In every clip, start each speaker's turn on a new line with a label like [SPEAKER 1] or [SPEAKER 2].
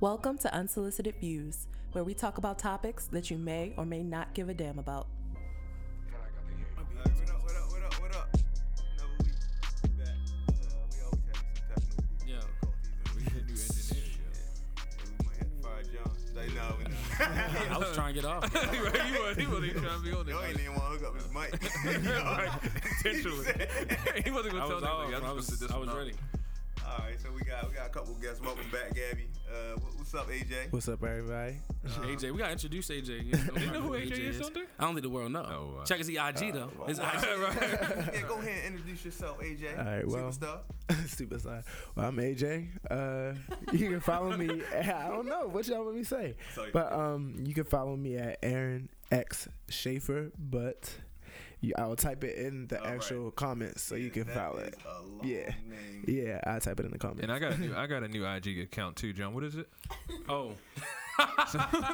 [SPEAKER 1] Welcome to Unsolicited Views, where we talk about topics that you may or may not give a damn about.
[SPEAKER 2] Alright, what up, what up, what up, what up? Another week back. Uh, we always having some technical
[SPEAKER 3] Yeah.
[SPEAKER 2] difficulties. and Yeah, we
[SPEAKER 3] We need a new engineer, yo.
[SPEAKER 2] might have to fire John. Like, no, we not.
[SPEAKER 3] I was trying to get off.
[SPEAKER 4] He was- he was, he wasn't even trying to be on
[SPEAKER 2] Yo, he
[SPEAKER 4] it.
[SPEAKER 2] didn't even want to hook up his mic.
[SPEAKER 4] Right, intentionally. he wasn't
[SPEAKER 3] I
[SPEAKER 4] gonna tell
[SPEAKER 3] was,
[SPEAKER 4] that
[SPEAKER 3] off.
[SPEAKER 4] nigga.
[SPEAKER 3] I
[SPEAKER 4] I'm just gonna sit
[SPEAKER 3] was,
[SPEAKER 4] this
[SPEAKER 3] I was
[SPEAKER 4] one out.
[SPEAKER 3] ready.
[SPEAKER 2] All right, so we got we got a couple guests. Welcome back, Gabby. Uh, what, what's up, AJ?
[SPEAKER 5] What's up, everybody?
[SPEAKER 3] AJ, we gotta introduce AJ. You know,
[SPEAKER 4] know who AJ is
[SPEAKER 3] I
[SPEAKER 4] on there?
[SPEAKER 3] don't think the world know.
[SPEAKER 4] Oh, wow. Oh.
[SPEAKER 3] Check his IG though. His IG.
[SPEAKER 2] yeah, go ahead and introduce yourself, AJ.
[SPEAKER 5] All right, well.
[SPEAKER 2] Superstar.
[SPEAKER 5] Super sign. Well, I'm AJ. Uh, you can follow me. At, I don't know what y'all want me to say,
[SPEAKER 2] Sorry.
[SPEAKER 5] but um, you can follow me at Aaron X Schaefer. But you, I'll type it in the
[SPEAKER 2] All right.
[SPEAKER 5] actual comments so you
[SPEAKER 2] Yeah,
[SPEAKER 5] can
[SPEAKER 2] that
[SPEAKER 5] follow
[SPEAKER 2] is
[SPEAKER 5] it.
[SPEAKER 2] a long
[SPEAKER 5] Yeah.
[SPEAKER 2] name.
[SPEAKER 5] Yeah, I will type it in the comments.
[SPEAKER 4] And I got a new, I got a new IG account too, John. What is it?
[SPEAKER 3] Oh,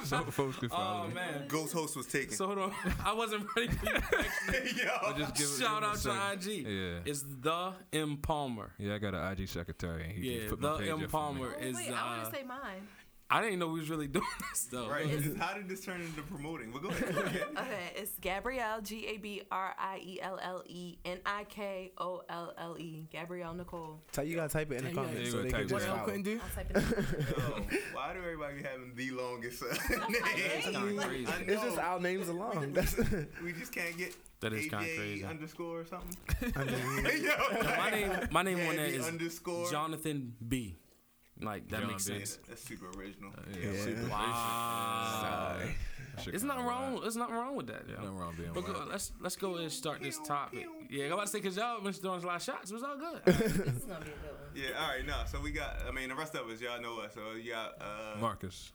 [SPEAKER 4] So folks can follow
[SPEAKER 3] oh
[SPEAKER 4] me.
[SPEAKER 3] man.
[SPEAKER 2] Ghost host was taken.
[SPEAKER 3] So hold on. I wasn't ready for you.
[SPEAKER 2] Yo.
[SPEAKER 4] Just give it-
[SPEAKER 3] Shout
[SPEAKER 4] give it a
[SPEAKER 3] out to
[SPEAKER 4] second.
[SPEAKER 3] IG.
[SPEAKER 4] Yeah.
[SPEAKER 3] It's the M Palmer.
[SPEAKER 4] yeah, I got an IG secretary. and He
[SPEAKER 3] Yeah,
[SPEAKER 4] just put
[SPEAKER 3] the
[SPEAKER 4] my page up
[SPEAKER 3] M
[SPEAKER 4] for me.
[SPEAKER 3] Palmer is.
[SPEAKER 6] Oh, wait,
[SPEAKER 3] uh,
[SPEAKER 6] I want to
[SPEAKER 3] I,
[SPEAKER 6] say mine.
[SPEAKER 3] didn't know we was really doing this though.
[SPEAKER 2] Right. How did this turn into promoting? Well, go ahead. Go ahead.
[SPEAKER 6] Okay, it's Gabrielle, G A B R I E L L E N I K O L L E, Gabrielle Nicole.
[SPEAKER 5] Ty- you gotta type it in
[SPEAKER 3] Yeah,
[SPEAKER 5] the
[SPEAKER 3] you
[SPEAKER 5] comments
[SPEAKER 4] gotta
[SPEAKER 5] so they
[SPEAKER 4] type
[SPEAKER 5] can
[SPEAKER 4] it
[SPEAKER 5] just
[SPEAKER 4] in. What
[SPEAKER 5] follow.
[SPEAKER 6] I'll type it in.
[SPEAKER 2] Yo, why do everybody be having the longest uh,
[SPEAKER 3] That's
[SPEAKER 2] name?
[SPEAKER 3] kind of crazy.
[SPEAKER 2] I know.
[SPEAKER 5] It's just our names along. That's
[SPEAKER 2] we just can't get
[SPEAKER 3] That is kinda
[SPEAKER 2] AJ
[SPEAKER 3] crazy.
[SPEAKER 2] underscore or something.
[SPEAKER 5] I mean,
[SPEAKER 2] Yo,
[SPEAKER 3] My name, my name on
[SPEAKER 2] Gabby
[SPEAKER 3] there is
[SPEAKER 2] underscore.
[SPEAKER 3] Jonathan B. Like that
[SPEAKER 4] John
[SPEAKER 3] makes
[SPEAKER 4] B.
[SPEAKER 2] Yeah,
[SPEAKER 3] sense.
[SPEAKER 2] that's super original.
[SPEAKER 3] Uh,
[SPEAKER 4] Yeah.
[SPEAKER 5] Yeah.
[SPEAKER 4] Super
[SPEAKER 3] Wow.
[SPEAKER 4] Sorry. That shit
[SPEAKER 3] It's not
[SPEAKER 4] kinda wild.
[SPEAKER 3] wrong. It's not wrong with that. yo.
[SPEAKER 4] Nothing wrong being
[SPEAKER 3] But go,
[SPEAKER 4] wild.
[SPEAKER 3] let's let's go and start this topic.
[SPEAKER 2] pew,
[SPEAKER 3] Yeah, I'm about to say because y'all been throwing a lot of shots. It was all good.
[SPEAKER 6] this is gonna be a good one.
[SPEAKER 2] Yeah, all right, no. So we got, I mean, the rest of us, y'all know us. So you got, uh,
[SPEAKER 4] Marcus.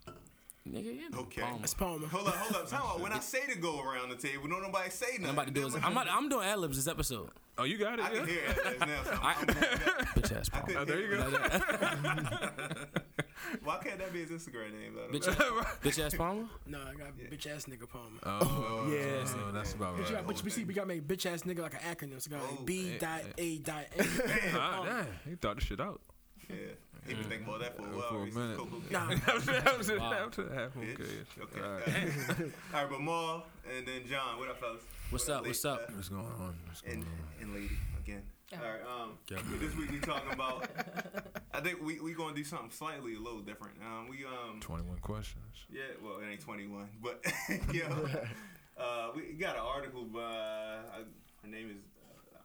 [SPEAKER 3] Nigga, yeah.
[SPEAKER 2] Okay.
[SPEAKER 3] Palmer.
[SPEAKER 2] hold up, hold up. Time out. When I say to go around the table, don't nobody say nothing.
[SPEAKER 3] I'm about to do is I'm, about, I'm doing ad libs this episode.
[SPEAKER 4] Oh, you got it.
[SPEAKER 2] I can
[SPEAKER 4] yeah?
[SPEAKER 2] hear it now. So I'm, I'm
[SPEAKER 3] Bitch ass
[SPEAKER 2] I
[SPEAKER 3] Palmer.
[SPEAKER 2] couldn't
[SPEAKER 4] Oh, there
[SPEAKER 2] hear
[SPEAKER 4] you
[SPEAKER 2] it.
[SPEAKER 4] go.
[SPEAKER 2] Why can't that be his Instagram name? though?
[SPEAKER 3] Bitch ass, bitch ass Palmer.
[SPEAKER 7] No, I got bitch ass nigga Palmer.
[SPEAKER 4] Oh,
[SPEAKER 5] Yeah.
[SPEAKER 4] oh, that's about
[SPEAKER 7] But you got,
[SPEAKER 4] right.
[SPEAKER 7] but you see, we gotta make bitch ass nigga like an acronym. So we got
[SPEAKER 2] Oh,
[SPEAKER 7] like B dot A dot A.
[SPEAKER 4] Ah, damn, he thought this shit out.
[SPEAKER 2] Yeah. He been thinking about that for a
[SPEAKER 4] Yeah,
[SPEAKER 2] while.
[SPEAKER 4] for a
[SPEAKER 2] Reese's
[SPEAKER 4] minute.
[SPEAKER 2] Cocoa Cake.
[SPEAKER 4] that was that was- that was half okay.
[SPEAKER 2] Bitch. Okay.
[SPEAKER 4] All
[SPEAKER 2] All
[SPEAKER 4] right.
[SPEAKER 2] right. All right, but Maul and then John. What up, fellas?
[SPEAKER 3] What's up? What's
[SPEAKER 2] lady?
[SPEAKER 3] up?
[SPEAKER 4] What's going on? What's
[SPEAKER 2] Uh,
[SPEAKER 4] going
[SPEAKER 2] And
[SPEAKER 4] on?
[SPEAKER 2] and lady again. All right. Um, this week we talking about. I think we we gonna do something slightly a little different. Um, we um.
[SPEAKER 4] 21 questions.
[SPEAKER 2] Yeah, well, it ain't 21, but yo, uh, we got an article by uh, her name is uh,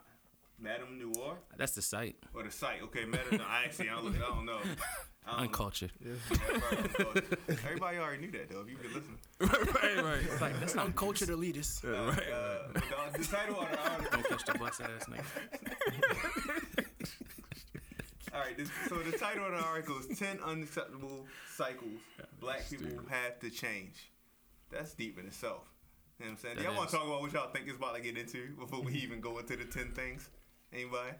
[SPEAKER 2] Madame Noir
[SPEAKER 3] That's the site.
[SPEAKER 2] or the site. Okay, Madame. No, I actually I don't, I don't know. I don't know.
[SPEAKER 3] Uncultured.
[SPEAKER 2] Everybody already knew that though. If you've been listening.
[SPEAKER 4] right, right.
[SPEAKER 3] Like that's
[SPEAKER 7] I'm
[SPEAKER 3] not
[SPEAKER 7] culture to lead us.
[SPEAKER 2] Uh, but the, the title of the article.
[SPEAKER 3] gonna catch the bus ass nigga.
[SPEAKER 2] All right. This, so the title of the article is 10 unacceptable cycles black people have to change. That's deep in itself. You know what I'm saying? Do
[SPEAKER 3] That
[SPEAKER 2] y'all want
[SPEAKER 3] is. Mm-hmm.
[SPEAKER 2] to talk about what y'all think is about to get into before we even go into the 10 things? Anybody?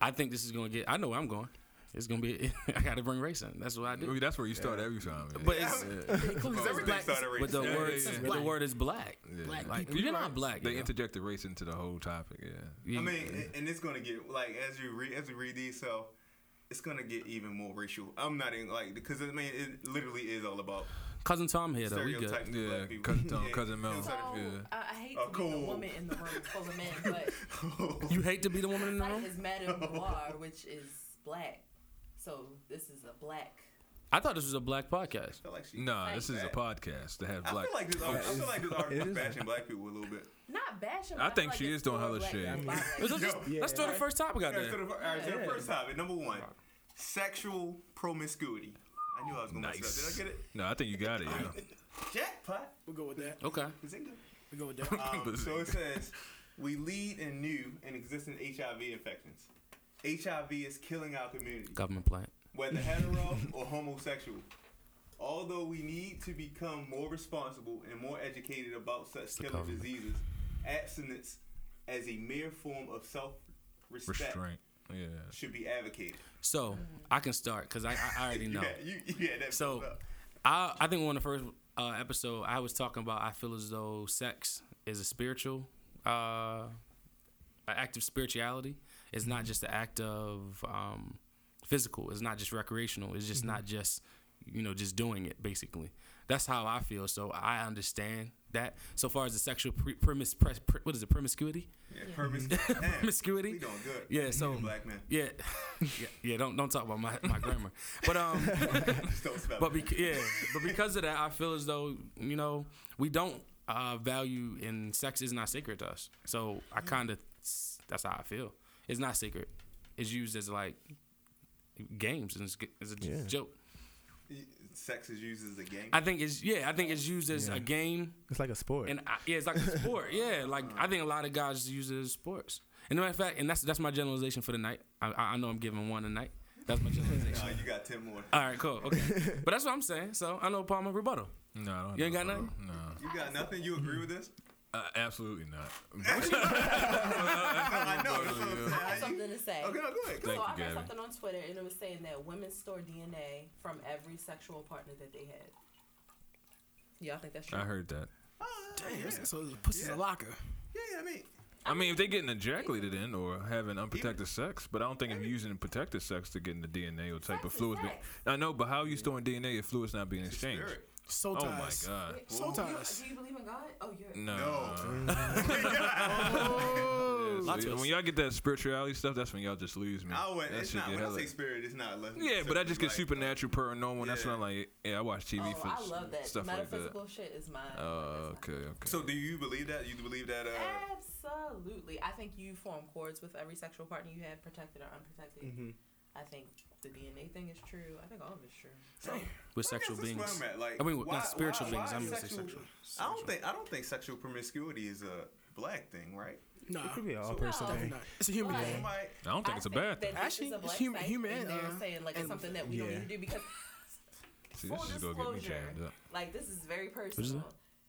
[SPEAKER 3] I think this is gonna get. I know where I'm going. It's gonna be. I gotta bring race in. That's what I do.
[SPEAKER 4] Well, that's where you start every time. man.
[SPEAKER 3] But it's, uh,
[SPEAKER 7] Includes
[SPEAKER 2] Everything
[SPEAKER 7] black-
[SPEAKER 2] started
[SPEAKER 3] but the
[SPEAKER 2] racist.
[SPEAKER 4] yeah,
[SPEAKER 3] words,
[SPEAKER 4] yeah.
[SPEAKER 3] but the word is black.
[SPEAKER 7] black
[SPEAKER 3] Like
[SPEAKER 7] people.
[SPEAKER 3] you're not black.
[SPEAKER 4] They
[SPEAKER 3] yo.
[SPEAKER 4] interject the race into the whole topic. Yeah.
[SPEAKER 3] You-
[SPEAKER 2] I mean, a- and it's gonna get like as you read as we read these, so it's gonna get even more racial. I'm not even like because I mean it literally is all about
[SPEAKER 3] cousin Tom here though. We
[SPEAKER 2] stereotypes
[SPEAKER 3] good.
[SPEAKER 2] of
[SPEAKER 4] Yeah,
[SPEAKER 2] black people.
[SPEAKER 4] cousin Tom, cousin Mel.
[SPEAKER 2] Instead
[SPEAKER 6] So,
[SPEAKER 4] Yeah.
[SPEAKER 6] I, I hate
[SPEAKER 4] Oh,
[SPEAKER 2] Uh,
[SPEAKER 6] to be the
[SPEAKER 2] cool.
[SPEAKER 6] woman in the room full of men, but
[SPEAKER 2] of-
[SPEAKER 3] You hate to be the woman in the
[SPEAKER 6] like
[SPEAKER 3] room.
[SPEAKER 6] is Madame Noir, which is black. So this is a black.
[SPEAKER 3] I thought this was a black podcast.
[SPEAKER 2] I feel like she-
[SPEAKER 4] Nah, this is a
[SPEAKER 2] Bad.
[SPEAKER 4] podcast to have
[SPEAKER 2] I
[SPEAKER 4] black.
[SPEAKER 2] feel like this. I feel like this article is
[SPEAKER 5] is-
[SPEAKER 2] bashing black people a little bit.
[SPEAKER 6] Not bashing.
[SPEAKER 4] I
[SPEAKER 6] but
[SPEAKER 4] think
[SPEAKER 6] feel
[SPEAKER 4] she
[SPEAKER 6] like
[SPEAKER 4] is
[SPEAKER 6] it's
[SPEAKER 4] doing
[SPEAKER 6] more
[SPEAKER 4] hella
[SPEAKER 6] black
[SPEAKER 4] shit.
[SPEAKER 6] than
[SPEAKER 4] I
[SPEAKER 6] black.
[SPEAKER 3] Let's, just,
[SPEAKER 2] Yeah.
[SPEAKER 3] let's throw the first topic out
[SPEAKER 2] All right, so the,
[SPEAKER 3] there.
[SPEAKER 2] all right, so the first topic, number one, sexual promiscuity. I knew I was gonna mess
[SPEAKER 4] Nice.
[SPEAKER 2] it up. Did I get it?
[SPEAKER 4] No, I think you got it. Yeah.
[SPEAKER 2] Jackpot.
[SPEAKER 7] We'll go with that.
[SPEAKER 3] Okay.
[SPEAKER 2] Bazinga.
[SPEAKER 7] We'll go with that.
[SPEAKER 2] Um, so it says we lead in new and existing HIV infections. HIV is killing our community.
[SPEAKER 3] Government plant.
[SPEAKER 2] whether hetero or homosexual. Although we need to become more responsible and more educated about such killer
[SPEAKER 3] government.
[SPEAKER 2] diseases, abstinence as a mere form of self respect
[SPEAKER 4] Restraint. Yeah.
[SPEAKER 2] should be advocated.
[SPEAKER 3] So I can start because I, I already know.
[SPEAKER 2] Yeah, you, yeah that's
[SPEAKER 3] So I I think on the first uh, episode I was talking about I feel as though sex is a spiritual, uh, an act of spirituality. It's not just an act of um, physical. It's not just recreational. It's just not just you know, just doing it basically. That's how I feel. So I understand that. So far as the sexual pre- premise, pres pre- what is it, promiscuity?
[SPEAKER 2] Yeah, permis- damn,
[SPEAKER 3] Promiscuity?
[SPEAKER 2] We doing good.
[SPEAKER 3] Yeah,
[SPEAKER 2] We
[SPEAKER 3] so-
[SPEAKER 2] a black man.
[SPEAKER 3] Yeah, yeah, yeah. Don't don't talk about my, my grammar. But um,
[SPEAKER 2] Just don't spell
[SPEAKER 3] but
[SPEAKER 2] it.
[SPEAKER 3] bec- yeah, but because of that, I feel as though you know we don't uh, value and sex is not sacred to us. So I kind of that's how I feel. It's not sacred. It's used as like games and it's, g- it's a j-
[SPEAKER 5] Yeah.
[SPEAKER 3] joke.
[SPEAKER 2] Sex is used as a game.
[SPEAKER 3] I think it's yeah. I think it's used as a game
[SPEAKER 5] It's like a sport.
[SPEAKER 3] and I, yeah, it's like a sport. Yeah, like I think a lot of guys use it as sports. And matter of fact, and that's that's my generalization for the night. I, I I know I'm giving one tonight. That's my generalization.
[SPEAKER 2] Uh, you got ten more.
[SPEAKER 3] All right, cool. Okay, but that's what I'm saying. So I know Palmer rebuttal.
[SPEAKER 4] No, I don't
[SPEAKER 3] You ain't got
[SPEAKER 4] know.
[SPEAKER 3] nothing?
[SPEAKER 4] No,
[SPEAKER 2] You got nothing. You agree with this?
[SPEAKER 4] uh, absolutely not.
[SPEAKER 2] I know. That's what I'm
[SPEAKER 6] I
[SPEAKER 2] saying.
[SPEAKER 6] have
[SPEAKER 2] How you-
[SPEAKER 6] something to say.
[SPEAKER 2] Okay, no, go ahead. Go
[SPEAKER 4] Thank
[SPEAKER 6] so
[SPEAKER 4] you,
[SPEAKER 6] I heard
[SPEAKER 4] Gabby.
[SPEAKER 6] something on Twitter, and it was saying that women store DNA from every sexual partner that they had. Yeah, I think that's true.
[SPEAKER 4] I heard that.
[SPEAKER 7] Damn, so the pussy's a locker.
[SPEAKER 2] Yeah, I mean,
[SPEAKER 4] I mean, if they're getting ejaculated in or having unprotected sex, but I don't think if you're using protected sex to get in the DNA or type of
[SPEAKER 6] is
[SPEAKER 4] fluids.
[SPEAKER 6] sex.
[SPEAKER 4] I know, but how are you storing DNA if fluids not being exchanged?
[SPEAKER 2] spirit.
[SPEAKER 7] So
[SPEAKER 4] Oh my
[SPEAKER 7] ties.
[SPEAKER 4] god.
[SPEAKER 7] So
[SPEAKER 6] You-
[SPEAKER 7] ties.
[SPEAKER 6] Do you believe in God? Oh, you're.
[SPEAKER 4] No.
[SPEAKER 2] No.
[SPEAKER 3] Oh.
[SPEAKER 4] Yeah,
[SPEAKER 3] Lots
[SPEAKER 4] so
[SPEAKER 3] of
[SPEAKER 4] when
[SPEAKER 3] us.
[SPEAKER 4] y'all get that spirituality stuff, that's when y'all just lose me.
[SPEAKER 2] I would.
[SPEAKER 4] That
[SPEAKER 2] It's
[SPEAKER 4] shit
[SPEAKER 2] not.
[SPEAKER 4] get
[SPEAKER 2] When I
[SPEAKER 4] hella-
[SPEAKER 2] say spirit, it's not. like-
[SPEAKER 4] Yeah, but I just get
[SPEAKER 2] like-
[SPEAKER 4] supernatural, paranormal. and That's when I'm like, yeah, I watch TV
[SPEAKER 6] Oh,
[SPEAKER 4] for
[SPEAKER 6] I
[SPEAKER 4] s-
[SPEAKER 6] love that.
[SPEAKER 4] stuff like that.
[SPEAKER 6] Metaphysical shit is mine.
[SPEAKER 4] Uh, okay, okay.
[SPEAKER 2] So, do you believe that? You believe that? Uh,
[SPEAKER 6] Absolutely. I think you form cords with every sexual partner you had, protected or unprotected.
[SPEAKER 7] Mm-hmm.
[SPEAKER 6] I think the DNA thing is true. I think all of it's true.
[SPEAKER 3] with
[SPEAKER 2] I guess
[SPEAKER 3] sexual
[SPEAKER 2] that's
[SPEAKER 3] beings.
[SPEAKER 2] where I'm at, like,
[SPEAKER 3] I mean,
[SPEAKER 2] why-
[SPEAKER 3] not spiritual
[SPEAKER 2] why-
[SPEAKER 3] beings.
[SPEAKER 2] why
[SPEAKER 3] I'm gonna say
[SPEAKER 2] sexual-
[SPEAKER 3] sexual.
[SPEAKER 2] I don't think. I don't think sexual promiscuity is a black thing, right?
[SPEAKER 7] Nah,
[SPEAKER 5] it could be an all
[SPEAKER 6] So-
[SPEAKER 5] person
[SPEAKER 6] No.
[SPEAKER 7] nah. It's a human
[SPEAKER 6] Why?
[SPEAKER 7] thing.
[SPEAKER 2] Somebody-
[SPEAKER 4] I don't think it's a bad
[SPEAKER 6] that
[SPEAKER 4] thing.
[SPEAKER 6] this
[SPEAKER 7] Actually,
[SPEAKER 6] is a
[SPEAKER 7] it's
[SPEAKER 6] black
[SPEAKER 7] human-
[SPEAKER 6] site,
[SPEAKER 7] human
[SPEAKER 6] and
[SPEAKER 7] and,
[SPEAKER 6] they're
[SPEAKER 7] uh,
[SPEAKER 6] saying like it's
[SPEAKER 7] and-
[SPEAKER 6] something that we don't
[SPEAKER 5] yeah.
[SPEAKER 6] need to do because
[SPEAKER 4] See,
[SPEAKER 6] full
[SPEAKER 4] this is gonna get me
[SPEAKER 6] disclosure.
[SPEAKER 4] jammed up.
[SPEAKER 6] like this is very
[SPEAKER 3] is
[SPEAKER 6] personal.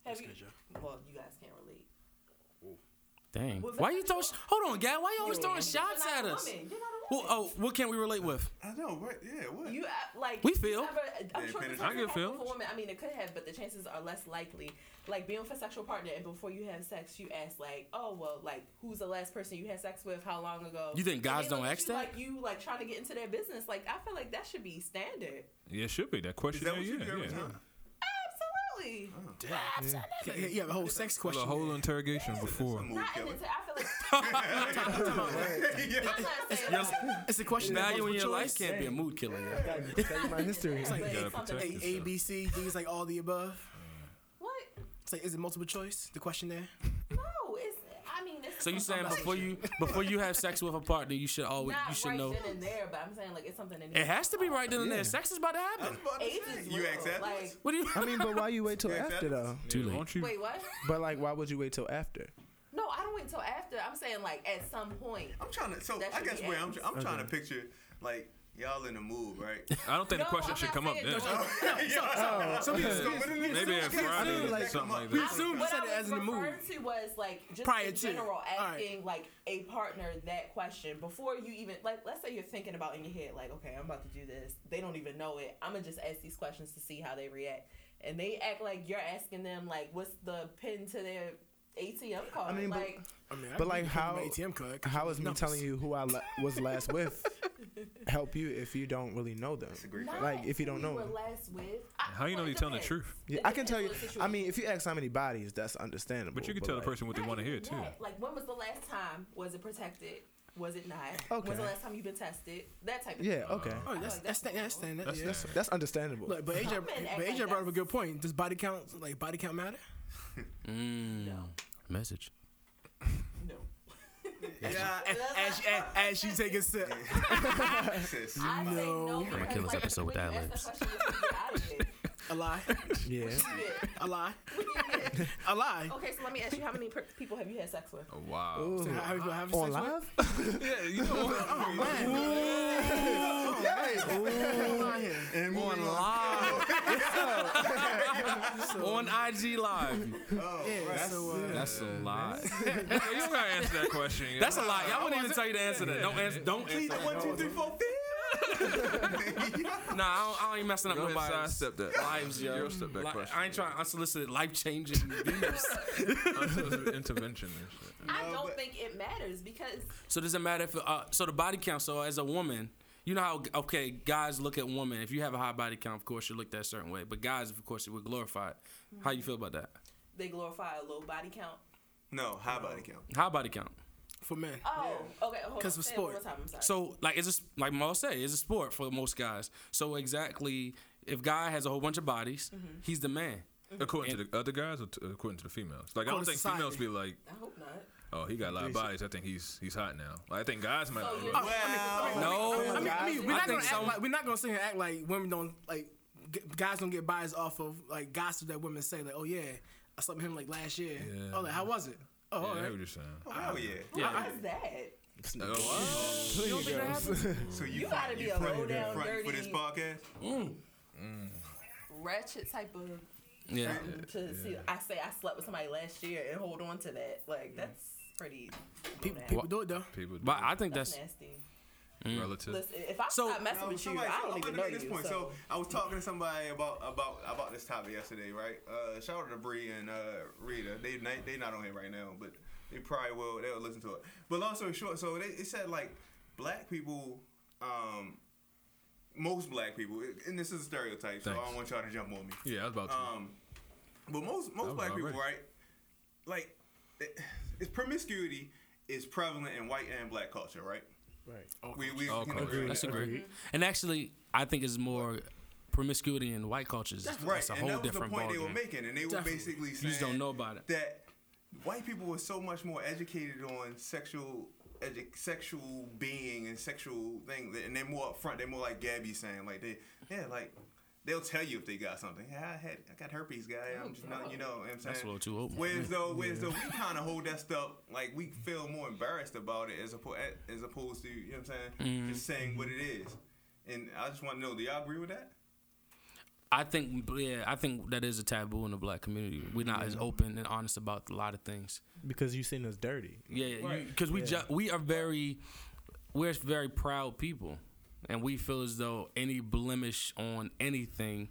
[SPEAKER 6] Have you?
[SPEAKER 7] good, Joe.
[SPEAKER 6] Well, you guys can't relate.
[SPEAKER 3] Dang.
[SPEAKER 6] Well,
[SPEAKER 3] Why
[SPEAKER 6] that-
[SPEAKER 3] you throw? sh- Hold on, Gad. Why you always Oh, throwing
[SPEAKER 6] You're
[SPEAKER 3] shots
[SPEAKER 6] not
[SPEAKER 3] at
[SPEAKER 6] a
[SPEAKER 3] us?
[SPEAKER 6] woman. You're not a
[SPEAKER 3] Well,
[SPEAKER 6] woman.
[SPEAKER 3] oh, what can we relate with?
[SPEAKER 2] I know. What? Yeah. What?
[SPEAKER 6] You uh, like
[SPEAKER 3] We
[SPEAKER 6] you
[SPEAKER 3] feel.
[SPEAKER 6] Ever, I'm
[SPEAKER 2] Yeah,
[SPEAKER 6] sure
[SPEAKER 2] penetrate.
[SPEAKER 6] this
[SPEAKER 2] I
[SPEAKER 6] doesn't
[SPEAKER 4] get
[SPEAKER 6] happen
[SPEAKER 4] feelings.
[SPEAKER 6] for women. I mean, it could have, but the chances are less likely. Like being with a sexual partner, and before you have sex, you ask like, "Oh well, like who's the last person you had sex with? How long ago?"
[SPEAKER 3] You think
[SPEAKER 6] And they
[SPEAKER 3] guys don't
[SPEAKER 6] look at
[SPEAKER 3] ask
[SPEAKER 6] you
[SPEAKER 3] that?
[SPEAKER 6] Like you like trying to get into their business. Like I feel like that should be standard.
[SPEAKER 4] Yeah, it should be that
[SPEAKER 2] is
[SPEAKER 4] question.
[SPEAKER 2] that what
[SPEAKER 4] yeah,
[SPEAKER 2] you do every
[SPEAKER 4] yeah.
[SPEAKER 2] time?
[SPEAKER 6] Absolutely.
[SPEAKER 7] Damn. Yeah, yeah, You have a whole sex
[SPEAKER 4] There's
[SPEAKER 7] question.
[SPEAKER 4] a whole
[SPEAKER 7] there.
[SPEAKER 4] interrogation before.
[SPEAKER 2] Mood
[SPEAKER 6] Not in
[SPEAKER 2] killer.
[SPEAKER 6] the. I feel like
[SPEAKER 2] Yeah.
[SPEAKER 6] I'm not saying. like,
[SPEAKER 7] It's a question. that
[SPEAKER 3] Value in
[SPEAKER 7] multiple
[SPEAKER 3] your life
[SPEAKER 7] choice.
[SPEAKER 3] can't be a mood killer. yeah.
[SPEAKER 5] Tell you my history.
[SPEAKER 6] but
[SPEAKER 4] gotta
[SPEAKER 6] it's something-
[SPEAKER 4] protect
[SPEAKER 7] A, A, B, C, D E, is like all the above.
[SPEAKER 6] What?
[SPEAKER 7] It's like, is it multiple choice? The questionnaire?
[SPEAKER 6] No, it's. I mean, it's
[SPEAKER 3] So you saying before you before you have sex with a partner, you should always
[SPEAKER 6] Not
[SPEAKER 3] you should
[SPEAKER 6] right
[SPEAKER 3] know.
[SPEAKER 6] then and there, but I'm saying like it's something that
[SPEAKER 3] It
[SPEAKER 6] needs
[SPEAKER 3] has to be right then and there. Sex is about to happen.
[SPEAKER 6] Age is
[SPEAKER 2] You
[SPEAKER 6] real.
[SPEAKER 2] ask that?
[SPEAKER 6] Like,
[SPEAKER 3] What do you?
[SPEAKER 5] I mean, but why you wait till
[SPEAKER 2] Yeah,
[SPEAKER 5] after
[SPEAKER 2] that's-
[SPEAKER 5] though?
[SPEAKER 4] Too
[SPEAKER 3] late.
[SPEAKER 4] Won't you?
[SPEAKER 6] wait, what?
[SPEAKER 5] But like, why would you wait till after?
[SPEAKER 6] No, I don't wait until after. I'm saying like at some point.
[SPEAKER 2] I'm trying to. So
[SPEAKER 6] That
[SPEAKER 2] I
[SPEAKER 6] should
[SPEAKER 2] guess
[SPEAKER 6] be
[SPEAKER 2] where I'm,
[SPEAKER 6] asked.
[SPEAKER 2] I'm trying to picture like y'all in the mood, right?
[SPEAKER 4] I don't think
[SPEAKER 6] No,
[SPEAKER 4] the question
[SPEAKER 6] I'm
[SPEAKER 4] should
[SPEAKER 6] not
[SPEAKER 4] come up
[SPEAKER 6] saying
[SPEAKER 4] then.
[SPEAKER 6] don't. I
[SPEAKER 7] So we
[SPEAKER 4] Yeah. Maybe at Friday or
[SPEAKER 5] like-
[SPEAKER 4] something like
[SPEAKER 7] We
[SPEAKER 4] that.
[SPEAKER 7] assume you
[SPEAKER 6] what
[SPEAKER 7] said
[SPEAKER 6] I
[SPEAKER 7] it
[SPEAKER 6] was
[SPEAKER 7] as in the mood.
[SPEAKER 6] referring to was like just
[SPEAKER 7] Prior
[SPEAKER 6] in
[SPEAKER 7] to.
[SPEAKER 6] general
[SPEAKER 7] All right.
[SPEAKER 6] asking like a partner that question before you even like let's say you're thinking about in your head like okay I'm about to do this they don't even know it I'm gonna just ask these questions to see how they react and they act like you're asking them like what's the pin to their ATM card
[SPEAKER 5] mean, but-
[SPEAKER 6] like
[SPEAKER 7] I mean, I
[SPEAKER 5] But, like,
[SPEAKER 7] can give you my
[SPEAKER 5] how-
[SPEAKER 7] ATM card. 'cause
[SPEAKER 5] How is me
[SPEAKER 7] numbers.
[SPEAKER 5] telling you who I la- was last with help you if you don't really know them?
[SPEAKER 6] not
[SPEAKER 5] Like if you don't
[SPEAKER 6] who
[SPEAKER 5] know,
[SPEAKER 6] were
[SPEAKER 5] them.
[SPEAKER 6] last with I-
[SPEAKER 4] How you know
[SPEAKER 6] well, it
[SPEAKER 4] they telling the
[SPEAKER 6] depends.
[SPEAKER 4] truth?
[SPEAKER 5] yeah,
[SPEAKER 6] It
[SPEAKER 5] I can
[SPEAKER 6] depends
[SPEAKER 5] tell
[SPEAKER 6] on
[SPEAKER 5] you.
[SPEAKER 6] the situation.
[SPEAKER 5] I mean, if you ask how many bodies, that's understandable.
[SPEAKER 4] But you can tell the
[SPEAKER 5] like-
[SPEAKER 4] person what they
[SPEAKER 6] Not
[SPEAKER 4] want to
[SPEAKER 6] even
[SPEAKER 4] hear too.
[SPEAKER 6] that. Like when was the last time? Was it protected? Was it not?
[SPEAKER 5] Okay.
[SPEAKER 6] When's the last time you've been tested? That type of
[SPEAKER 5] Yeah.
[SPEAKER 6] thing.
[SPEAKER 4] Uh,
[SPEAKER 5] Okay.
[SPEAKER 7] Oh, that's that's that, that's that, that, yeah.
[SPEAKER 4] That's
[SPEAKER 5] That's understandable.
[SPEAKER 7] Look, but AJ,
[SPEAKER 6] Men act
[SPEAKER 7] but
[SPEAKER 6] like
[SPEAKER 7] AJ brought up a
[SPEAKER 6] that's-
[SPEAKER 7] good point. Does body count like body count matter?
[SPEAKER 6] No.
[SPEAKER 3] Message.
[SPEAKER 6] No.
[SPEAKER 7] Yeah. As, as, as, she take a sip.
[SPEAKER 2] Sis.
[SPEAKER 6] I say no. I'm
[SPEAKER 3] gonna kill this episode with ad libs.
[SPEAKER 7] A lie.
[SPEAKER 5] yeah.
[SPEAKER 7] A lie. A lie.
[SPEAKER 6] Okay, so let me ask you, how many per- people have you had sex
[SPEAKER 7] Oh,
[SPEAKER 6] with?
[SPEAKER 4] Wow.
[SPEAKER 7] So how people have
[SPEAKER 5] On
[SPEAKER 7] sex with-
[SPEAKER 5] live?
[SPEAKER 4] Yeah, you know,
[SPEAKER 2] And moving on.
[SPEAKER 3] On IG Live.
[SPEAKER 7] Yeah, so, uh,
[SPEAKER 3] That's a lot.
[SPEAKER 4] you don't gotta answer that question. you
[SPEAKER 3] That's a
[SPEAKER 4] know?
[SPEAKER 3] lot. Y'all wouldn't even tell you to answer that. Don't answer. Don't
[SPEAKER 2] Please,
[SPEAKER 3] answer.
[SPEAKER 2] one, two, three, four, five.
[SPEAKER 3] Nah, I don't, I don't ain't messing up
[SPEAKER 4] Go ahead,
[SPEAKER 3] nobody's
[SPEAKER 4] sidestep that.
[SPEAKER 3] lives, yo.
[SPEAKER 4] You'll step that
[SPEAKER 3] Like,
[SPEAKER 4] question.
[SPEAKER 3] I ain't trying unsolicited life changing views.
[SPEAKER 4] Unsolicited intervention and shit.
[SPEAKER 6] I don't think it matters because
[SPEAKER 3] So does it matter if uh, so the body count? So as a woman, you know how okay guys look at women. If you have a high body count, of course you look that certain way. But guys, of course, would glorify it. How you feel about that?
[SPEAKER 6] They glorify a low body count.
[SPEAKER 2] No, high body count.
[SPEAKER 3] High body count.
[SPEAKER 7] for men.
[SPEAKER 6] Oh, okay. hold on.
[SPEAKER 7] 'Cause of
[SPEAKER 6] Say it one more
[SPEAKER 7] sport.
[SPEAKER 6] time, I'm sorry.
[SPEAKER 3] So like it's just like Maul said, it's a sport for most guys. So exactly, if guy has a whole bunch of bodies, he's the man.
[SPEAKER 4] According to the other guys or t- according to the females? Like, I
[SPEAKER 7] According
[SPEAKER 4] don't
[SPEAKER 7] to
[SPEAKER 4] think
[SPEAKER 7] society.
[SPEAKER 4] females be like,
[SPEAKER 6] I hope
[SPEAKER 7] Uh,
[SPEAKER 6] not.
[SPEAKER 4] oh, he got a lot of bodies. I think he's he's hot now. I think guys might.
[SPEAKER 6] So you're-
[SPEAKER 7] I mean, I mean,
[SPEAKER 3] No.
[SPEAKER 7] I mean, I mean, we're
[SPEAKER 3] I
[SPEAKER 7] not
[SPEAKER 3] think
[SPEAKER 7] gonna act
[SPEAKER 3] so.
[SPEAKER 7] like we're not gonna sit here and act like women don't like g- guys don't get biased off of like gossip that women say like, oh yeah, I slept with him like last year.
[SPEAKER 4] Yeah.
[SPEAKER 7] Oh, like how was it? Oh,
[SPEAKER 4] yeah,
[SPEAKER 7] all
[SPEAKER 4] I hear
[SPEAKER 7] right.
[SPEAKER 4] what you're saying.
[SPEAKER 2] Hell yeah.
[SPEAKER 3] Yeah.
[SPEAKER 6] Why is that?
[SPEAKER 4] Oh,
[SPEAKER 5] Please, girls.
[SPEAKER 2] So you,
[SPEAKER 6] You
[SPEAKER 2] front-
[SPEAKER 6] gotta be
[SPEAKER 2] you
[SPEAKER 6] a
[SPEAKER 2] front-
[SPEAKER 6] low-down,
[SPEAKER 2] you front for this
[SPEAKER 6] dirty-
[SPEAKER 2] podcast.
[SPEAKER 6] Ratchet type of
[SPEAKER 3] Yeah.
[SPEAKER 6] something to see. I say I slept with somebody last year and hold on to that. Like that's pretty.
[SPEAKER 7] People,
[SPEAKER 6] nasty.
[SPEAKER 7] people do it though.
[SPEAKER 4] people,
[SPEAKER 3] But I think
[SPEAKER 6] that's,
[SPEAKER 3] that's
[SPEAKER 6] nasty.
[SPEAKER 4] relative.
[SPEAKER 6] Listen, if I
[SPEAKER 3] So-
[SPEAKER 6] stop messing
[SPEAKER 2] No,
[SPEAKER 6] with you,
[SPEAKER 2] somebody-
[SPEAKER 6] I
[SPEAKER 2] so
[SPEAKER 6] don't
[SPEAKER 2] I'm
[SPEAKER 6] even
[SPEAKER 2] gonna
[SPEAKER 6] know
[SPEAKER 2] make
[SPEAKER 6] you.
[SPEAKER 2] this point.
[SPEAKER 6] so.
[SPEAKER 2] So I was talking to somebody about about about this topic yesterday, right? Uh, shout out to Bree and uh, Rita. They not- they not on here right now, but they probably will. They'll listen to it. But long story short, so they it said like black people, um, most black people, and this is a stereotype, so I
[SPEAKER 4] Thanks.
[SPEAKER 2] don't want y'all to jump on me.
[SPEAKER 4] Yeah, I was about to.
[SPEAKER 2] Um, but most
[SPEAKER 4] was
[SPEAKER 2] most black people,
[SPEAKER 4] already.
[SPEAKER 2] right? Like, it, it's promiscuity is prevalent in white and black culture, right?
[SPEAKER 5] Right.
[SPEAKER 2] We we
[SPEAKER 4] All
[SPEAKER 2] can
[SPEAKER 4] culture.
[SPEAKER 2] agree.
[SPEAKER 3] that's a great. And actually, I think it's more promiscuity in white cultures. That's,
[SPEAKER 2] Right,
[SPEAKER 3] a
[SPEAKER 2] and
[SPEAKER 3] whole
[SPEAKER 2] that was
[SPEAKER 3] different
[SPEAKER 2] the point they
[SPEAKER 3] ballgame.
[SPEAKER 2] were making, and they were
[SPEAKER 7] Definitely.
[SPEAKER 2] basically saying
[SPEAKER 3] just don't know about it.
[SPEAKER 2] that white people were so much more educated on sexual edu- sexual being and sexual thing, and they're more upfront. They're more like Gabby saying, like they, yeah, like they'll tell you if they got something. Yeah, I had, I got herpes, guy. I'm just not, you know, what I'm saying
[SPEAKER 3] That's a little too open.
[SPEAKER 2] Whereas though, whereas though, we kind of hold that stuff like we feel more embarrassed about it as opposed as opposed to you know what I'm saying,
[SPEAKER 3] Mm-hmm.
[SPEAKER 2] just saying what it is. And I just want to know, do y'all agree with that?
[SPEAKER 3] I think yeah, I think that is a taboo in the black community. We're not as open and honest about a lot of things.
[SPEAKER 5] Because you seen us dirty.
[SPEAKER 3] Yeah, because we ju- we are very we're very proud people, and we feel as though any blemish on anything,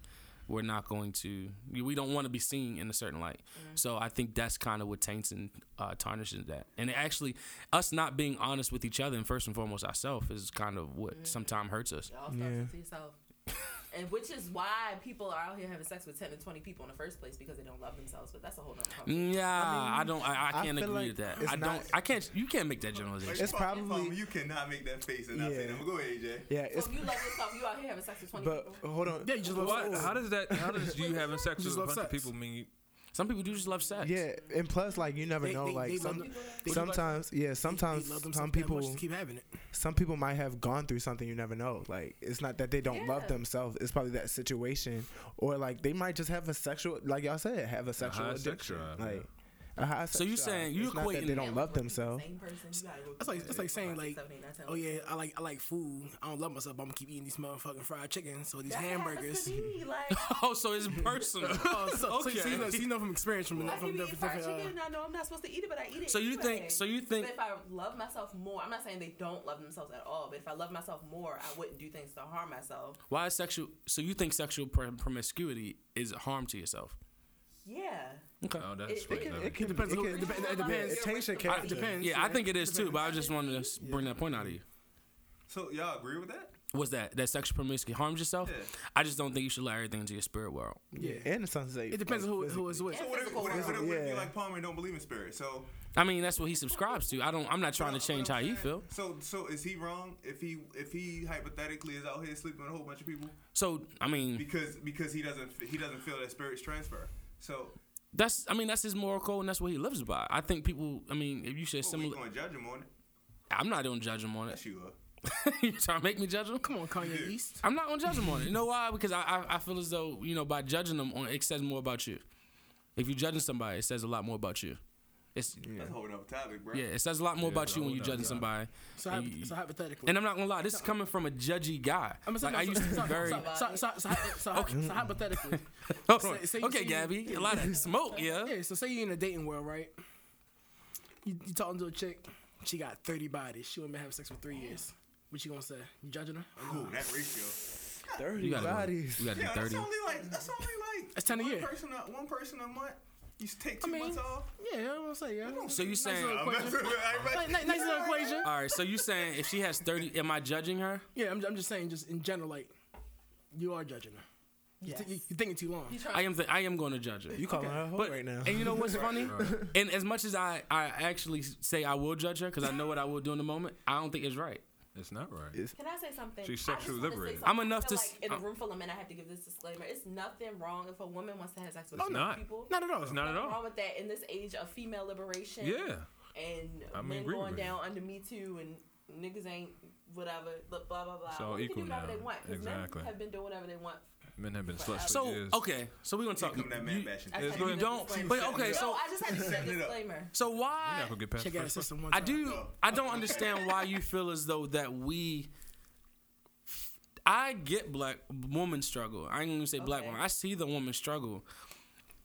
[SPEAKER 3] we're not going to. We don't want to be seen in a certain light. So I think that's kind of what taints and uh, tarnishes that. And it actually, us not being honest with each other and first and foremost ourselves is kind of what sometimes hurts us.
[SPEAKER 6] It all starts with yourself. And which is why people are out here having sex with ten and twenty people in the first place because they don't love themselves. But that's a whole nother
[SPEAKER 5] Mm,
[SPEAKER 6] problem.
[SPEAKER 3] Mm, Yeah, I, don't. I, I
[SPEAKER 5] I
[SPEAKER 3] can't
[SPEAKER 5] feel
[SPEAKER 3] agree
[SPEAKER 5] like
[SPEAKER 3] with that.
[SPEAKER 5] it's
[SPEAKER 3] I don't.
[SPEAKER 5] not-
[SPEAKER 3] I can't. You can't make that generalization.
[SPEAKER 5] It's probably-
[SPEAKER 2] you cannot make that face and not say
[SPEAKER 5] Yeah.
[SPEAKER 2] them. Go ahead, AJ.
[SPEAKER 6] So
[SPEAKER 5] Yeah.
[SPEAKER 7] Oh,
[SPEAKER 5] It's,
[SPEAKER 6] if you love yourself, you out here having sex with twenty
[SPEAKER 5] but
[SPEAKER 6] people.
[SPEAKER 5] hold on.
[SPEAKER 7] Yeah, you just love
[SPEAKER 4] What?
[SPEAKER 7] sex.
[SPEAKER 4] How does that? How does you having sex with
[SPEAKER 7] Just
[SPEAKER 4] a
[SPEAKER 7] love
[SPEAKER 4] bunch of
[SPEAKER 7] sex.
[SPEAKER 4] people mean?
[SPEAKER 3] Some people do just love sex.
[SPEAKER 5] Yeah, and plus, like you never
[SPEAKER 7] They-
[SPEAKER 5] know,
[SPEAKER 7] they-
[SPEAKER 5] like
[SPEAKER 7] they
[SPEAKER 5] some,
[SPEAKER 7] love- they love-
[SPEAKER 5] sometimes, yeah,
[SPEAKER 7] They- they
[SPEAKER 5] sometimes
[SPEAKER 7] love themselves
[SPEAKER 5] some
[SPEAKER 7] that much
[SPEAKER 5] people,
[SPEAKER 7] to keep having it.
[SPEAKER 5] some people might have gone through something you never know. Like it's not that they don't
[SPEAKER 6] Yeah.
[SPEAKER 5] love themselves; it's probably that situation, or like they might just have a sexual, like y'all said, have a sexual
[SPEAKER 4] high sex
[SPEAKER 5] addiction,
[SPEAKER 4] drive,
[SPEAKER 5] like a high. Sex
[SPEAKER 3] So you
[SPEAKER 5] drive.
[SPEAKER 3] saying you
[SPEAKER 5] It's not that
[SPEAKER 3] equating-
[SPEAKER 5] they
[SPEAKER 6] Yeah,
[SPEAKER 5] don't
[SPEAKER 6] like,
[SPEAKER 5] love
[SPEAKER 6] with the
[SPEAKER 5] themselves?
[SPEAKER 6] Same person. You gotta go
[SPEAKER 7] That's like that's like saying like,
[SPEAKER 6] Seven, eight, nine, ten,
[SPEAKER 7] oh
[SPEAKER 6] eleven.
[SPEAKER 7] yeah, I like I like food. I don't love myself. but I'm gonna keep eating these motherfucking fried chicken. So these
[SPEAKER 6] That happens
[SPEAKER 7] hamburgers.
[SPEAKER 6] to me, like,
[SPEAKER 3] Oh, so it's personal.
[SPEAKER 7] Oh, so, so, so you know, so you know from experience from,
[SPEAKER 6] I
[SPEAKER 7] from
[SPEAKER 6] keep eating
[SPEAKER 7] different,
[SPEAKER 6] fried
[SPEAKER 7] different uh,
[SPEAKER 6] chicken and I know I'm not supposed to eat it, but I eat it.
[SPEAKER 3] So you
[SPEAKER 6] anyway.
[SPEAKER 3] think? So you think?
[SPEAKER 6] But if I love myself more, I'm not saying they don't love themselves at all. But if I love myself more, I wouldn't do things to harm myself.
[SPEAKER 3] Why is sexual? So you think sexual pr- promiscuity is harm to yourself?
[SPEAKER 6] Yeah.
[SPEAKER 3] Okay.
[SPEAKER 4] Oh, that's
[SPEAKER 6] It- it
[SPEAKER 4] what
[SPEAKER 6] can-
[SPEAKER 4] that
[SPEAKER 5] It can
[SPEAKER 7] Depends
[SPEAKER 5] It
[SPEAKER 7] on-
[SPEAKER 5] can,
[SPEAKER 7] it depends- it depends.
[SPEAKER 5] Yeah, it changed your
[SPEAKER 3] I,
[SPEAKER 5] character.
[SPEAKER 7] depends,
[SPEAKER 3] Yeah, I
[SPEAKER 7] yeah.
[SPEAKER 3] think it is too. But I just wanted to s- bring that point out of you.
[SPEAKER 2] So y'all agree with that?
[SPEAKER 3] Was that that sexual promiscuity harms yourself?
[SPEAKER 2] Yeah.
[SPEAKER 3] I just don't think you should let everything into your spirit world.
[SPEAKER 5] Yeah, and the sunset.
[SPEAKER 7] It depends on who who is with.
[SPEAKER 2] So what if,
[SPEAKER 6] physical
[SPEAKER 2] what if, what if, what if you
[SPEAKER 5] Yeah.
[SPEAKER 2] like Palmer and don't believe in spirit? So
[SPEAKER 3] I mean, that's what he subscribes to. I don't. I'm not trying to
[SPEAKER 2] But I'm
[SPEAKER 3] change how you
[SPEAKER 2] saying-
[SPEAKER 3] feel.
[SPEAKER 2] So so is he wrong if he if he hypothetically is out here sleeping with a whole bunch of people
[SPEAKER 3] So I mean,
[SPEAKER 2] because because he doesn't he doesn't feel that spirit's transfer. So
[SPEAKER 3] that's I mean that's his moral code and that's what he lives by. I think people. I mean, if you should
[SPEAKER 2] well, we
[SPEAKER 3] similar,
[SPEAKER 2] going to judge him on it.
[SPEAKER 3] I'm not gonna judge him on it.
[SPEAKER 2] That's you. uh,
[SPEAKER 3] you trying to make me judge him?
[SPEAKER 7] Come on, Kanye East.
[SPEAKER 3] I'm not gonna judge them on it. You know why? Because I, I, I feel as though you know by judging them on it says more about you. If you're judging somebody, it says a lot more about you. It's
[SPEAKER 2] That's a whole other topic, bro.
[SPEAKER 3] yeah, it says a lot more
[SPEAKER 4] Yeah,
[SPEAKER 3] about you when you're
[SPEAKER 4] hold on,
[SPEAKER 3] judging
[SPEAKER 4] yeah.
[SPEAKER 3] somebody.
[SPEAKER 7] So,
[SPEAKER 3] and,
[SPEAKER 7] hypo-
[SPEAKER 3] you-
[SPEAKER 7] so hypothetically,
[SPEAKER 3] and I'm not gonna lie, this is coming from a judgy guy.
[SPEAKER 7] I'm
[SPEAKER 3] like, I used to be very.
[SPEAKER 7] So, so, so, so, so, okay. so hypothetically,
[SPEAKER 3] Hold on.
[SPEAKER 7] say- say you- say
[SPEAKER 3] okay,
[SPEAKER 7] you-
[SPEAKER 3] Gabby, a lot of smoke, yeah.
[SPEAKER 7] yeah. So say you're in a dating world, right? You, you talking to a chick, she got 30 bodies. She wouldn't have sex for three years. What you gonna say? You judging her?
[SPEAKER 2] Ooh, that ratio.
[SPEAKER 5] Dirty
[SPEAKER 3] You gotta, go-
[SPEAKER 5] bodies.
[SPEAKER 3] you gotta
[SPEAKER 2] Yeah,
[SPEAKER 3] be
[SPEAKER 2] that's
[SPEAKER 3] 30.
[SPEAKER 2] only like that's only like
[SPEAKER 7] That's 10 a
[SPEAKER 2] one
[SPEAKER 7] year.
[SPEAKER 2] person a, one person a month. You take two
[SPEAKER 7] mean-
[SPEAKER 2] months off.
[SPEAKER 7] Yeah, I'm gonna say yeah.
[SPEAKER 3] So you saying?
[SPEAKER 7] little
[SPEAKER 3] All
[SPEAKER 7] question. Ni- ni- nice little equation.
[SPEAKER 3] right. So you saying if she has thirty, am I judging her?
[SPEAKER 7] Yeah, I'm, I'm just saying, just in general, like you are judging her. You thi- you,
[SPEAKER 6] Yes.
[SPEAKER 7] you're thinking too long.
[SPEAKER 3] I am. Th- I am going to judge her.
[SPEAKER 5] You calling her a hoe
[SPEAKER 3] But
[SPEAKER 5] right now?
[SPEAKER 3] and you know what's funny? And as much as I, I actually say I will judge her because I know what I will do in the moment, I don't think it's right.
[SPEAKER 4] It's not right.
[SPEAKER 6] Can I say something?
[SPEAKER 4] She's
[SPEAKER 6] I just
[SPEAKER 4] sexually
[SPEAKER 6] wanna say
[SPEAKER 4] liberated.
[SPEAKER 6] something.
[SPEAKER 3] I'm enough
[SPEAKER 6] I feel Like
[SPEAKER 3] to s-
[SPEAKER 6] in a
[SPEAKER 3] uh,
[SPEAKER 6] room full of men, I have to give this disclaimer. It's nothing wrong if a woman wants to have sex with
[SPEAKER 4] It's
[SPEAKER 6] two
[SPEAKER 4] Oh, not.
[SPEAKER 6] people.
[SPEAKER 7] Not at all.
[SPEAKER 4] It's not at
[SPEAKER 6] Nothing wrong
[SPEAKER 4] all.
[SPEAKER 6] with that in this age of female liberation.
[SPEAKER 4] Yeah.
[SPEAKER 6] And
[SPEAKER 4] I'm
[SPEAKER 6] men
[SPEAKER 4] agree
[SPEAKER 6] going
[SPEAKER 4] with you.
[SPEAKER 6] down under Me Too and niggas ain't whatever. Blah blah blah.
[SPEAKER 4] It's all
[SPEAKER 6] Women
[SPEAKER 4] equal
[SPEAKER 6] can do whatever
[SPEAKER 4] now.
[SPEAKER 6] they want. 'cause
[SPEAKER 4] Exactly.
[SPEAKER 6] Men have been doing whatever they want.
[SPEAKER 4] Men have been sluts for
[SPEAKER 3] So
[SPEAKER 4] years.
[SPEAKER 3] okay, so we're gonna talk.
[SPEAKER 2] Come that man
[SPEAKER 3] you-
[SPEAKER 2] bashing. Oh,
[SPEAKER 6] I
[SPEAKER 2] It's
[SPEAKER 6] had
[SPEAKER 3] you
[SPEAKER 6] to do
[SPEAKER 3] don't-
[SPEAKER 6] this disclaimer.
[SPEAKER 3] but okay,
[SPEAKER 6] No,
[SPEAKER 3] so-
[SPEAKER 6] I just had to set
[SPEAKER 2] Setting it up.
[SPEAKER 6] disclaimer.
[SPEAKER 3] So
[SPEAKER 4] You're
[SPEAKER 3] why?
[SPEAKER 4] not gonna get past
[SPEAKER 7] Check
[SPEAKER 4] the
[SPEAKER 7] out her
[SPEAKER 4] first one.
[SPEAKER 7] system one
[SPEAKER 3] I
[SPEAKER 7] time.
[SPEAKER 3] do. I don't understand why you feel as though that we. I get black woman struggle. I ain't gonna say black
[SPEAKER 6] Okay.
[SPEAKER 3] woman. I see the woman struggle.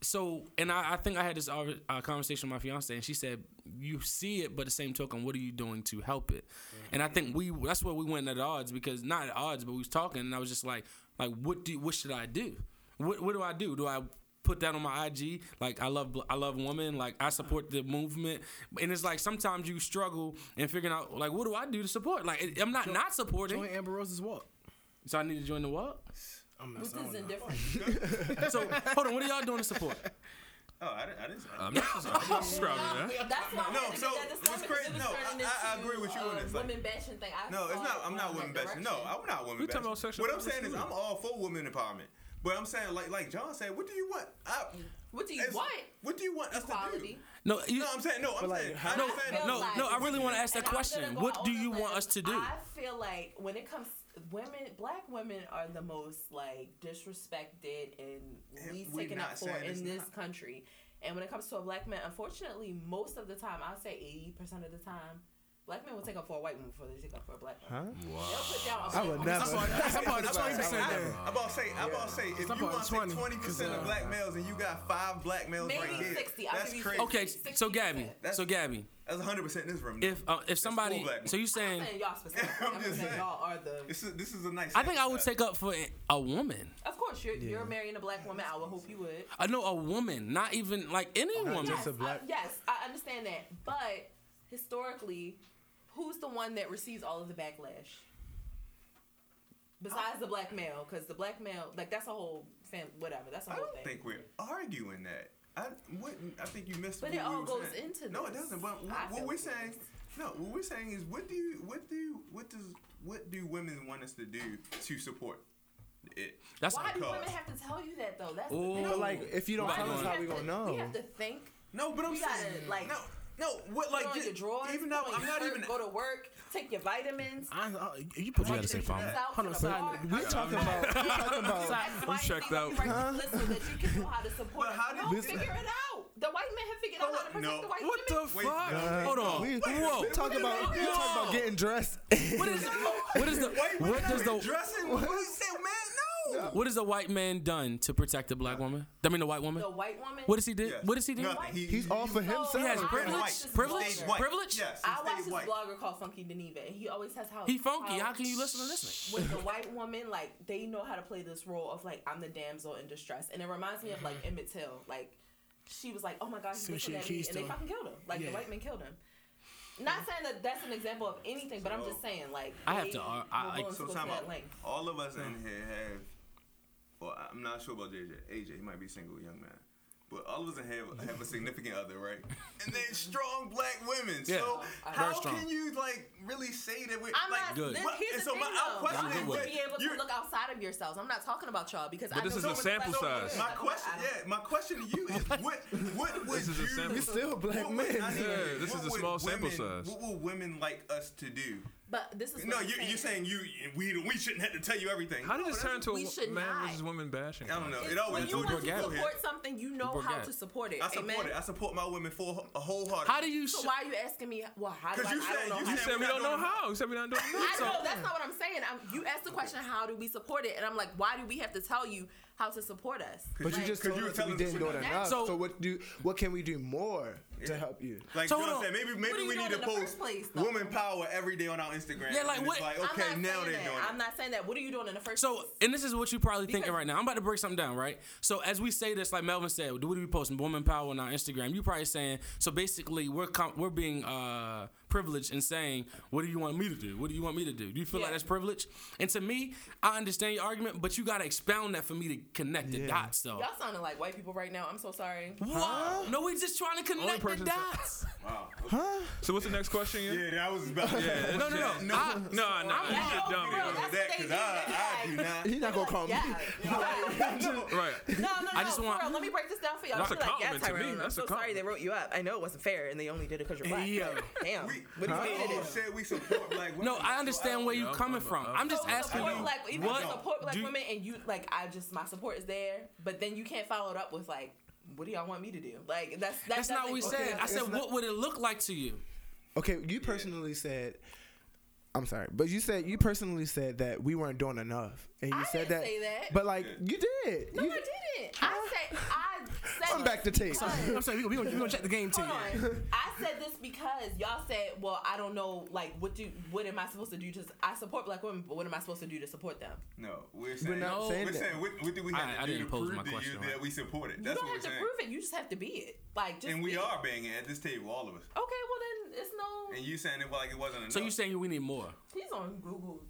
[SPEAKER 3] So, and I, I think I had this alre- uh, conversation with my fiance, and she said, "You see it, but the same token, what are you doing to help it?" And I think we—that's where we went at odds because not at odds, but we was talking, and I was just like, "Like, what do? What should I do? What What do I do? Do I put that on my IG? Like, I love bl- I love women. Like, I support the movement. And it's like sometimes you struggle and figuring out like, what do I do to support? Like, it- I'm not not supporting,
[SPEAKER 7] Join Amber Rose's walk.
[SPEAKER 3] so I need to join the what?
[SPEAKER 7] I'm not
[SPEAKER 6] This
[SPEAKER 7] saying.
[SPEAKER 6] is indifferent.
[SPEAKER 3] So hold on, what are y'all doing to support?
[SPEAKER 2] Oh, I didn't. I didn't
[SPEAKER 4] I'm not, I'm not striving that.
[SPEAKER 6] That's why
[SPEAKER 2] No,
[SPEAKER 6] I had to
[SPEAKER 2] so,
[SPEAKER 6] do that
[SPEAKER 2] it's
[SPEAKER 6] disclaimer, 'cause
[SPEAKER 2] crazy.
[SPEAKER 6] it was
[SPEAKER 2] No,
[SPEAKER 6] turning
[SPEAKER 2] I- I
[SPEAKER 6] into,
[SPEAKER 2] agree with you on
[SPEAKER 6] uh,
[SPEAKER 2] this, like-
[SPEAKER 6] women bashing thing. I
[SPEAKER 2] No, it's
[SPEAKER 6] saw
[SPEAKER 2] not.
[SPEAKER 6] it
[SPEAKER 2] I'm
[SPEAKER 6] going
[SPEAKER 2] not
[SPEAKER 6] that
[SPEAKER 2] women bashing. No,
[SPEAKER 6] direction.
[SPEAKER 2] I'm not
[SPEAKER 4] We
[SPEAKER 2] women bashing.
[SPEAKER 4] talking about sexual
[SPEAKER 2] what I'm saying is,
[SPEAKER 4] liberation.
[SPEAKER 2] I'm all for women empowerment. But I'm saying, like, like John said, what do you want? I,
[SPEAKER 6] What do you
[SPEAKER 2] it's-
[SPEAKER 6] want?
[SPEAKER 2] What do you want us to do?
[SPEAKER 6] Quality.
[SPEAKER 3] No, you,
[SPEAKER 2] No, I'm saying no. I'm saying I'm
[SPEAKER 6] no,
[SPEAKER 2] not saying
[SPEAKER 6] feel
[SPEAKER 3] no,
[SPEAKER 6] like-
[SPEAKER 3] no, I really want to ask that
[SPEAKER 6] And I'm
[SPEAKER 3] question.
[SPEAKER 6] gonna go
[SPEAKER 3] What
[SPEAKER 6] out
[SPEAKER 3] do
[SPEAKER 6] on a
[SPEAKER 3] you want
[SPEAKER 6] limb.
[SPEAKER 3] us to do?
[SPEAKER 6] I feel like when it comes women black women are the most like disrespected and
[SPEAKER 2] And
[SPEAKER 6] least
[SPEAKER 2] we
[SPEAKER 6] taken
[SPEAKER 2] not
[SPEAKER 6] up for
[SPEAKER 2] saying it's
[SPEAKER 6] in this
[SPEAKER 2] not.
[SPEAKER 6] country. And when it comes to a black man, unfortunately, most of the time, I'll say eighty percent of the time, black men will take up for a white woman before they take up for a black man.
[SPEAKER 4] Wow.
[SPEAKER 6] They'll put down a
[SPEAKER 5] I would
[SPEAKER 6] black
[SPEAKER 5] never.
[SPEAKER 6] woman.
[SPEAKER 2] I'm about to say,
[SPEAKER 7] there.
[SPEAKER 2] I'm about to say, I'm about to say, if
[SPEAKER 7] Somebody
[SPEAKER 2] you want to say
[SPEAKER 7] 20,
[SPEAKER 2] 20 percent of
[SPEAKER 7] uh,
[SPEAKER 2] black males and you got five black males
[SPEAKER 6] Maybe
[SPEAKER 2] right here,
[SPEAKER 6] 60, I'll
[SPEAKER 2] that's
[SPEAKER 6] give you
[SPEAKER 2] crazy.
[SPEAKER 6] 60.
[SPEAKER 3] Okay, so Gabby,
[SPEAKER 6] That's-
[SPEAKER 3] so Gabby,
[SPEAKER 2] that's 100 percent in this room.
[SPEAKER 3] if uh, if somebody,
[SPEAKER 2] full black
[SPEAKER 3] so you
[SPEAKER 6] I'm
[SPEAKER 3] saying,
[SPEAKER 6] not saying y'all specifically.
[SPEAKER 2] I'm
[SPEAKER 6] I'm,
[SPEAKER 2] just
[SPEAKER 6] saying,
[SPEAKER 2] saying.
[SPEAKER 6] y'all are the.
[SPEAKER 2] this is this is a nice.
[SPEAKER 3] I think I would
[SPEAKER 2] exercise.
[SPEAKER 3] take up for a woman.
[SPEAKER 6] Of course, you're you're marrying a black woman. I would hope you would.
[SPEAKER 3] I know a woman, not even like any woman.
[SPEAKER 5] just a black-
[SPEAKER 6] I, yes, I understand that. But historically, who's the one that receives all of the backlash? Besides the black male, because the black male, like that's a whole fam, whatever. That's a
[SPEAKER 2] I
[SPEAKER 6] whole
[SPEAKER 2] don't
[SPEAKER 6] thing.
[SPEAKER 2] think we're arguing that. I wouldn't. I think you missed.
[SPEAKER 6] But
[SPEAKER 2] what
[SPEAKER 6] it all
[SPEAKER 2] we were
[SPEAKER 6] goes
[SPEAKER 2] saying.
[SPEAKER 6] into
[SPEAKER 2] No, it
[SPEAKER 6] this.
[SPEAKER 2] doesn't. But
[SPEAKER 6] I
[SPEAKER 2] what, what
[SPEAKER 6] feel
[SPEAKER 2] we're
[SPEAKER 6] like it
[SPEAKER 2] saying, no, what we're saying is, what do you, what do, you, what does, what do women want us to do to support it?
[SPEAKER 3] That's
[SPEAKER 6] Why do
[SPEAKER 2] Cause-
[SPEAKER 6] women have to tell you that though? That's
[SPEAKER 3] Ooh.
[SPEAKER 6] the thing.
[SPEAKER 3] But,
[SPEAKER 5] like, if you don't
[SPEAKER 3] Why
[SPEAKER 5] tell us,
[SPEAKER 3] don't-
[SPEAKER 5] how we gonna know?
[SPEAKER 6] We have to think.
[SPEAKER 2] No, but I'm
[SPEAKER 6] You gotta,
[SPEAKER 2] saying,
[SPEAKER 6] like,
[SPEAKER 2] no, no. What like
[SPEAKER 6] Like,
[SPEAKER 2] just-
[SPEAKER 6] your drawers,
[SPEAKER 2] even though
[SPEAKER 6] put on
[SPEAKER 2] I'm
[SPEAKER 6] your
[SPEAKER 2] not
[SPEAKER 6] shirt,
[SPEAKER 2] even.
[SPEAKER 6] go to work, take your vitamins.
[SPEAKER 7] I, I, you
[SPEAKER 3] You
[SPEAKER 7] put
[SPEAKER 3] gotta
[SPEAKER 7] me-
[SPEAKER 3] say farmer.
[SPEAKER 6] out
[SPEAKER 7] Hold on,
[SPEAKER 6] to
[SPEAKER 7] so
[SPEAKER 6] the bar.
[SPEAKER 7] we talking about we talking about
[SPEAKER 6] That's why you
[SPEAKER 4] checked
[SPEAKER 6] think that
[SPEAKER 4] out.
[SPEAKER 6] you right to Listen, that you can know how to support.
[SPEAKER 2] But how did
[SPEAKER 6] no,
[SPEAKER 2] this-
[SPEAKER 6] figure it out. The white men have figured out how to protect
[SPEAKER 2] No.
[SPEAKER 6] the white
[SPEAKER 3] What
[SPEAKER 6] women.
[SPEAKER 3] the
[SPEAKER 2] Wait,
[SPEAKER 3] fuck?
[SPEAKER 2] no.
[SPEAKER 3] Hold on.
[SPEAKER 5] We,
[SPEAKER 3] Whoa.
[SPEAKER 5] we talk about we talk about getting dressed.
[SPEAKER 3] what is what is the
[SPEAKER 2] Wait,
[SPEAKER 3] what does the
[SPEAKER 2] dressing? What you say, man? No.
[SPEAKER 3] what has the white man done to protect the black woman? I mean the white woman.
[SPEAKER 6] The white woman.
[SPEAKER 3] What does he do?
[SPEAKER 2] Yes.
[SPEAKER 3] What does he do?
[SPEAKER 2] Nothing. He-
[SPEAKER 5] He's all for
[SPEAKER 6] So-
[SPEAKER 5] himself.
[SPEAKER 6] He
[SPEAKER 3] has
[SPEAKER 6] I
[SPEAKER 3] privilege?
[SPEAKER 6] watch this
[SPEAKER 3] Privilege?
[SPEAKER 6] blogger.
[SPEAKER 2] White.
[SPEAKER 3] Privilege?
[SPEAKER 2] Yes.
[SPEAKER 6] I
[SPEAKER 2] he
[SPEAKER 6] watch
[SPEAKER 2] stayed
[SPEAKER 6] this
[SPEAKER 2] white.
[SPEAKER 6] blogger called Funky Geneva, and he always has how
[SPEAKER 3] He funky. How can you listen to this?
[SPEAKER 6] with the white woman, like they know how to play this role of like I'm the damsel in distress, and it reminds me of like Emmett Till. Like she was like, "Oh my God, he's
[SPEAKER 7] Soon
[SPEAKER 6] looking
[SPEAKER 7] she
[SPEAKER 6] at me,"
[SPEAKER 7] accused
[SPEAKER 6] and they
[SPEAKER 7] him.
[SPEAKER 6] fucking killed him. Like
[SPEAKER 7] Yeah.
[SPEAKER 6] the white man killed him. Not saying that that's an example of anything, but I'm just saying like
[SPEAKER 3] I have
[SPEAKER 6] they
[SPEAKER 3] to, uh,
[SPEAKER 6] were
[SPEAKER 3] I- I-
[SPEAKER 6] willing
[SPEAKER 2] So
[SPEAKER 6] to go to
[SPEAKER 2] time
[SPEAKER 6] that
[SPEAKER 2] out.
[SPEAKER 6] length.
[SPEAKER 2] All of us in here have. Well, I'm not sure about JJ. AJ, he might be single, young man. But all of us in here have, have a significant other, right? And then strong black women.
[SPEAKER 3] Yeah,
[SPEAKER 2] So
[SPEAKER 3] very
[SPEAKER 2] how
[SPEAKER 3] strong.
[SPEAKER 2] can you like really say that we're
[SPEAKER 6] I'm
[SPEAKER 2] like
[SPEAKER 6] not.
[SPEAKER 3] Good.
[SPEAKER 6] Good.
[SPEAKER 2] What-
[SPEAKER 6] Here's
[SPEAKER 2] and
[SPEAKER 6] the
[SPEAKER 2] so
[SPEAKER 6] thing,
[SPEAKER 2] my our
[SPEAKER 6] though.
[SPEAKER 2] question
[SPEAKER 3] Y'all
[SPEAKER 2] is,
[SPEAKER 3] good
[SPEAKER 2] what-
[SPEAKER 3] with
[SPEAKER 6] be able
[SPEAKER 2] you're-
[SPEAKER 6] to look outside of yourselves. I'm not talking about y'all because I
[SPEAKER 4] this
[SPEAKER 6] know
[SPEAKER 4] is
[SPEAKER 6] so
[SPEAKER 4] a
[SPEAKER 6] many
[SPEAKER 4] sample
[SPEAKER 6] black women
[SPEAKER 4] size.
[SPEAKER 6] that
[SPEAKER 2] My
[SPEAKER 6] are
[SPEAKER 2] question,
[SPEAKER 6] like,
[SPEAKER 2] yeah, my question to you is, what, what would
[SPEAKER 4] is a
[SPEAKER 2] you?
[SPEAKER 4] sample
[SPEAKER 5] You're still a black
[SPEAKER 2] what would-
[SPEAKER 5] man.
[SPEAKER 2] I need-
[SPEAKER 4] Yeah, this
[SPEAKER 2] what
[SPEAKER 4] is a
[SPEAKER 2] would
[SPEAKER 4] small sample
[SPEAKER 2] women-
[SPEAKER 4] size.
[SPEAKER 2] What would women like us to do?
[SPEAKER 6] But this is
[SPEAKER 2] No,
[SPEAKER 6] what I'm
[SPEAKER 2] you, you're saying you we we shouldn't have to tell you everything.
[SPEAKER 4] How did this turn into
[SPEAKER 6] we
[SPEAKER 4] a
[SPEAKER 6] should
[SPEAKER 4] man
[SPEAKER 6] not.
[SPEAKER 4] versus woman bashing?
[SPEAKER 2] I don't know.
[SPEAKER 6] It's
[SPEAKER 2] It always.
[SPEAKER 6] when you want to
[SPEAKER 3] Gabby.
[SPEAKER 6] support something, you know
[SPEAKER 3] Before
[SPEAKER 6] how
[SPEAKER 3] Gabby.
[SPEAKER 6] to support it.
[SPEAKER 2] I support
[SPEAKER 6] Amen?
[SPEAKER 2] it. I support my women for a wholehearted.
[SPEAKER 3] How do you?
[SPEAKER 6] So
[SPEAKER 3] Sh-
[SPEAKER 6] why are you asking me? Well, how do
[SPEAKER 2] 'Cause
[SPEAKER 6] I?
[SPEAKER 2] you
[SPEAKER 6] I
[SPEAKER 2] said-
[SPEAKER 6] don't know how
[SPEAKER 4] You
[SPEAKER 2] you
[SPEAKER 6] to
[SPEAKER 2] said
[SPEAKER 4] said we
[SPEAKER 6] support
[SPEAKER 4] don't know how. You said we don't know
[SPEAKER 6] it. I
[SPEAKER 4] how.
[SPEAKER 6] know that's not what I'm saying. I'm, you asked the question, how do we support it? And I'm like, why do we have to tell you how to support us.
[SPEAKER 5] But you just
[SPEAKER 2] Could
[SPEAKER 5] told
[SPEAKER 2] you
[SPEAKER 5] us
[SPEAKER 2] tell
[SPEAKER 5] we
[SPEAKER 2] us
[SPEAKER 5] didn't
[SPEAKER 2] what
[SPEAKER 5] know
[SPEAKER 2] you
[SPEAKER 5] that
[SPEAKER 6] know?
[SPEAKER 5] enough.
[SPEAKER 3] So-
[SPEAKER 5] So, what do what can we do more to help you?
[SPEAKER 2] Like
[SPEAKER 3] So
[SPEAKER 2] John
[SPEAKER 3] hold on.
[SPEAKER 2] said, maybe
[SPEAKER 6] What
[SPEAKER 2] maybe
[SPEAKER 6] are you
[SPEAKER 2] we
[SPEAKER 6] doing
[SPEAKER 2] need
[SPEAKER 6] in
[SPEAKER 2] to
[SPEAKER 6] the first
[SPEAKER 2] post
[SPEAKER 6] place, though?
[SPEAKER 2] woman power every day on our Instagram.
[SPEAKER 3] Yeah, like
[SPEAKER 2] And it's
[SPEAKER 3] what-
[SPEAKER 2] Like okay,
[SPEAKER 6] I'm not
[SPEAKER 2] now
[SPEAKER 6] saying
[SPEAKER 2] they're
[SPEAKER 6] that.
[SPEAKER 2] doing
[SPEAKER 6] I'm
[SPEAKER 2] it.
[SPEAKER 6] not saying that. What are you doing in the first?
[SPEAKER 3] So,
[SPEAKER 6] place?
[SPEAKER 3] and this is what you're probably thinking
[SPEAKER 6] Because-
[SPEAKER 3] right now. I'm about to break something down, right? So, as we say this, like Melvin said, what do we post woman power on our Instagram? You're probably saying, so basically, we're com- we're being uh, privileged and saying, what do you want me to do? What do you want me to do? Do you feel like
[SPEAKER 6] Yeah.
[SPEAKER 3] that's privilege? And to me, I understand your argument, but you gotta expound that for me to connect the dots, though.
[SPEAKER 6] y'all sounding like white people right now. I'm so sorry.
[SPEAKER 3] What? No, we just trying to connect the
[SPEAKER 4] person said-
[SPEAKER 3] dots.
[SPEAKER 2] Wow.
[SPEAKER 4] So what's the next question? again?
[SPEAKER 2] Yeah, that was about.
[SPEAKER 4] Yeah,
[SPEAKER 2] Yeah,
[SPEAKER 3] No, no, no.
[SPEAKER 2] No.
[SPEAKER 3] I-
[SPEAKER 4] No, no,
[SPEAKER 6] I'm
[SPEAKER 4] you
[SPEAKER 6] not
[SPEAKER 4] just
[SPEAKER 6] gonna
[SPEAKER 4] dumb.
[SPEAKER 6] do it.
[SPEAKER 2] that
[SPEAKER 6] That's what they
[SPEAKER 2] because
[SPEAKER 6] do.
[SPEAKER 2] I, I do
[SPEAKER 6] They
[SPEAKER 2] not.
[SPEAKER 5] He's not gonna call me.
[SPEAKER 6] Yeah.
[SPEAKER 4] Right.
[SPEAKER 6] No, no, no.
[SPEAKER 3] I just
[SPEAKER 6] for
[SPEAKER 3] want-
[SPEAKER 6] real, let me break this down for y'all.
[SPEAKER 4] That's
[SPEAKER 6] I feel
[SPEAKER 4] a
[SPEAKER 6] like, yeah,
[SPEAKER 4] compliment to me.
[SPEAKER 6] Tyrone, I'm
[SPEAKER 4] That's a
[SPEAKER 6] so sorry they
[SPEAKER 4] compliment.
[SPEAKER 6] wrote you up. I know it wasn't fair, and they only did it because you're black.
[SPEAKER 7] Hey, yo.
[SPEAKER 6] but Damn.
[SPEAKER 2] We,
[SPEAKER 6] what do you
[SPEAKER 2] we
[SPEAKER 6] mean it
[SPEAKER 2] all
[SPEAKER 6] is?
[SPEAKER 2] said Oh, we support black women.
[SPEAKER 3] No, I
[SPEAKER 2] so
[SPEAKER 3] understand where
[SPEAKER 4] Yeah,
[SPEAKER 3] you're
[SPEAKER 4] I'm-
[SPEAKER 3] coming
[SPEAKER 4] I'm-
[SPEAKER 3] from.
[SPEAKER 4] I'm-
[SPEAKER 3] I'm just
[SPEAKER 6] So
[SPEAKER 3] asking
[SPEAKER 6] support
[SPEAKER 3] you,
[SPEAKER 6] black, even
[SPEAKER 3] what
[SPEAKER 6] if you support black
[SPEAKER 3] do-
[SPEAKER 6] women and you like I just my support is there, but then you can't follow it up with like, what do y'all want me to do? Like that's that
[SPEAKER 3] That's not what we
[SPEAKER 6] doesn't-
[SPEAKER 3] said. I
[SPEAKER 5] it's
[SPEAKER 3] said,
[SPEAKER 5] not-
[SPEAKER 3] what would it look like to you?
[SPEAKER 5] Okay, you personally said. I'm sorry, but you said you personally said that we weren't doing enough, and you
[SPEAKER 6] I
[SPEAKER 5] said
[SPEAKER 6] didn't say that.
[SPEAKER 5] But like you did.
[SPEAKER 6] No,
[SPEAKER 5] you,
[SPEAKER 6] I didn't. I said I said
[SPEAKER 5] Run back the tape.
[SPEAKER 6] because-
[SPEAKER 7] I'm sorry, we're gonna, we gonna check the game too.
[SPEAKER 6] Hold on. I said this because y'all said, well, I don't know, like, what do, what am I supposed to do? Just, I support black women, but what am I supposed to do to support them?
[SPEAKER 2] No, we're saying.
[SPEAKER 5] not saying
[SPEAKER 2] we're
[SPEAKER 5] that.
[SPEAKER 2] saying what, what do we have
[SPEAKER 3] I-
[SPEAKER 2] to
[SPEAKER 3] I
[SPEAKER 2] do
[SPEAKER 3] didn't
[SPEAKER 2] to
[SPEAKER 3] pose
[SPEAKER 2] prove
[SPEAKER 3] my
[SPEAKER 2] to
[SPEAKER 3] question,
[SPEAKER 2] you that
[SPEAKER 3] right.
[SPEAKER 2] we support it?
[SPEAKER 6] you
[SPEAKER 2] That's
[SPEAKER 6] don't
[SPEAKER 2] what
[SPEAKER 6] have
[SPEAKER 2] we're
[SPEAKER 6] to
[SPEAKER 2] saying.
[SPEAKER 6] prove it. You just have to be it. Like, just
[SPEAKER 2] And we
[SPEAKER 6] be it.
[SPEAKER 2] are being it at this table, all of us.
[SPEAKER 6] Okay, well then it's no.
[SPEAKER 2] And you saying it like it wasn't enough.
[SPEAKER 3] So you saying we need more?
[SPEAKER 6] He's on Google.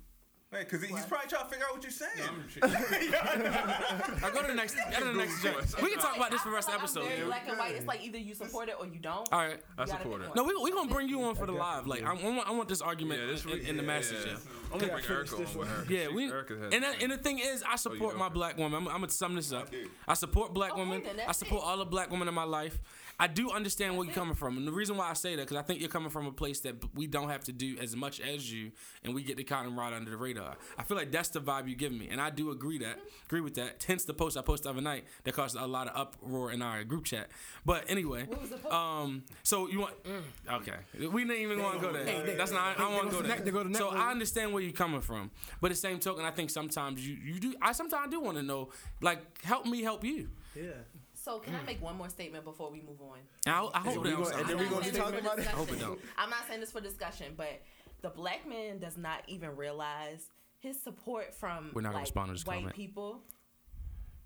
[SPEAKER 2] Right, because he's
[SPEAKER 6] What?
[SPEAKER 2] probably trying to figure out what you're saying.
[SPEAKER 3] I go to the next. Go to the next. joke. We can talk about this for the rest of the
[SPEAKER 6] I feel like I'm very
[SPEAKER 3] episode.
[SPEAKER 6] Black and white. It's like either you support it or you don't.
[SPEAKER 3] All right.
[SPEAKER 4] I
[SPEAKER 6] You gotta
[SPEAKER 4] support
[SPEAKER 6] pick
[SPEAKER 4] it.
[SPEAKER 6] one.
[SPEAKER 3] No, we we gonna bring you on for the live. Like I, I want- I want this argument
[SPEAKER 4] Yeah, this
[SPEAKER 3] in, in the message. Yeah,
[SPEAKER 4] I'm gonna bring Erica on with her.
[SPEAKER 3] yeah. we
[SPEAKER 4] Erica has Oh,
[SPEAKER 3] and that, and the thing is, I support my
[SPEAKER 4] okay.
[SPEAKER 3] black woman. I'm, I'm gonna sum this up.
[SPEAKER 2] do.
[SPEAKER 3] I support black
[SPEAKER 6] Okay,
[SPEAKER 3] women.
[SPEAKER 6] then
[SPEAKER 3] I
[SPEAKER 6] that's
[SPEAKER 3] support
[SPEAKER 6] it.
[SPEAKER 3] all the black women in my life. I do understand where you're
[SPEAKER 6] it.
[SPEAKER 3] coming from, and the reason why I say that because I think you're coming from a place that we don't have to do as much as you, and we get the cotton rod under the radar. I feel like that's the vibe you give me, and I do agree that
[SPEAKER 6] Mm-hmm.
[SPEAKER 3] agree with that. Hence the post I posted the other night that caused a lot of uproar in our group chat. But anyway,
[SPEAKER 6] What was the post?
[SPEAKER 3] um, so you want okay? We didn't even want to go there. That's not. I don't want
[SPEAKER 7] they
[SPEAKER 3] to go
[SPEAKER 7] go
[SPEAKER 3] there.
[SPEAKER 7] to the- they go to
[SPEAKER 3] so
[SPEAKER 7] network.
[SPEAKER 3] I understand where you're coming from, but at the same token, I think sometimes you you do. I sometimes do want to know, like, help me, help you.
[SPEAKER 5] yeah.
[SPEAKER 6] So can I make one more statement before we move on?
[SPEAKER 3] And I, I hope that I'm
[SPEAKER 5] gonna- and
[SPEAKER 3] sorry.
[SPEAKER 5] then we
[SPEAKER 6] I'm not
[SPEAKER 5] gonna
[SPEAKER 6] saying
[SPEAKER 5] be
[SPEAKER 6] this
[SPEAKER 5] talking
[SPEAKER 6] for
[SPEAKER 5] about it?
[SPEAKER 6] discussion.
[SPEAKER 3] Hope it don't.
[SPEAKER 6] I'm not saying this for discussion, but the black man does not even realize his support from
[SPEAKER 3] We're not gonna
[SPEAKER 6] like,
[SPEAKER 3] respond to this
[SPEAKER 6] white
[SPEAKER 3] comment.
[SPEAKER 6] people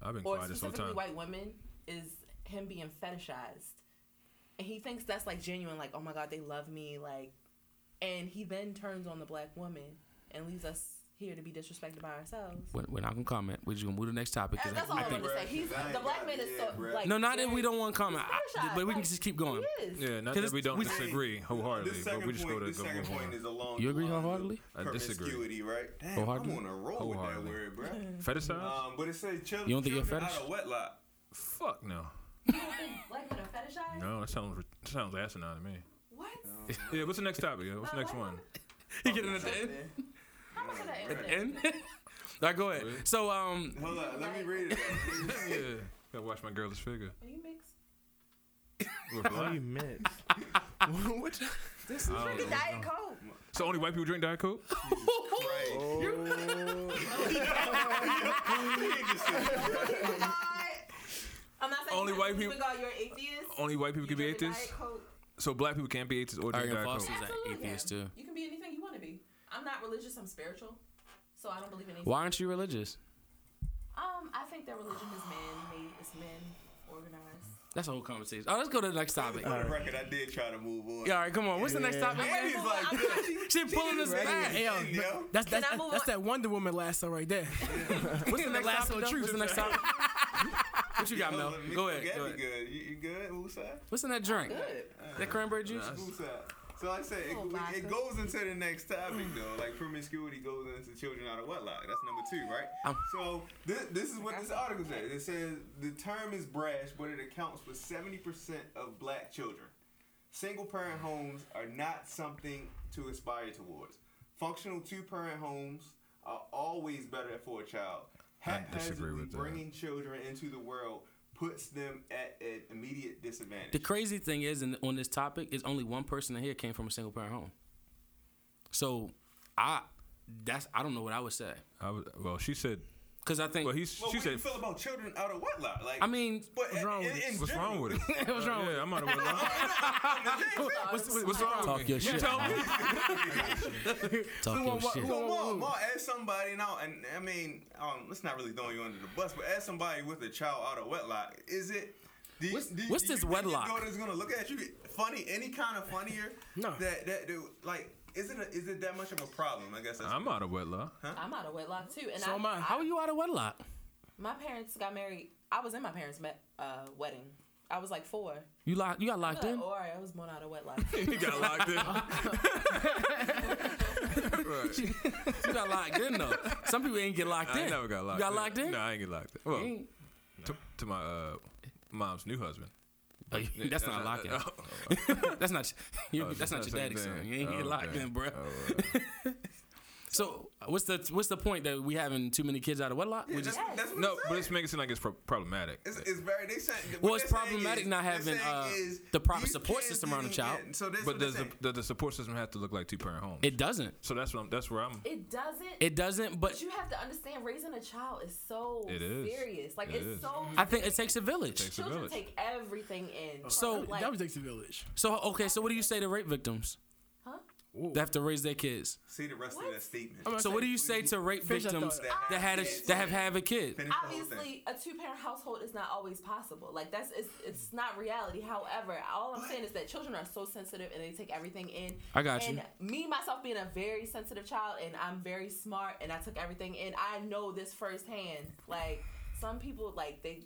[SPEAKER 4] I've been
[SPEAKER 6] or
[SPEAKER 4] quiet this whole
[SPEAKER 6] specifically
[SPEAKER 4] time.
[SPEAKER 6] white women is him being fetishized, and he thinks that's like genuine. Like, oh my god, they love me. Like, and he then turns on the black woman and leaves us here to be disrespected by ourselves.
[SPEAKER 3] We're, we're not gonna comment. We're just gonna move to the next topic. 'cause
[SPEAKER 6] And that's all
[SPEAKER 3] I,
[SPEAKER 6] I,
[SPEAKER 3] I
[SPEAKER 6] wanted
[SPEAKER 3] think,
[SPEAKER 6] to say. He's the black man is so like
[SPEAKER 3] no, not that we
[SPEAKER 6] very-
[SPEAKER 3] don't want to comment,
[SPEAKER 6] He's
[SPEAKER 3] I-
[SPEAKER 6] fetishized,
[SPEAKER 3] but we can
[SPEAKER 6] like,
[SPEAKER 3] just keep going.
[SPEAKER 6] He is.
[SPEAKER 4] Yeah, not
[SPEAKER 3] Cause
[SPEAKER 4] that we
[SPEAKER 3] it's-
[SPEAKER 4] don't
[SPEAKER 3] we-
[SPEAKER 4] disagree
[SPEAKER 2] This
[SPEAKER 4] wholeheartedly, but
[SPEAKER 2] second
[SPEAKER 4] we just
[SPEAKER 2] point,
[SPEAKER 4] go to
[SPEAKER 2] this
[SPEAKER 4] go
[SPEAKER 2] second
[SPEAKER 4] move
[SPEAKER 2] point
[SPEAKER 4] on.
[SPEAKER 2] is along.
[SPEAKER 3] You agree
[SPEAKER 2] the lines of
[SPEAKER 3] wholeheartedly?
[SPEAKER 4] I disagree.
[SPEAKER 2] Promiscuity, right? Damn,
[SPEAKER 3] Wholeheartedly?
[SPEAKER 2] I'm on a roll with that
[SPEAKER 4] Wholeheartedly.
[SPEAKER 2] word, bro.
[SPEAKER 4] Fetishized?
[SPEAKER 2] Um, but it said children,
[SPEAKER 3] You don't think you're
[SPEAKER 2] children
[SPEAKER 3] fetish?
[SPEAKER 2] out of wedlock.
[SPEAKER 4] Fuck no.
[SPEAKER 6] Black men are fetishized.
[SPEAKER 4] No, that sounds re- that sounds asinine to me.
[SPEAKER 6] What?
[SPEAKER 4] Yeah, what's the next topic? yo? What's the next one?
[SPEAKER 3] You getting at the end?
[SPEAKER 6] How much of that
[SPEAKER 3] At
[SPEAKER 6] is
[SPEAKER 3] the
[SPEAKER 6] there?
[SPEAKER 3] end. All right, go ahead. So um,
[SPEAKER 2] Hold on, let me read it.
[SPEAKER 4] Yeah, gotta watch my girlish figure.
[SPEAKER 6] Are you mixed?
[SPEAKER 4] With
[SPEAKER 5] What
[SPEAKER 4] black.
[SPEAKER 5] do you meant? what?
[SPEAKER 6] This is
[SPEAKER 4] don't
[SPEAKER 6] drinking
[SPEAKER 4] know.
[SPEAKER 6] Diet Coke.
[SPEAKER 4] So only white people drink Diet Coke?
[SPEAKER 2] Right.
[SPEAKER 4] Oh.
[SPEAKER 5] Oh.
[SPEAKER 6] I'm not saying
[SPEAKER 4] Only
[SPEAKER 6] you
[SPEAKER 4] white
[SPEAKER 6] believe
[SPEAKER 4] people-
[SPEAKER 6] in God, You're atheist.
[SPEAKER 4] Only white people
[SPEAKER 6] You
[SPEAKER 4] can be
[SPEAKER 6] drink a Diet
[SPEAKER 4] atheists?
[SPEAKER 6] Coke.
[SPEAKER 4] So black people can't be atheists or drink
[SPEAKER 3] Arian
[SPEAKER 4] Diet Coke?
[SPEAKER 3] Foster's an
[SPEAKER 6] Absolutely.
[SPEAKER 3] atheist too.
[SPEAKER 6] You can be anything you want to be. I'm not religious. I'm spiritual, so I don't believe in anything.
[SPEAKER 3] Why aren't you religious?
[SPEAKER 6] Um, I think that religion is man-made. It's men organized.
[SPEAKER 3] That's a whole conversation. Oh, let's go to the next topic.
[SPEAKER 2] For the record, I did try to move on.
[SPEAKER 3] Yeah, all right, come on. What's the next
[SPEAKER 5] Yeah.
[SPEAKER 3] topic?
[SPEAKER 6] I'm
[SPEAKER 3] man?
[SPEAKER 6] ready.
[SPEAKER 2] He's like,
[SPEAKER 6] I'm
[SPEAKER 2] this.
[SPEAKER 3] She pulling us
[SPEAKER 2] ready.
[SPEAKER 3] back.
[SPEAKER 7] Hey, yo,
[SPEAKER 2] Hey, yo.
[SPEAKER 7] that's
[SPEAKER 6] Can
[SPEAKER 7] that's,
[SPEAKER 6] I move
[SPEAKER 7] that's
[SPEAKER 6] on?
[SPEAKER 7] that Wonder Woman lasso right there.
[SPEAKER 3] What's the next
[SPEAKER 7] Last
[SPEAKER 3] topic?
[SPEAKER 7] little
[SPEAKER 3] though?
[SPEAKER 7] truth.
[SPEAKER 3] What's the next topic? What you got, Mel? Go ahead. Go
[SPEAKER 2] That'd
[SPEAKER 3] ahead.
[SPEAKER 2] be good. You, you good, Musa?
[SPEAKER 3] What's in that drink?
[SPEAKER 6] Good.
[SPEAKER 3] That cranberry juice?
[SPEAKER 2] Musa. So like I said, it,
[SPEAKER 6] Oh,
[SPEAKER 2] it-
[SPEAKER 6] vodka.
[SPEAKER 2] it goes into the next topic though. Like promiscuity goes into children out of wedlock. That's number two, right?
[SPEAKER 3] Um.
[SPEAKER 2] so this, this is what this article says. It says the term is brash, but it accounts for seventy percent of black children. Single parent homes are not something to aspire towards. Functional two parent homes are always better for a child.
[SPEAKER 4] I disagree
[SPEAKER 2] Haphazardly
[SPEAKER 4] with that.
[SPEAKER 2] Bringing children into the world puts them at an immediate disadvantage.
[SPEAKER 3] The crazy thing is, in, on this topic, is only one person in here came from a single parent home. So, I that's I don't know what I would say.
[SPEAKER 4] I was, well, she said
[SPEAKER 3] Because I think
[SPEAKER 4] Well, he's,
[SPEAKER 2] Well,
[SPEAKER 4] she
[SPEAKER 2] what do you
[SPEAKER 4] said,
[SPEAKER 2] feel about children out of wedlock? Like,
[SPEAKER 3] I mean,
[SPEAKER 2] but
[SPEAKER 4] what's wrong
[SPEAKER 2] in,
[SPEAKER 4] with
[SPEAKER 2] in
[SPEAKER 4] it? What's wrong with it?
[SPEAKER 3] What's wrong
[SPEAKER 4] Yeah,
[SPEAKER 3] with
[SPEAKER 4] I'm out of wedlock.
[SPEAKER 3] what's,
[SPEAKER 6] Oh,
[SPEAKER 4] What's wrong with
[SPEAKER 3] Talk
[SPEAKER 4] me?
[SPEAKER 3] your
[SPEAKER 4] You
[SPEAKER 3] shit,
[SPEAKER 4] tell me.
[SPEAKER 3] man. talk your shit.
[SPEAKER 2] So Ma, Ma, as somebody now, and I mean, um, it's not really throwing you under the bus, but as somebody with a child out of wedlock, is it? Do you,
[SPEAKER 3] What's-
[SPEAKER 2] do you-
[SPEAKER 3] what's
[SPEAKER 2] do you
[SPEAKER 3] this
[SPEAKER 2] think
[SPEAKER 3] wedlock?
[SPEAKER 2] Your daughter's gonna look at you funny, any kind of funnier.
[SPEAKER 7] No.
[SPEAKER 2] That that do like. Is it, a, is it that much of a problem? I guess that's
[SPEAKER 4] I'm out of wedlock.
[SPEAKER 6] I'm out of wedlock too, and
[SPEAKER 7] So
[SPEAKER 6] I,
[SPEAKER 7] am I.
[SPEAKER 3] How are you out of wedlock?
[SPEAKER 6] my parents got married. I was in my parents' met, uh, wedding. I was like four.
[SPEAKER 3] You locked? You got locked
[SPEAKER 6] Like,
[SPEAKER 3] in?
[SPEAKER 6] all right, I was born out of wedlock.
[SPEAKER 4] He got locked in.
[SPEAKER 3] You got locked in though. Some people ain't get locked in.
[SPEAKER 4] I never got locked.
[SPEAKER 3] You got locked in?
[SPEAKER 4] No, I ain't get locked in. Well,
[SPEAKER 3] ain't-
[SPEAKER 4] to, to my uh, mom's new husband.
[SPEAKER 3] Oh, you- that's not locked in. that's not. You,
[SPEAKER 4] Oh,
[SPEAKER 3] that's not your
[SPEAKER 4] the same
[SPEAKER 3] daddy's son.
[SPEAKER 4] thing.
[SPEAKER 3] You ain't get
[SPEAKER 4] Oh,
[SPEAKER 3] locked
[SPEAKER 4] okay.
[SPEAKER 3] in, bro.
[SPEAKER 4] Oh, uh,
[SPEAKER 3] So what's the what's the point that we having too many kids out of wedlock? We
[SPEAKER 2] Yeah,
[SPEAKER 3] just-
[SPEAKER 2] that's, that's what
[SPEAKER 4] no,
[SPEAKER 2] I'm
[SPEAKER 4] but
[SPEAKER 2] saying.
[SPEAKER 4] it's making it seem like it's pro- problematic.
[SPEAKER 2] It's, it's very. They said.
[SPEAKER 3] Well,
[SPEAKER 2] what
[SPEAKER 3] it's
[SPEAKER 2] they're saying
[SPEAKER 3] problematic
[SPEAKER 2] is-
[SPEAKER 3] not
[SPEAKER 2] they're
[SPEAKER 3] having,
[SPEAKER 2] saying
[SPEAKER 3] uh,
[SPEAKER 2] is
[SPEAKER 3] the proper
[SPEAKER 2] these
[SPEAKER 3] support
[SPEAKER 2] kids
[SPEAKER 3] system around the
[SPEAKER 2] didn't
[SPEAKER 3] child.
[SPEAKER 2] get- So this
[SPEAKER 4] but does the,
[SPEAKER 2] the,
[SPEAKER 4] does the support system have to look like two parent homes?
[SPEAKER 3] it doesn't.
[SPEAKER 4] so that's what I'm. That's where I'm.
[SPEAKER 6] it doesn't.
[SPEAKER 3] It doesn't. But
[SPEAKER 6] but you have to understand, raising a child is so
[SPEAKER 4] It is.
[SPEAKER 6] serious. Like
[SPEAKER 4] It
[SPEAKER 6] it's
[SPEAKER 4] is.
[SPEAKER 6] so.
[SPEAKER 3] I think it takes a village.
[SPEAKER 4] Takes a
[SPEAKER 6] children
[SPEAKER 4] village.
[SPEAKER 6] take everything in.
[SPEAKER 3] So,
[SPEAKER 6] like,
[SPEAKER 7] that would take the village.
[SPEAKER 3] So okay. So what do you say to rape victims?
[SPEAKER 6] huh?
[SPEAKER 3] They have to raise their kids.
[SPEAKER 2] see the rest
[SPEAKER 6] What?
[SPEAKER 2] of that statement.
[SPEAKER 7] I'm not
[SPEAKER 3] So what do you say to rape
[SPEAKER 7] Finish that
[SPEAKER 3] victims
[SPEAKER 7] thought.
[SPEAKER 2] That
[SPEAKER 3] that had a that have have a kid?
[SPEAKER 2] Finish the whole thing.
[SPEAKER 6] Obviously, a two-parent household is not always possible. Like that's it's, it's not reality. However, all I'm saying is that children are so sensitive and they take everything in.
[SPEAKER 3] I got
[SPEAKER 6] and
[SPEAKER 3] you.
[SPEAKER 6] Me myself being a very sensitive child, and I'm very smart, and I took everything in. I know this firsthand. Like some people, like they.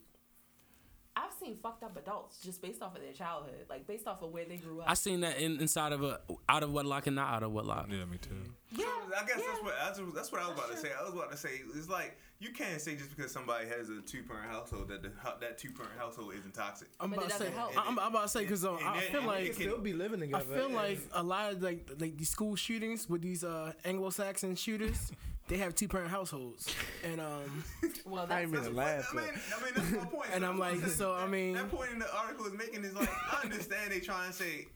[SPEAKER 6] I've seen fucked up adults just based off of their childhood, like based off of where they grew up.
[SPEAKER 3] I seen that in, inside of a out of wedlock and not out of wedlock.
[SPEAKER 4] Yeah, me too.
[SPEAKER 6] yeah,
[SPEAKER 2] I guess
[SPEAKER 6] yeah.
[SPEAKER 2] that's what that's, what- that's what I was about to say. I was about to say it's like you can't say just because somebody has a two parent household that the, hu- that two parent household isn't toxic.
[SPEAKER 7] I'm
[SPEAKER 6] But it
[SPEAKER 7] about to say.
[SPEAKER 6] doesn't help.
[SPEAKER 7] I- I'm, I'm about to say because
[SPEAKER 2] And
[SPEAKER 7] I
[SPEAKER 2] then-
[SPEAKER 7] feel
[SPEAKER 2] and
[SPEAKER 7] like
[SPEAKER 2] then it can-
[SPEAKER 5] They'll be living
[SPEAKER 7] I
[SPEAKER 5] together.
[SPEAKER 7] feel like a lot of like like these school shootings with these uh, Anglo-Saxon shooters, they have two parent households, and um
[SPEAKER 6] Well,
[SPEAKER 5] I
[SPEAKER 6] that's
[SPEAKER 5] ain't mean to laugh,
[SPEAKER 2] I mean,
[SPEAKER 5] but
[SPEAKER 2] I mean, that's my point.
[SPEAKER 7] And I'm like, so, I
[SPEAKER 2] That-
[SPEAKER 7] mean-
[SPEAKER 2] that point in the article is making is like, I understand they trying to say,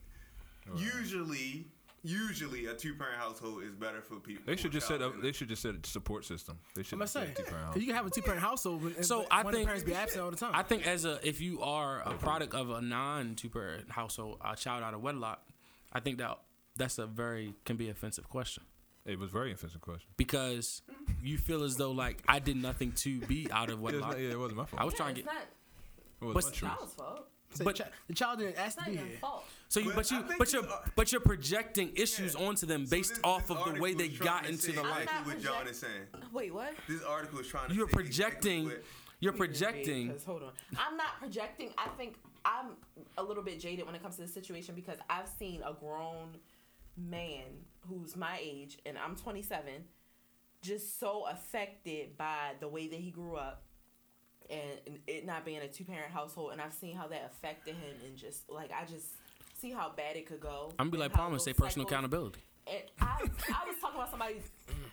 [SPEAKER 2] usually, usually a two parent household is better for people.
[SPEAKER 4] They should
[SPEAKER 2] for
[SPEAKER 4] just set
[SPEAKER 2] child
[SPEAKER 4] up. They should just set a support system. They should
[SPEAKER 7] I'm about to say
[SPEAKER 4] two parent
[SPEAKER 7] 'cause you can have a two-parent household, but,
[SPEAKER 3] So
[SPEAKER 7] but
[SPEAKER 3] I
[SPEAKER 7] one of
[SPEAKER 3] think-
[SPEAKER 7] the parents be absent all the time.
[SPEAKER 3] I think as a if you are a product of a non two parent household, a child out of wedlock, I think that that's a very can be offensive question
[SPEAKER 4] It was a very offensive question.
[SPEAKER 3] because you feel as though like I did nothing to be out of
[SPEAKER 4] It was
[SPEAKER 3] wedlock.
[SPEAKER 4] not, yeah, it wasn't my fault.
[SPEAKER 3] I was
[SPEAKER 6] yeah,
[SPEAKER 3] trying to
[SPEAKER 6] it's
[SPEAKER 3] get
[SPEAKER 6] not
[SPEAKER 4] it was my
[SPEAKER 3] but-
[SPEAKER 4] choice.
[SPEAKER 6] child's fault.
[SPEAKER 7] So
[SPEAKER 3] but-
[SPEAKER 7] the, chi- the child didn't
[SPEAKER 6] It's
[SPEAKER 7] ask to
[SPEAKER 6] not
[SPEAKER 7] be
[SPEAKER 6] even
[SPEAKER 7] here.
[SPEAKER 6] fault.
[SPEAKER 3] so you
[SPEAKER 2] But
[SPEAKER 3] but
[SPEAKER 2] I
[SPEAKER 3] you
[SPEAKER 2] think
[SPEAKER 3] but you're
[SPEAKER 2] this ar-
[SPEAKER 3] but you're projecting issues
[SPEAKER 2] Yeah.
[SPEAKER 3] onto them
[SPEAKER 2] So
[SPEAKER 3] based
[SPEAKER 2] this-
[SPEAKER 3] off
[SPEAKER 2] this
[SPEAKER 3] of the
[SPEAKER 2] article
[SPEAKER 3] way
[SPEAKER 2] is
[SPEAKER 3] they
[SPEAKER 2] trying
[SPEAKER 3] got
[SPEAKER 2] to
[SPEAKER 3] into
[SPEAKER 2] say
[SPEAKER 3] the
[SPEAKER 6] I'm
[SPEAKER 3] life.
[SPEAKER 2] exactly
[SPEAKER 6] not
[SPEAKER 2] what John
[SPEAKER 6] project-
[SPEAKER 2] is saying.
[SPEAKER 6] Wait, what?
[SPEAKER 2] This article is trying to.
[SPEAKER 3] You're
[SPEAKER 2] say exactly
[SPEAKER 3] projecting
[SPEAKER 2] what-
[SPEAKER 3] you're projecting
[SPEAKER 6] Because hold on, I'm not projecting. I think I'm a little bit jaded when it comes to this situation because I've seen a grown man who's my age, and I'm 27, just so affected by the way that he grew up. And it not being a two parent household, and I've seen how that affected him, and just like I just see how bad it could go.
[SPEAKER 3] I'm gonna be
[SPEAKER 6] and
[SPEAKER 3] like
[SPEAKER 6] how
[SPEAKER 3] Palmer
[SPEAKER 6] those
[SPEAKER 3] say personal
[SPEAKER 6] cycles-
[SPEAKER 3] accountability.
[SPEAKER 6] And I, I was talking about somebody,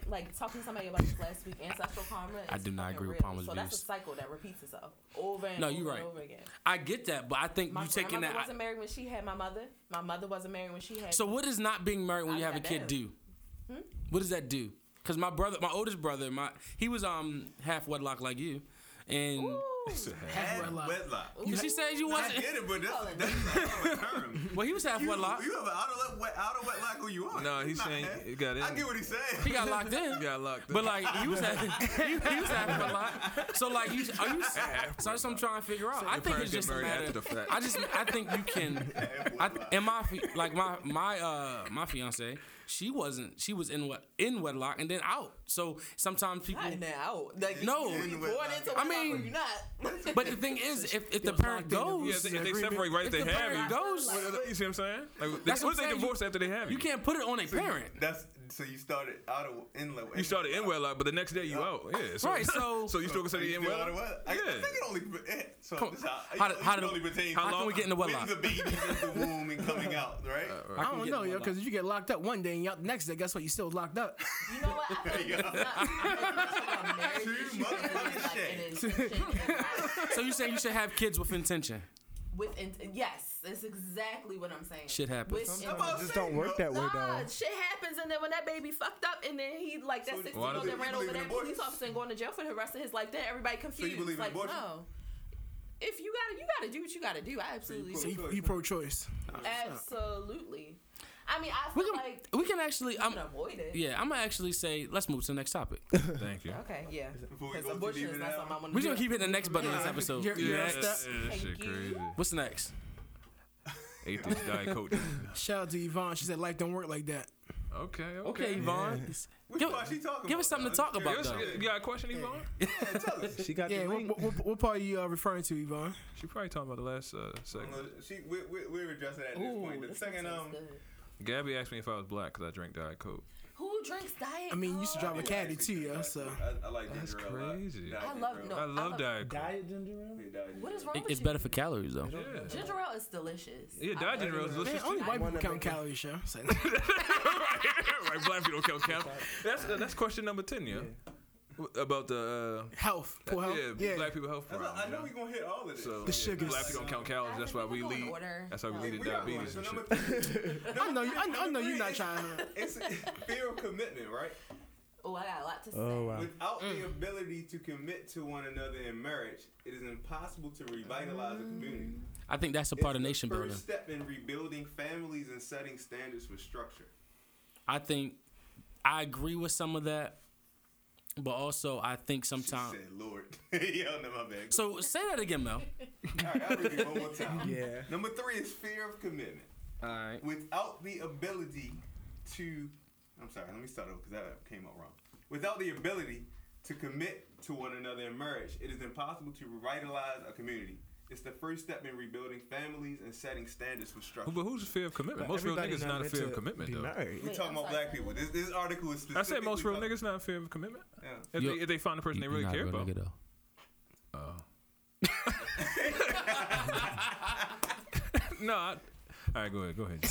[SPEAKER 6] like talking to somebody about this last week. Ancestral karma.
[SPEAKER 3] I
[SPEAKER 6] is
[SPEAKER 3] do not
[SPEAKER 6] fucking
[SPEAKER 3] agree with
[SPEAKER 6] real.
[SPEAKER 3] Palmer's
[SPEAKER 6] so that's a
[SPEAKER 3] views.
[SPEAKER 6] cycle that repeats itself over and
[SPEAKER 3] No,
[SPEAKER 6] over
[SPEAKER 3] you're
[SPEAKER 6] and
[SPEAKER 3] right.
[SPEAKER 6] over again.
[SPEAKER 3] I get that, but I think
[SPEAKER 6] My
[SPEAKER 3] you taking
[SPEAKER 6] grandmother
[SPEAKER 3] that.
[SPEAKER 6] wasn't married when she had my mother. My mother wasn't married when she had.
[SPEAKER 3] So what does not being married when
[SPEAKER 6] I
[SPEAKER 3] you have a
[SPEAKER 6] got
[SPEAKER 3] kid
[SPEAKER 6] that. Hmm?
[SPEAKER 3] do? What does that do? Because my brother, my oldest brother, my he was um half wedlock like you, and
[SPEAKER 6] Ooh.
[SPEAKER 2] Add
[SPEAKER 7] Wedlock.
[SPEAKER 2] wedlock.
[SPEAKER 3] she said you
[SPEAKER 2] I
[SPEAKER 3] wasn't.
[SPEAKER 2] get it, but that's that's not a term.
[SPEAKER 3] Well, he was half
[SPEAKER 2] You,
[SPEAKER 3] wedlock.
[SPEAKER 2] you have an out of wet, out of wet lock who you are.
[SPEAKER 4] No, he's
[SPEAKER 2] not
[SPEAKER 4] saying
[SPEAKER 2] half.
[SPEAKER 4] it got
[SPEAKER 2] I
[SPEAKER 4] in.
[SPEAKER 2] get what he's saying.
[SPEAKER 3] He got locked in.
[SPEAKER 4] You got locked.
[SPEAKER 3] But like he was half, he, he was half wedlock. So like you, are you? So that's what I'm trying to figure out. I think it's just a matter. I just I think you can. I th- and my fi- like my my uh my fiance, she wasn't. She was in what in wedlock and then out. So sometimes people.
[SPEAKER 6] Not in that out. Like,
[SPEAKER 3] No.
[SPEAKER 6] you born into
[SPEAKER 3] I
[SPEAKER 6] wedlock or
[SPEAKER 3] mean-
[SPEAKER 6] you not.
[SPEAKER 3] But the thing is, if, if the
[SPEAKER 7] was
[SPEAKER 3] parent
[SPEAKER 7] locked in and
[SPEAKER 3] goes,
[SPEAKER 4] yeah, they, if they separate right.
[SPEAKER 3] If
[SPEAKER 4] They
[SPEAKER 3] the
[SPEAKER 4] have
[SPEAKER 3] parent
[SPEAKER 4] you.
[SPEAKER 3] goes-
[SPEAKER 4] What- what- You see what I'm saying? Like,
[SPEAKER 3] That's
[SPEAKER 4] they, what
[SPEAKER 3] what I'm
[SPEAKER 4] they
[SPEAKER 3] saying.
[SPEAKER 4] divorce after they have you?
[SPEAKER 3] You can't put it on a parent.
[SPEAKER 2] That's so you started out of inlet.
[SPEAKER 4] You started in wedlock, but the next day you out. Yeah. So,
[SPEAKER 3] Right, so-
[SPEAKER 4] so you still
[SPEAKER 2] Are
[SPEAKER 4] consider
[SPEAKER 2] Oh, you
[SPEAKER 4] you in
[SPEAKER 2] still out of
[SPEAKER 4] wedlock?
[SPEAKER 2] wedlock? I, I think it
[SPEAKER 4] Yeah.
[SPEAKER 2] only. eh, So
[SPEAKER 3] Come-
[SPEAKER 2] this how,
[SPEAKER 3] how
[SPEAKER 2] it
[SPEAKER 3] did- how
[SPEAKER 2] should
[SPEAKER 3] did-
[SPEAKER 2] only pertain
[SPEAKER 3] how
[SPEAKER 2] to
[SPEAKER 3] long- we get in the
[SPEAKER 2] when
[SPEAKER 3] wedlock?
[SPEAKER 2] the baby's in the womb and coming out, right?
[SPEAKER 3] I can
[SPEAKER 7] I don't
[SPEAKER 3] get
[SPEAKER 7] know,
[SPEAKER 3] in
[SPEAKER 7] yo,
[SPEAKER 3] wedlock.
[SPEAKER 7] because you get locked up one day and y'all, next day, guess what? You still locked up.
[SPEAKER 6] you know what? I think it's not. I think
[SPEAKER 2] Two
[SPEAKER 6] it's not about marriage.
[SPEAKER 2] motherfucking
[SPEAKER 6] It's like an intention.
[SPEAKER 3] So you say you should have kids with intention.
[SPEAKER 6] With in- yes, that's exactly what I'm saying.
[SPEAKER 3] Shit happens.
[SPEAKER 6] With
[SPEAKER 2] I'm
[SPEAKER 6] intent.
[SPEAKER 2] about to
[SPEAKER 5] Just
[SPEAKER 2] say,
[SPEAKER 5] don't work
[SPEAKER 2] yo,
[SPEAKER 5] that way
[SPEAKER 6] Nah,
[SPEAKER 5] though.
[SPEAKER 6] shit happens, and then when that baby fucked up, and then he like that
[SPEAKER 2] So-
[SPEAKER 6] sixteen
[SPEAKER 4] Why
[SPEAKER 6] year old
[SPEAKER 4] does
[SPEAKER 6] that
[SPEAKER 2] it-
[SPEAKER 6] ran
[SPEAKER 2] you
[SPEAKER 6] over
[SPEAKER 2] believe
[SPEAKER 6] that
[SPEAKER 2] in
[SPEAKER 6] police
[SPEAKER 2] abortion?
[SPEAKER 6] officer and going to jail for the rest of his life. Then everybody confused.
[SPEAKER 2] believe in
[SPEAKER 6] like,
[SPEAKER 2] abortion?
[SPEAKER 6] no. If you gotta, you gotta do what you gotta do. I absolutely,
[SPEAKER 2] pro-
[SPEAKER 7] So you, you pro-choice.
[SPEAKER 6] absolutely. I mean, I
[SPEAKER 3] we
[SPEAKER 6] feel
[SPEAKER 3] can
[SPEAKER 6] like
[SPEAKER 3] we can actually.
[SPEAKER 6] I'm
[SPEAKER 3] I'm,
[SPEAKER 6] gonna avoid it.
[SPEAKER 3] yeah, I'm gonna actually say let's move to the next topic.
[SPEAKER 4] Thank you.
[SPEAKER 6] Okay. Yeah.
[SPEAKER 2] Before we
[SPEAKER 6] Because
[SPEAKER 2] go too
[SPEAKER 6] abortion
[SPEAKER 2] deep
[SPEAKER 6] is
[SPEAKER 2] in
[SPEAKER 6] not
[SPEAKER 2] that
[SPEAKER 6] something I
[SPEAKER 2] one.
[SPEAKER 6] want to.
[SPEAKER 3] We just keep hitting the next button in this episode.
[SPEAKER 7] You're- you're
[SPEAKER 3] Next.
[SPEAKER 7] Yeah, that's-
[SPEAKER 4] that
[SPEAKER 6] Thank
[SPEAKER 4] shit
[SPEAKER 6] you.
[SPEAKER 4] crazy.
[SPEAKER 3] What's next?
[SPEAKER 4] Atheist diet coach.
[SPEAKER 7] Shout out to Yvonne. She said life don't work like that.
[SPEAKER 4] Okay,
[SPEAKER 3] Okay,
[SPEAKER 4] okay.
[SPEAKER 3] Yvonne.
[SPEAKER 2] Which
[SPEAKER 3] Give-
[SPEAKER 2] part she talking
[SPEAKER 3] give
[SPEAKER 2] about,
[SPEAKER 3] us something to
[SPEAKER 2] though?
[SPEAKER 3] talk about, though.
[SPEAKER 4] You got a question, Yvonne?
[SPEAKER 2] Yeah, tell us.
[SPEAKER 5] She got
[SPEAKER 7] Yeah,
[SPEAKER 5] the
[SPEAKER 7] what,
[SPEAKER 5] ring.
[SPEAKER 7] what, what- what part are you uh, referring to, Yvonne?
[SPEAKER 4] She probably talking about the last uh, segment.
[SPEAKER 2] She, we, we, we're addressing that at this point. The second, um,
[SPEAKER 4] Gabby asked me if I was black because I drink diet coke.
[SPEAKER 6] Who drinks diet?
[SPEAKER 7] I mean, you used to
[SPEAKER 6] Coke?
[SPEAKER 7] drive a caddy too, yo. So
[SPEAKER 2] I, I like
[SPEAKER 4] That's
[SPEAKER 2] ginger ale a lot.
[SPEAKER 4] crazy.
[SPEAKER 2] Nah,
[SPEAKER 6] I
[SPEAKER 2] ginger
[SPEAKER 6] love
[SPEAKER 2] ale.
[SPEAKER 6] no.
[SPEAKER 4] I love
[SPEAKER 6] love-
[SPEAKER 4] diet coke.
[SPEAKER 5] Diet ginger ale.
[SPEAKER 2] Yeah, nah,
[SPEAKER 6] What is wrong
[SPEAKER 3] It-
[SPEAKER 6] with
[SPEAKER 3] it's
[SPEAKER 6] you?
[SPEAKER 3] better for calories though.
[SPEAKER 6] Ginger ale is delicious. I
[SPEAKER 4] Yeah, diet
[SPEAKER 6] love
[SPEAKER 4] ginger ale
[SPEAKER 6] it.
[SPEAKER 4] is delicious.
[SPEAKER 7] only white
[SPEAKER 5] One
[SPEAKER 7] people
[SPEAKER 5] that
[SPEAKER 7] count
[SPEAKER 5] make it-
[SPEAKER 7] calories, yo. So,
[SPEAKER 4] right, black people don't count calories. That's that's question number ten, yeah. About the uh,
[SPEAKER 7] health, poor health.
[SPEAKER 4] yeah, black people health
[SPEAKER 2] That's
[SPEAKER 4] problem.
[SPEAKER 2] like- I know
[SPEAKER 4] you
[SPEAKER 2] we're going to hit all of this.
[SPEAKER 4] So yeah,
[SPEAKER 7] The sugars.
[SPEAKER 4] Black people don't count calories. That's why we
[SPEAKER 6] Go in
[SPEAKER 4] lead.
[SPEAKER 6] order.
[SPEAKER 4] That's why we
[SPEAKER 6] No.
[SPEAKER 4] lead in
[SPEAKER 2] We are going.
[SPEAKER 4] diabetes
[SPEAKER 2] So
[SPEAKER 4] and shit.
[SPEAKER 2] number three-
[SPEAKER 7] I know you. I, know- I know you're not trying. to
[SPEAKER 2] It's fear of commitment, right?
[SPEAKER 6] Oh, I got a lot to say.
[SPEAKER 5] Oh wow.
[SPEAKER 2] Without
[SPEAKER 3] Mm.
[SPEAKER 2] the ability to commit to one another in marriage, it is impossible to revitalize a community.
[SPEAKER 7] Mm.
[SPEAKER 3] I think that's a part
[SPEAKER 2] It's
[SPEAKER 3] of
[SPEAKER 2] the
[SPEAKER 3] nation
[SPEAKER 2] first
[SPEAKER 3] building.
[SPEAKER 2] step in rebuilding families and setting standards for structure.
[SPEAKER 3] I think I agree with some of that, but also I think
[SPEAKER 2] She
[SPEAKER 3] sometimes.
[SPEAKER 2] said, "Lord, yo, no, my bad."
[SPEAKER 3] So say that again, Mel.
[SPEAKER 2] All right, I'll read it one more time.
[SPEAKER 5] Yeah.
[SPEAKER 2] Number three is fear of commitment.
[SPEAKER 3] All right.
[SPEAKER 2] without the ability to I'm sorry, let me start over because that came out wrong. Without the ability to commit to one another in marriage, it is impossible to revitalize a community. It's the first step in rebuilding families and setting standards for structure.
[SPEAKER 4] But who's fear of commitment? Most real
[SPEAKER 5] Everybody
[SPEAKER 4] niggas not a
[SPEAKER 5] meant
[SPEAKER 4] fear
[SPEAKER 5] to
[SPEAKER 4] of commitment
[SPEAKER 5] be
[SPEAKER 4] though.
[SPEAKER 5] married.
[SPEAKER 2] We're talking
[SPEAKER 6] I'm
[SPEAKER 2] about
[SPEAKER 6] sorry.
[SPEAKER 2] black people. This, this article is
[SPEAKER 4] I said most real
[SPEAKER 2] specifically
[SPEAKER 4] niggas not in fear of commitment.
[SPEAKER 2] about-
[SPEAKER 4] If,
[SPEAKER 3] Yo-
[SPEAKER 4] they, if they find a person they
[SPEAKER 3] You-
[SPEAKER 4] really
[SPEAKER 3] you're not a
[SPEAKER 4] care
[SPEAKER 3] real
[SPEAKER 4] about.
[SPEAKER 3] nigga, though.
[SPEAKER 4] No. I, all right, go ahead. Go ahead.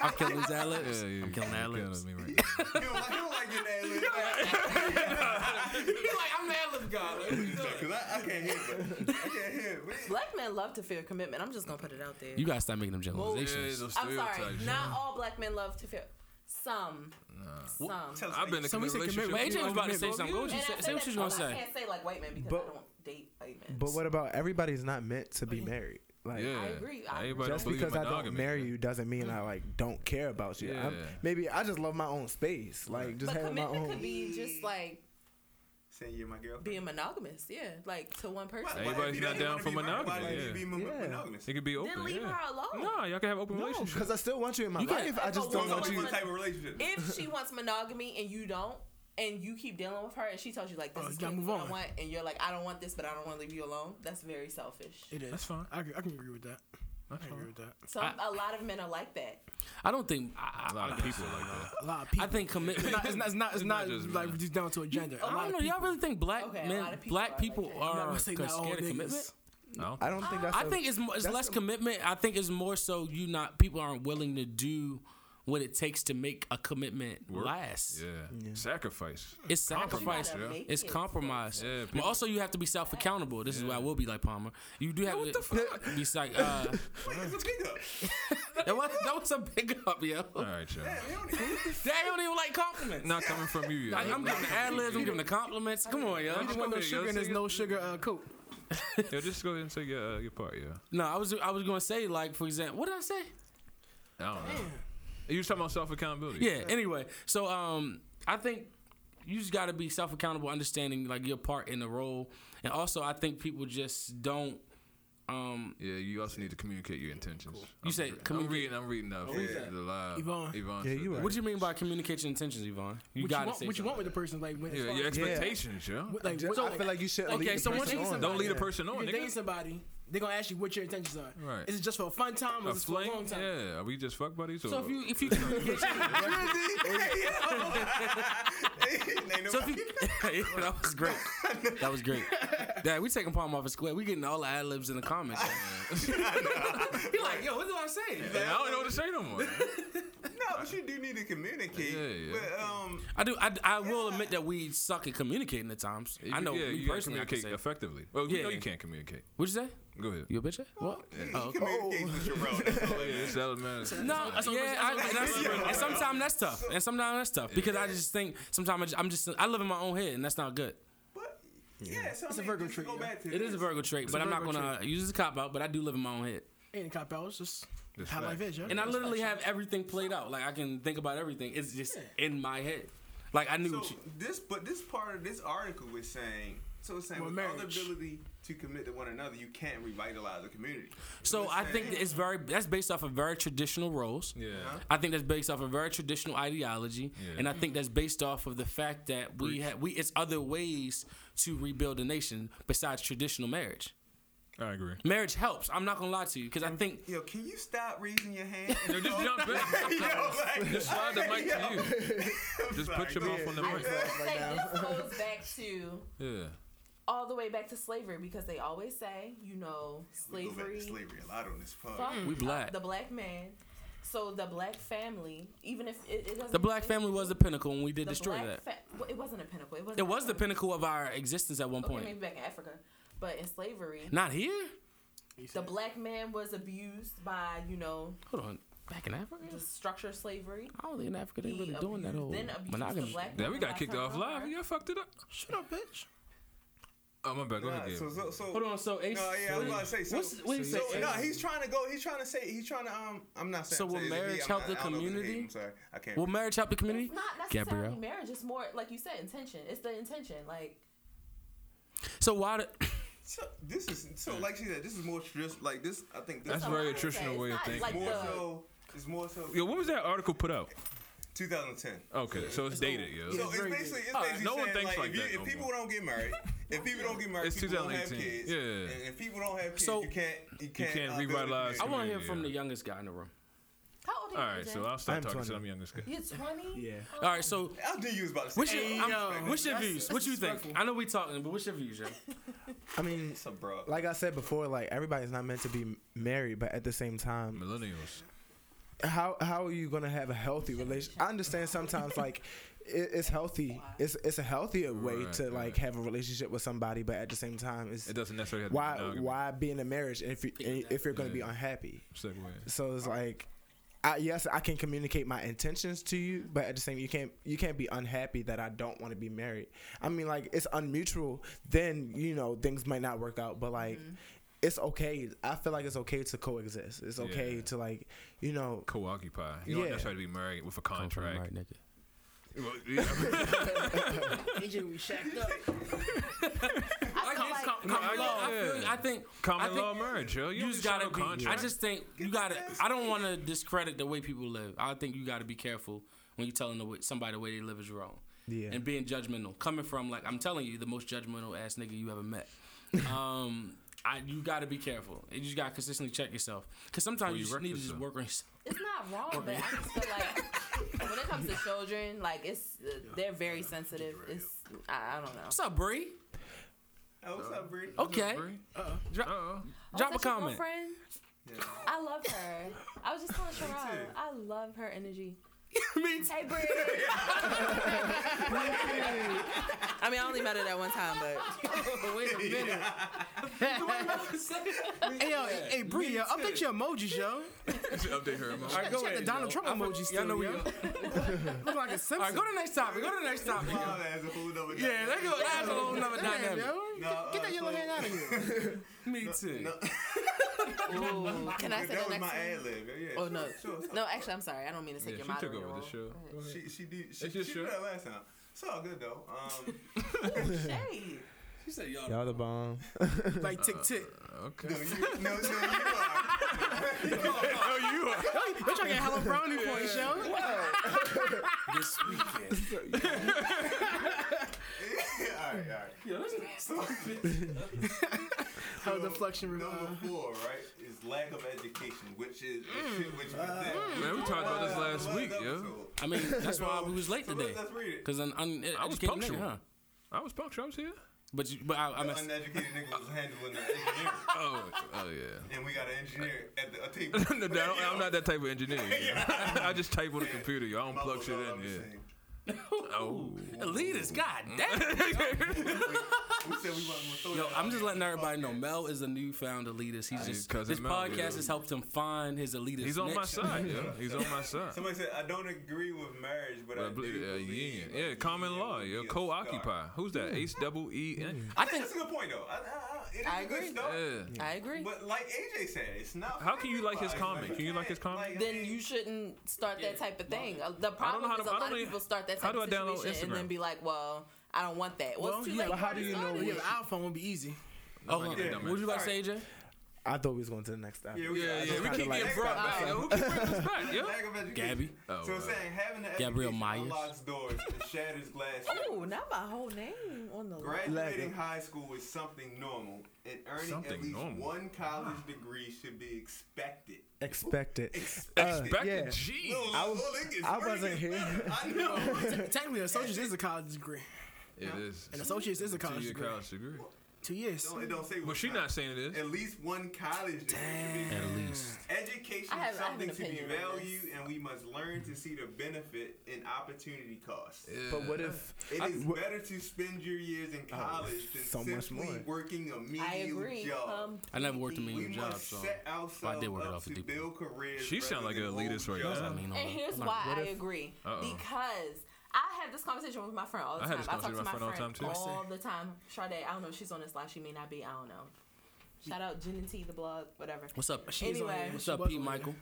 [SPEAKER 3] I'm killing these ad libs.
[SPEAKER 4] Yeah, yeah,
[SPEAKER 3] I'm killing
[SPEAKER 4] you're
[SPEAKER 3] ad
[SPEAKER 4] killing
[SPEAKER 3] libs.
[SPEAKER 4] me right now.
[SPEAKER 2] Yeah. You don't like- you don't like getting that list.
[SPEAKER 3] like, I'm the ad lib guy.
[SPEAKER 2] Because I, I can't hear, but I can't hear. We-
[SPEAKER 6] Black men love to fear commitment. I'm just gonna put it out there.
[SPEAKER 3] You gotta stop making them generalizations.
[SPEAKER 4] those
[SPEAKER 6] I'm sorry.
[SPEAKER 4] stereotypes,
[SPEAKER 6] Not
[SPEAKER 4] yeah.
[SPEAKER 6] all black men love to fear. Some. Some.
[SPEAKER 2] Tell us
[SPEAKER 4] I've been in a
[SPEAKER 7] So we
[SPEAKER 4] committed
[SPEAKER 7] said
[SPEAKER 4] relationship.
[SPEAKER 3] But AJ
[SPEAKER 7] commitment.
[SPEAKER 3] was about to say
[SPEAKER 4] Well,
[SPEAKER 3] something. Go
[SPEAKER 4] yeah.
[SPEAKER 3] with you.
[SPEAKER 6] And I
[SPEAKER 3] Say,
[SPEAKER 6] said
[SPEAKER 3] say what
[SPEAKER 6] that-
[SPEAKER 3] you was gonna
[SPEAKER 6] oh, I
[SPEAKER 3] say.
[SPEAKER 6] can't say like white men because
[SPEAKER 5] But-
[SPEAKER 6] I don't date white men.
[SPEAKER 5] But what about everybody's not meant to be married? Like
[SPEAKER 4] Yeah.
[SPEAKER 6] agree, I
[SPEAKER 4] Everybody don't
[SPEAKER 5] just
[SPEAKER 4] believe in
[SPEAKER 5] because I don't
[SPEAKER 4] monogamy,
[SPEAKER 5] marry
[SPEAKER 4] yeah.
[SPEAKER 5] you doesn't mean I like don't care about you. I'm,
[SPEAKER 4] Yeah.
[SPEAKER 5] maybe I just love my own space. Like just
[SPEAKER 6] But
[SPEAKER 5] having my
[SPEAKER 6] commitment
[SPEAKER 5] own.
[SPEAKER 6] could be just like
[SPEAKER 2] Saying you're my girl.
[SPEAKER 6] being monogamous, yeah, like to one person.
[SPEAKER 4] Everybody's not down for
[SPEAKER 2] Why
[SPEAKER 4] monogamy,
[SPEAKER 2] did you
[SPEAKER 4] yeah.
[SPEAKER 2] be mon-
[SPEAKER 5] Yeah.
[SPEAKER 2] monogamous?
[SPEAKER 4] It could be open.
[SPEAKER 6] Then leave
[SPEAKER 4] yeah.
[SPEAKER 6] her alone.
[SPEAKER 4] Nah, y'all can have open
[SPEAKER 5] no,
[SPEAKER 4] relationships.
[SPEAKER 5] because I still want you in my
[SPEAKER 3] You can't-
[SPEAKER 5] life. I
[SPEAKER 6] But
[SPEAKER 5] just don't
[SPEAKER 2] Don't
[SPEAKER 6] what
[SPEAKER 5] want
[SPEAKER 6] about
[SPEAKER 5] you.
[SPEAKER 2] what type of relationship.
[SPEAKER 6] If she wants monogamy and you don't, and you keep dealing with her, and she tells you like this
[SPEAKER 7] Oh,
[SPEAKER 6] is
[SPEAKER 7] you gotta
[SPEAKER 6] what
[SPEAKER 7] move
[SPEAKER 6] I
[SPEAKER 7] on.
[SPEAKER 6] want, and you're like I don't want this, but I don't want to leave you alone. That's very selfish.
[SPEAKER 7] It is.
[SPEAKER 4] That's fine.
[SPEAKER 7] I, agree- I can agree with that. I can agree with that.
[SPEAKER 6] So a lot of men are like that.
[SPEAKER 3] I don't think. I,
[SPEAKER 4] A
[SPEAKER 3] I,
[SPEAKER 4] lot of people like that.
[SPEAKER 7] A lot of people.
[SPEAKER 3] I think commitment.
[SPEAKER 7] It's not, it's not, it's not, it's
[SPEAKER 4] not
[SPEAKER 7] not,
[SPEAKER 4] just men.
[SPEAKER 7] like reduced down to a gender.
[SPEAKER 3] I
[SPEAKER 7] A lot
[SPEAKER 3] don't
[SPEAKER 7] of
[SPEAKER 3] know.
[SPEAKER 7] people.
[SPEAKER 3] Y'all really think black
[SPEAKER 6] Okay, a
[SPEAKER 3] men,
[SPEAKER 6] lot of people are
[SPEAKER 3] black
[SPEAKER 6] like
[SPEAKER 3] people
[SPEAKER 6] that.
[SPEAKER 7] I'm not
[SPEAKER 3] are,
[SPEAKER 7] gonna say
[SPEAKER 3] con-
[SPEAKER 7] not all
[SPEAKER 3] scared of
[SPEAKER 7] niggas.
[SPEAKER 3] commitment?
[SPEAKER 4] No.
[SPEAKER 5] I don't think that's.
[SPEAKER 3] I
[SPEAKER 5] a-
[SPEAKER 3] think it's, mo- it's
[SPEAKER 5] that's
[SPEAKER 3] less
[SPEAKER 5] a-
[SPEAKER 3] commitment. I think it's more so you not people aren't willing to do what it takes to make a commitment last.
[SPEAKER 4] Yeah. Sacrifice.
[SPEAKER 3] It's sacrifice.
[SPEAKER 6] Compromise, yeah.
[SPEAKER 3] It's
[SPEAKER 6] Make it.
[SPEAKER 3] compromise.
[SPEAKER 4] Yeah,
[SPEAKER 3] but
[SPEAKER 4] people-
[SPEAKER 3] also you have to be self accountable. This is why I will be like Palmer. You do have to be like. Uh,
[SPEAKER 2] Wait, it's a big up.
[SPEAKER 3] that, was, that was a big up, yo.
[SPEAKER 4] All right, y'all.
[SPEAKER 2] Damn, you don't even-
[SPEAKER 3] They don't even like compliments.
[SPEAKER 4] Not coming from you.
[SPEAKER 3] Like, I'm giving the ad libs. I'm giving the compliments. Come on, yo.
[SPEAKER 7] There's no sugar and there's no sugar uh, coke.
[SPEAKER 4] Yo, just go ahead and say your, uh, your part, yeah.
[SPEAKER 3] No, I was I was gonna say like for example, what did I say?
[SPEAKER 4] I don't know. You was talking about self accountability.
[SPEAKER 3] Yeah. Anyway, so um, I think you just got to be self accountable, understanding like your part in the role, and also I think people just don't. Um,
[SPEAKER 4] Yeah, you also need to communicate your intentions. You
[SPEAKER 3] say
[SPEAKER 4] I'm
[SPEAKER 3] communicate-
[SPEAKER 4] reading. I'm reading the, the live.
[SPEAKER 7] Yvonne.
[SPEAKER 4] Yvonne.
[SPEAKER 5] Yeah,
[SPEAKER 4] said
[SPEAKER 5] you
[SPEAKER 4] that.
[SPEAKER 5] right.
[SPEAKER 3] what do you mean by communication intentions, Yvonne? You
[SPEAKER 7] What you
[SPEAKER 3] gotta
[SPEAKER 7] want,
[SPEAKER 3] say
[SPEAKER 7] what you
[SPEAKER 3] something.
[SPEAKER 7] want with the person, like when
[SPEAKER 4] Yeah,
[SPEAKER 7] as far
[SPEAKER 4] your
[SPEAKER 7] as-
[SPEAKER 4] expectations, yeah.
[SPEAKER 7] what- like,
[SPEAKER 5] Just-
[SPEAKER 7] what-
[SPEAKER 5] I feel like you should.
[SPEAKER 3] Okay,
[SPEAKER 5] lead the
[SPEAKER 3] so once
[SPEAKER 5] person
[SPEAKER 3] you-
[SPEAKER 5] on.
[SPEAKER 4] Don't lead a
[SPEAKER 7] yeah.
[SPEAKER 4] person on,
[SPEAKER 7] If you're dating
[SPEAKER 4] nigga.
[SPEAKER 7] somebody, they're gonna ask you what your intentions are.
[SPEAKER 4] Right.
[SPEAKER 7] Is it just for a fun time or
[SPEAKER 4] A
[SPEAKER 7] is it for a
[SPEAKER 4] fling?
[SPEAKER 7] long time?
[SPEAKER 4] Yeah. Are we just fuck buddies? Or
[SPEAKER 3] So if you if you
[SPEAKER 2] Ain't
[SPEAKER 3] so
[SPEAKER 2] nobody-
[SPEAKER 3] if you Yeah, that was great that was great Dad we taking palm off a square we getting all the ad libs in the comments man. he like yo what do I say
[SPEAKER 4] Man, I don't know what to say no more.
[SPEAKER 2] No, but you do need to communicate.
[SPEAKER 4] Yeah, yeah.
[SPEAKER 2] But um,
[SPEAKER 3] I do. I, I will admit that we suck at communicating at times. I know.
[SPEAKER 4] Yeah,
[SPEAKER 3] me
[SPEAKER 4] you gotta
[SPEAKER 3] personally, I can
[SPEAKER 4] communicate
[SPEAKER 3] say.
[SPEAKER 4] effectively. Well, we
[SPEAKER 3] Yeah.
[SPEAKER 4] know you can't communicate.
[SPEAKER 3] What'd you say?
[SPEAKER 4] Go ahead.
[SPEAKER 3] You a bitch? at? What?
[SPEAKER 2] he
[SPEAKER 3] Oh, okay.
[SPEAKER 2] communicates with your bro. That's all it
[SPEAKER 4] Yeah, it's
[SPEAKER 2] is.
[SPEAKER 4] that man.
[SPEAKER 3] No,
[SPEAKER 7] that's what-
[SPEAKER 3] yeah,
[SPEAKER 7] that's
[SPEAKER 3] I,
[SPEAKER 7] what-
[SPEAKER 3] and,
[SPEAKER 7] that's
[SPEAKER 2] what-
[SPEAKER 3] and sometimes that's tough, and sometimes that's tough because I just think sometimes I just, I'm just I live in my own head, and that's not good.
[SPEAKER 2] But yeah, so I
[SPEAKER 7] It's a
[SPEAKER 2] mean,
[SPEAKER 7] Virgo
[SPEAKER 2] just to
[SPEAKER 7] trait,
[SPEAKER 2] Go
[SPEAKER 7] yeah.
[SPEAKER 2] back to
[SPEAKER 3] It is a
[SPEAKER 2] this.
[SPEAKER 3] Virgo trait, but
[SPEAKER 7] a
[SPEAKER 3] I'm not
[SPEAKER 7] Virgo
[SPEAKER 3] gonna use it as a cop out. But I do live in my own head,
[SPEAKER 7] Ain't a cop out. It's just
[SPEAKER 4] That's
[SPEAKER 7] how
[SPEAKER 4] fact.
[SPEAKER 7] life is, yo.
[SPEAKER 3] and I literally have everything played out. Like I can think about everything. It's just in my head. Like I knew.
[SPEAKER 2] So
[SPEAKER 3] what you,
[SPEAKER 2] this, but this part of this article was saying, so it's saying
[SPEAKER 7] Well,
[SPEAKER 2] with the
[SPEAKER 7] marriage.
[SPEAKER 2] ability to commit to one another, you can't revitalize the community.
[SPEAKER 3] so
[SPEAKER 2] It's
[SPEAKER 3] I
[SPEAKER 2] saying-
[SPEAKER 3] think that it's very. That's based off of very traditional roles.
[SPEAKER 4] Yeah.
[SPEAKER 3] I think that's based off a very traditional ideology,
[SPEAKER 4] Yeah.
[SPEAKER 3] and I think that's based off of the fact that we have we it's other ways to rebuild a nation besides traditional marriage.
[SPEAKER 4] I agree.
[SPEAKER 3] Marriage helps. I'm not gonna lie to you because I think
[SPEAKER 2] Yo, can you stop raising your hand?
[SPEAKER 4] Yo, just jump in.
[SPEAKER 2] Yo, like,
[SPEAKER 4] Just slide the mic to you.
[SPEAKER 2] I'm
[SPEAKER 4] Just
[SPEAKER 2] sorry,
[SPEAKER 4] put your
[SPEAKER 2] go
[SPEAKER 4] mouth on the mic.
[SPEAKER 6] Like, this goes back to
[SPEAKER 4] Yeah.
[SPEAKER 6] all the way back to slavery because they always say, you know,
[SPEAKER 2] We go back to
[SPEAKER 6] slavery.
[SPEAKER 2] slavery a lot on this
[SPEAKER 6] fuck
[SPEAKER 4] Mm.
[SPEAKER 2] pod.
[SPEAKER 3] Mm. We black.
[SPEAKER 6] up The black man. So the black family, even if it, it doesn't.
[SPEAKER 3] the black family was the pinnacle, and we did
[SPEAKER 6] the
[SPEAKER 3] destroy
[SPEAKER 6] black
[SPEAKER 3] that.
[SPEAKER 6] fa- well, it wasn't a pinnacle. It, wasn't
[SPEAKER 3] It was the pinnacle of our existence at one
[SPEAKER 6] Okay,
[SPEAKER 3] point.
[SPEAKER 6] maybe back in Africa, but in slavery,
[SPEAKER 3] Not here.
[SPEAKER 6] the black man was abused by you know
[SPEAKER 3] Hold on. Back in Africa.
[SPEAKER 6] the structure of slavery.
[SPEAKER 3] I don't think in Africa they
[SPEAKER 6] He
[SPEAKER 3] really doing that
[SPEAKER 6] abused-
[SPEAKER 3] whole
[SPEAKER 6] then abused the
[SPEAKER 3] monogamy.
[SPEAKER 6] black
[SPEAKER 4] Then we
[SPEAKER 6] man
[SPEAKER 4] got
[SPEAKER 6] by
[SPEAKER 4] kicked
[SPEAKER 6] her
[SPEAKER 4] off
[SPEAKER 6] lover.
[SPEAKER 4] live. You got fucked it up.
[SPEAKER 7] Shut up, bitch.
[SPEAKER 4] Oh my bad. Go ahead.
[SPEAKER 2] Nah,
[SPEAKER 4] Gabe.
[SPEAKER 2] so, so, so,
[SPEAKER 3] Hold on. So Ace.
[SPEAKER 2] No, yeah, I was about to say. So,
[SPEAKER 3] What's- what he
[SPEAKER 2] so,
[SPEAKER 3] say?
[SPEAKER 2] no, he's trying to go. He's trying to say. He's trying to. Um, I'm not saying.
[SPEAKER 3] So will
[SPEAKER 2] say it's me,
[SPEAKER 3] marriage
[SPEAKER 2] I'm
[SPEAKER 3] help
[SPEAKER 2] not-
[SPEAKER 3] the
[SPEAKER 2] I don't know if it's him,
[SPEAKER 3] community?
[SPEAKER 2] I'm sorry, I can't.
[SPEAKER 3] Will marriage help the community?
[SPEAKER 6] It's not necessarily
[SPEAKER 3] Gabrielle.
[SPEAKER 6] marriage. It's more like you said, intention. It's the intention. Like
[SPEAKER 3] So why? Do,
[SPEAKER 2] so this is so like she said. This is more just like this. I think this
[SPEAKER 4] That's
[SPEAKER 2] is
[SPEAKER 6] so
[SPEAKER 4] very
[SPEAKER 6] I would say
[SPEAKER 4] attritional
[SPEAKER 6] it's
[SPEAKER 4] way of
[SPEAKER 6] not
[SPEAKER 4] thinking.
[SPEAKER 6] Like
[SPEAKER 2] more
[SPEAKER 6] the,
[SPEAKER 2] so. It's more so.
[SPEAKER 4] Yo, when was that article put out?
[SPEAKER 2] 2010.
[SPEAKER 4] Okay, so it's dated, yo.
[SPEAKER 2] So it's
[SPEAKER 7] very
[SPEAKER 2] basically, it's
[SPEAKER 4] All right,
[SPEAKER 2] basically
[SPEAKER 4] no one
[SPEAKER 2] saying,
[SPEAKER 4] thinks
[SPEAKER 2] like,
[SPEAKER 4] like
[SPEAKER 2] if, you,
[SPEAKER 4] that
[SPEAKER 2] if
[SPEAKER 4] no
[SPEAKER 2] people
[SPEAKER 4] more.
[SPEAKER 2] don't get married, if people don't get married,
[SPEAKER 4] It's
[SPEAKER 2] people don't have
[SPEAKER 4] 2018,
[SPEAKER 2] kids.
[SPEAKER 4] yeah.
[SPEAKER 2] And if people don't have kids,
[SPEAKER 3] So-
[SPEAKER 2] you can't, you can't,
[SPEAKER 4] can't
[SPEAKER 2] uh, build a
[SPEAKER 4] revitalize-
[SPEAKER 3] I
[SPEAKER 2] community.
[SPEAKER 3] want to hear
[SPEAKER 4] Yeah.
[SPEAKER 3] from the youngest guy in the room.
[SPEAKER 6] How old are you?
[SPEAKER 4] All right, so I'll start
[SPEAKER 5] I'm
[SPEAKER 4] talking
[SPEAKER 5] 20.
[SPEAKER 4] to I'm youngest guy.
[SPEAKER 6] You're 20.
[SPEAKER 5] Yeah.
[SPEAKER 3] All right. So
[SPEAKER 2] I knew you was about to say.
[SPEAKER 3] what's your,
[SPEAKER 2] that.
[SPEAKER 3] I'm-
[SPEAKER 7] yo,
[SPEAKER 3] what's your
[SPEAKER 7] that's-
[SPEAKER 3] views?
[SPEAKER 7] that's
[SPEAKER 3] What you think?
[SPEAKER 7] disrespectful.
[SPEAKER 3] I know we talking, but what's your views, yo?
[SPEAKER 5] I mean,
[SPEAKER 2] What's up, bro?
[SPEAKER 5] like I said before, like everybody's not meant to be m- married, but at the same time,
[SPEAKER 4] Millennials.
[SPEAKER 5] how how are you gonna have a healthy relationship? I understand sometimes like it, it's healthy. It's it's a healthier way
[SPEAKER 4] Right,
[SPEAKER 5] to like
[SPEAKER 4] right.
[SPEAKER 5] have a relationship with somebody, but at the same time, it's
[SPEAKER 4] It doesn't necessarily have to
[SPEAKER 5] why
[SPEAKER 4] be monogamy.
[SPEAKER 5] why be in a marriage if you if you're gonna be unhappy?
[SPEAKER 4] Segue.
[SPEAKER 5] So it's like. I, yes, I can communicate my intentions to you, but at the same, you can't you can't be unhappy that I don't want to be married. I mean, like it's unmutual. Then you know things might not work out, but like
[SPEAKER 7] Mm-hmm.
[SPEAKER 5] it's okay. I feel like it's okay to coexist. It's okay
[SPEAKER 4] Yeah.
[SPEAKER 5] to like you know
[SPEAKER 4] Co-occupy. You don't
[SPEAKER 5] Yeah.
[SPEAKER 4] necessarily be married with a contract.
[SPEAKER 3] nigga.
[SPEAKER 4] Well, yeah,
[SPEAKER 7] AJ, we shacked up.
[SPEAKER 6] I feel Oh, like
[SPEAKER 3] Common
[SPEAKER 4] I-
[SPEAKER 3] law. I, feel,
[SPEAKER 4] yeah.
[SPEAKER 3] I think I
[SPEAKER 4] Common
[SPEAKER 3] think
[SPEAKER 4] law marriage, yo. You,
[SPEAKER 3] You
[SPEAKER 4] don't
[SPEAKER 3] just
[SPEAKER 4] sign
[SPEAKER 3] gotta
[SPEAKER 4] no
[SPEAKER 3] be.
[SPEAKER 4] contract.
[SPEAKER 3] I just think you gotta. I don't want to discredit the way people live. I think you gotta be careful when you're telling the way, somebody the way they live is wrong.
[SPEAKER 5] Yeah.
[SPEAKER 3] And being judgmental, coming from like I'm telling you, the most judgmental ass nigga you ever met. um, I you gotta be careful. You just gotta consistently check yourself, cause sometimes
[SPEAKER 4] Well,
[SPEAKER 3] you
[SPEAKER 4] you
[SPEAKER 3] just
[SPEAKER 4] work
[SPEAKER 3] need to
[SPEAKER 4] with
[SPEAKER 3] just
[SPEAKER 4] them.
[SPEAKER 3] work on yourself.
[SPEAKER 6] it's not wrong, but I just feel like when it comes to children, like it's uh, they're very sensitive. It's I, I don't know.
[SPEAKER 3] What's up, Bree?
[SPEAKER 2] Oh, what's up, Bree?
[SPEAKER 3] Okay,
[SPEAKER 4] Uh oh.
[SPEAKER 3] drop
[SPEAKER 6] Such
[SPEAKER 3] a comment.
[SPEAKER 6] girlfriend. I love her. I was just telling Sherelle, I love her energy. Me too. Hey, Brie. I mean, I only met her that one time, but
[SPEAKER 3] Wait a minute.
[SPEAKER 7] hey, yo, hey, Bree, yo, update your emojis, yo.
[SPEAKER 4] Update her. emoji.
[SPEAKER 3] All right, go
[SPEAKER 7] Check
[SPEAKER 3] ahead.
[SPEAKER 7] the Donald
[SPEAKER 3] yo.
[SPEAKER 7] Trump emoji still,
[SPEAKER 3] Y'all know we.
[SPEAKER 7] yo.
[SPEAKER 3] All
[SPEAKER 7] Look like a
[SPEAKER 3] right,
[SPEAKER 7] Simpson.
[SPEAKER 3] go to the next topic. Go to the next topic. yo.
[SPEAKER 2] Wild ass fool over there.
[SPEAKER 3] Yeah, that go. That's a whole nother
[SPEAKER 7] Damn,
[SPEAKER 3] dynamic.
[SPEAKER 7] yo.
[SPEAKER 2] No,
[SPEAKER 7] Get that
[SPEAKER 2] uh,
[SPEAKER 7] yellow
[SPEAKER 2] so-
[SPEAKER 7] hand out of here.
[SPEAKER 3] Me too.
[SPEAKER 6] Ooh, can I say
[SPEAKER 2] That
[SPEAKER 6] the next
[SPEAKER 2] was my
[SPEAKER 6] one?
[SPEAKER 2] ad lib. Yeah, yeah.
[SPEAKER 6] Oh no,
[SPEAKER 2] Sure, sure.
[SPEAKER 6] no. Actually, I'm sorry. I don't mean to take
[SPEAKER 4] Yeah,
[SPEAKER 6] your
[SPEAKER 4] she took
[SPEAKER 6] moderator
[SPEAKER 4] over the
[SPEAKER 6] role.
[SPEAKER 4] show. Go ahead.
[SPEAKER 2] She she did she,
[SPEAKER 4] It's your
[SPEAKER 2] she
[SPEAKER 4] show.
[SPEAKER 2] did that last time. It's all good though. Um,
[SPEAKER 6] Shade.
[SPEAKER 3] She said y'all.
[SPEAKER 5] Y'all the bomb.
[SPEAKER 7] Like tick tick.
[SPEAKER 4] Okay.
[SPEAKER 2] no, you, no, no, you are.
[SPEAKER 4] Oh, you are.
[SPEAKER 7] They're trying to get hello brownie points, yo.
[SPEAKER 3] this weekend.
[SPEAKER 2] all right, all right.
[SPEAKER 3] Yo, listen.
[SPEAKER 7] How deflection
[SPEAKER 2] Number
[SPEAKER 7] revive.
[SPEAKER 2] four, right, is lack of education, which is which, which is that.
[SPEAKER 4] Man, we talked about this Mm. last week, yo. Oh,
[SPEAKER 2] episode.
[SPEAKER 3] I mean, that's why we was late
[SPEAKER 2] So let's,
[SPEAKER 3] today.
[SPEAKER 2] let's read it.
[SPEAKER 3] Cause an un-
[SPEAKER 4] I was
[SPEAKER 3] educated nigga,
[SPEAKER 4] punctual.
[SPEAKER 3] huh?
[SPEAKER 4] I was punctual. I was here.
[SPEAKER 3] But you, but I, I
[SPEAKER 2] The
[SPEAKER 3] messed.
[SPEAKER 2] uneducated nigga was handling the engineering.
[SPEAKER 4] Oh, uh, Oh yeah.
[SPEAKER 2] and we got an engineer at the a table.
[SPEAKER 4] no, no, I'm not that type of engineer. yeah. I just type on the computer. Y'all don't plug shit in. Yeah.
[SPEAKER 3] Oh, elitist. God damn.
[SPEAKER 2] We said we wasn't gonna throw
[SPEAKER 3] Yo,
[SPEAKER 2] that out
[SPEAKER 3] I'm just
[SPEAKER 2] there.
[SPEAKER 3] letting everybody know
[SPEAKER 2] Fuck
[SPEAKER 3] Mel is the newfound elitist. He's just
[SPEAKER 4] cousin
[SPEAKER 3] this
[SPEAKER 4] Mel,
[SPEAKER 3] podcast
[SPEAKER 4] yeah.
[SPEAKER 3] has helped him find his elitist.
[SPEAKER 4] He's on my
[SPEAKER 3] niche.
[SPEAKER 4] side. Yeah. He's on my side.
[SPEAKER 2] it. Somebody said I don't agree with marriage, but
[SPEAKER 4] But
[SPEAKER 2] I,
[SPEAKER 4] I believe-
[SPEAKER 2] do
[SPEAKER 4] uh, union.
[SPEAKER 2] believe a
[SPEAKER 4] Yeah, common law.
[SPEAKER 2] would
[SPEAKER 4] Yeah,
[SPEAKER 2] be a
[SPEAKER 4] co-occupy.
[SPEAKER 2] start."
[SPEAKER 4] Who's that? H double E N.
[SPEAKER 3] I think
[SPEAKER 2] That's a good point though. I, I, I, it is
[SPEAKER 6] I
[SPEAKER 2] a good
[SPEAKER 6] agree.
[SPEAKER 2] start.
[SPEAKER 4] Yeah.
[SPEAKER 6] I agree.
[SPEAKER 2] But like AJ said, it's not.
[SPEAKER 4] How can you like his
[SPEAKER 2] comment?
[SPEAKER 4] comment? Can you like his comment?
[SPEAKER 6] then you shouldn't start that type of thing. Uh, The
[SPEAKER 4] I don't
[SPEAKER 6] problem
[SPEAKER 4] know how
[SPEAKER 6] is
[SPEAKER 4] to-
[SPEAKER 6] a
[SPEAKER 4] I
[SPEAKER 6] lot
[SPEAKER 4] don't
[SPEAKER 6] of
[SPEAKER 4] e-
[SPEAKER 6] people start that
[SPEAKER 4] how
[SPEAKER 6] type
[SPEAKER 4] do
[SPEAKER 6] of
[SPEAKER 4] I download
[SPEAKER 6] situation and
[SPEAKER 4] Instagram?
[SPEAKER 6] then be like, well, I don't want that. Well, it's too late.
[SPEAKER 5] but how do you know
[SPEAKER 7] Yeah,
[SPEAKER 5] Yeah.
[SPEAKER 7] the iPhone would be easy.
[SPEAKER 3] Oh, what
[SPEAKER 2] Yeah.
[SPEAKER 3] would you like to say, AJ?
[SPEAKER 5] I thought we was going to the next topic.
[SPEAKER 2] Yeah, we,
[SPEAKER 4] Yeah, yeah, we
[SPEAKER 5] kinda
[SPEAKER 4] keep
[SPEAKER 5] like-
[SPEAKER 4] getting brought back. yo. Who keep bringing us back? yo?
[SPEAKER 2] Lack of education.
[SPEAKER 3] Gabby.
[SPEAKER 4] Oh,
[SPEAKER 2] so I'm
[SPEAKER 4] uh,
[SPEAKER 2] saying having the
[SPEAKER 3] Gabrielle
[SPEAKER 2] education
[SPEAKER 3] Myers.
[SPEAKER 2] unlocks doors and shatters glass. walls.
[SPEAKER 6] Ooh, not my whole name on the list.
[SPEAKER 2] Graduating
[SPEAKER 5] Lack of-
[SPEAKER 2] high school is something normal, and earning at
[SPEAKER 4] Something
[SPEAKER 2] least
[SPEAKER 4] normal.
[SPEAKER 2] one college degree should be expected.
[SPEAKER 5] Expect it.
[SPEAKER 4] Expected.
[SPEAKER 5] yeah.
[SPEAKER 4] Jeez.
[SPEAKER 5] I was-
[SPEAKER 2] Look, it's
[SPEAKER 5] I
[SPEAKER 2] earning
[SPEAKER 5] wasn't
[SPEAKER 2] is
[SPEAKER 5] here.
[SPEAKER 2] better. I know.
[SPEAKER 7] Technically, an associate's is a college degree.
[SPEAKER 4] It is.
[SPEAKER 7] An associate's is a
[SPEAKER 4] Two
[SPEAKER 7] college
[SPEAKER 4] year
[SPEAKER 7] degree.
[SPEAKER 4] college degree.
[SPEAKER 7] Two years.
[SPEAKER 2] Don't- it don't say.
[SPEAKER 4] Well,
[SPEAKER 2] what
[SPEAKER 4] she
[SPEAKER 2] kind.
[SPEAKER 4] not saying it is.
[SPEAKER 2] At least one college degree. should be
[SPEAKER 3] At least.
[SPEAKER 2] Education
[SPEAKER 6] I have-
[SPEAKER 2] is
[SPEAKER 6] I have
[SPEAKER 2] something
[SPEAKER 6] an
[SPEAKER 2] to be
[SPEAKER 6] opinion on this.
[SPEAKER 2] valued, and we must learn to see the benefit and opportunity cost.
[SPEAKER 5] But what if
[SPEAKER 2] It
[SPEAKER 5] I-
[SPEAKER 2] is
[SPEAKER 5] wh-
[SPEAKER 2] better to spend your years in college than
[SPEAKER 5] so much
[SPEAKER 2] simply
[SPEAKER 5] more.
[SPEAKER 2] working a menial
[SPEAKER 6] I agree.
[SPEAKER 2] job.
[SPEAKER 6] Um,
[SPEAKER 3] I never worked a
[SPEAKER 2] we
[SPEAKER 3] menial job,
[SPEAKER 2] must
[SPEAKER 3] so
[SPEAKER 2] set ourselves
[SPEAKER 3] work it
[SPEAKER 2] up
[SPEAKER 3] off a
[SPEAKER 2] to
[SPEAKER 3] deep-
[SPEAKER 2] build careers.
[SPEAKER 4] She sound
[SPEAKER 2] rather
[SPEAKER 4] like
[SPEAKER 2] than
[SPEAKER 4] an elitist
[SPEAKER 2] old
[SPEAKER 4] right now.
[SPEAKER 2] jobs.
[SPEAKER 3] I mean,
[SPEAKER 6] and here's
[SPEAKER 3] I'm
[SPEAKER 6] why
[SPEAKER 3] not-
[SPEAKER 6] I agree
[SPEAKER 4] Uh-oh.
[SPEAKER 6] because I have this conversation with my friend all the
[SPEAKER 4] I
[SPEAKER 6] time.
[SPEAKER 4] had this
[SPEAKER 6] I talk to
[SPEAKER 4] conversation
[SPEAKER 6] my
[SPEAKER 4] with my
[SPEAKER 6] friend all
[SPEAKER 4] friend
[SPEAKER 6] the
[SPEAKER 4] all
[SPEAKER 6] time,
[SPEAKER 4] the time, too.
[SPEAKER 6] Sade, I don't know. if She's on this live. She may not be. I don't know. Shout out Jen and T, the blog, whatever.
[SPEAKER 3] What's up?
[SPEAKER 7] She's on
[SPEAKER 6] Anyway.
[SPEAKER 7] there.
[SPEAKER 3] What's
[SPEAKER 7] She
[SPEAKER 3] up,
[SPEAKER 7] was
[SPEAKER 3] Pete
[SPEAKER 7] on there.
[SPEAKER 3] Michael?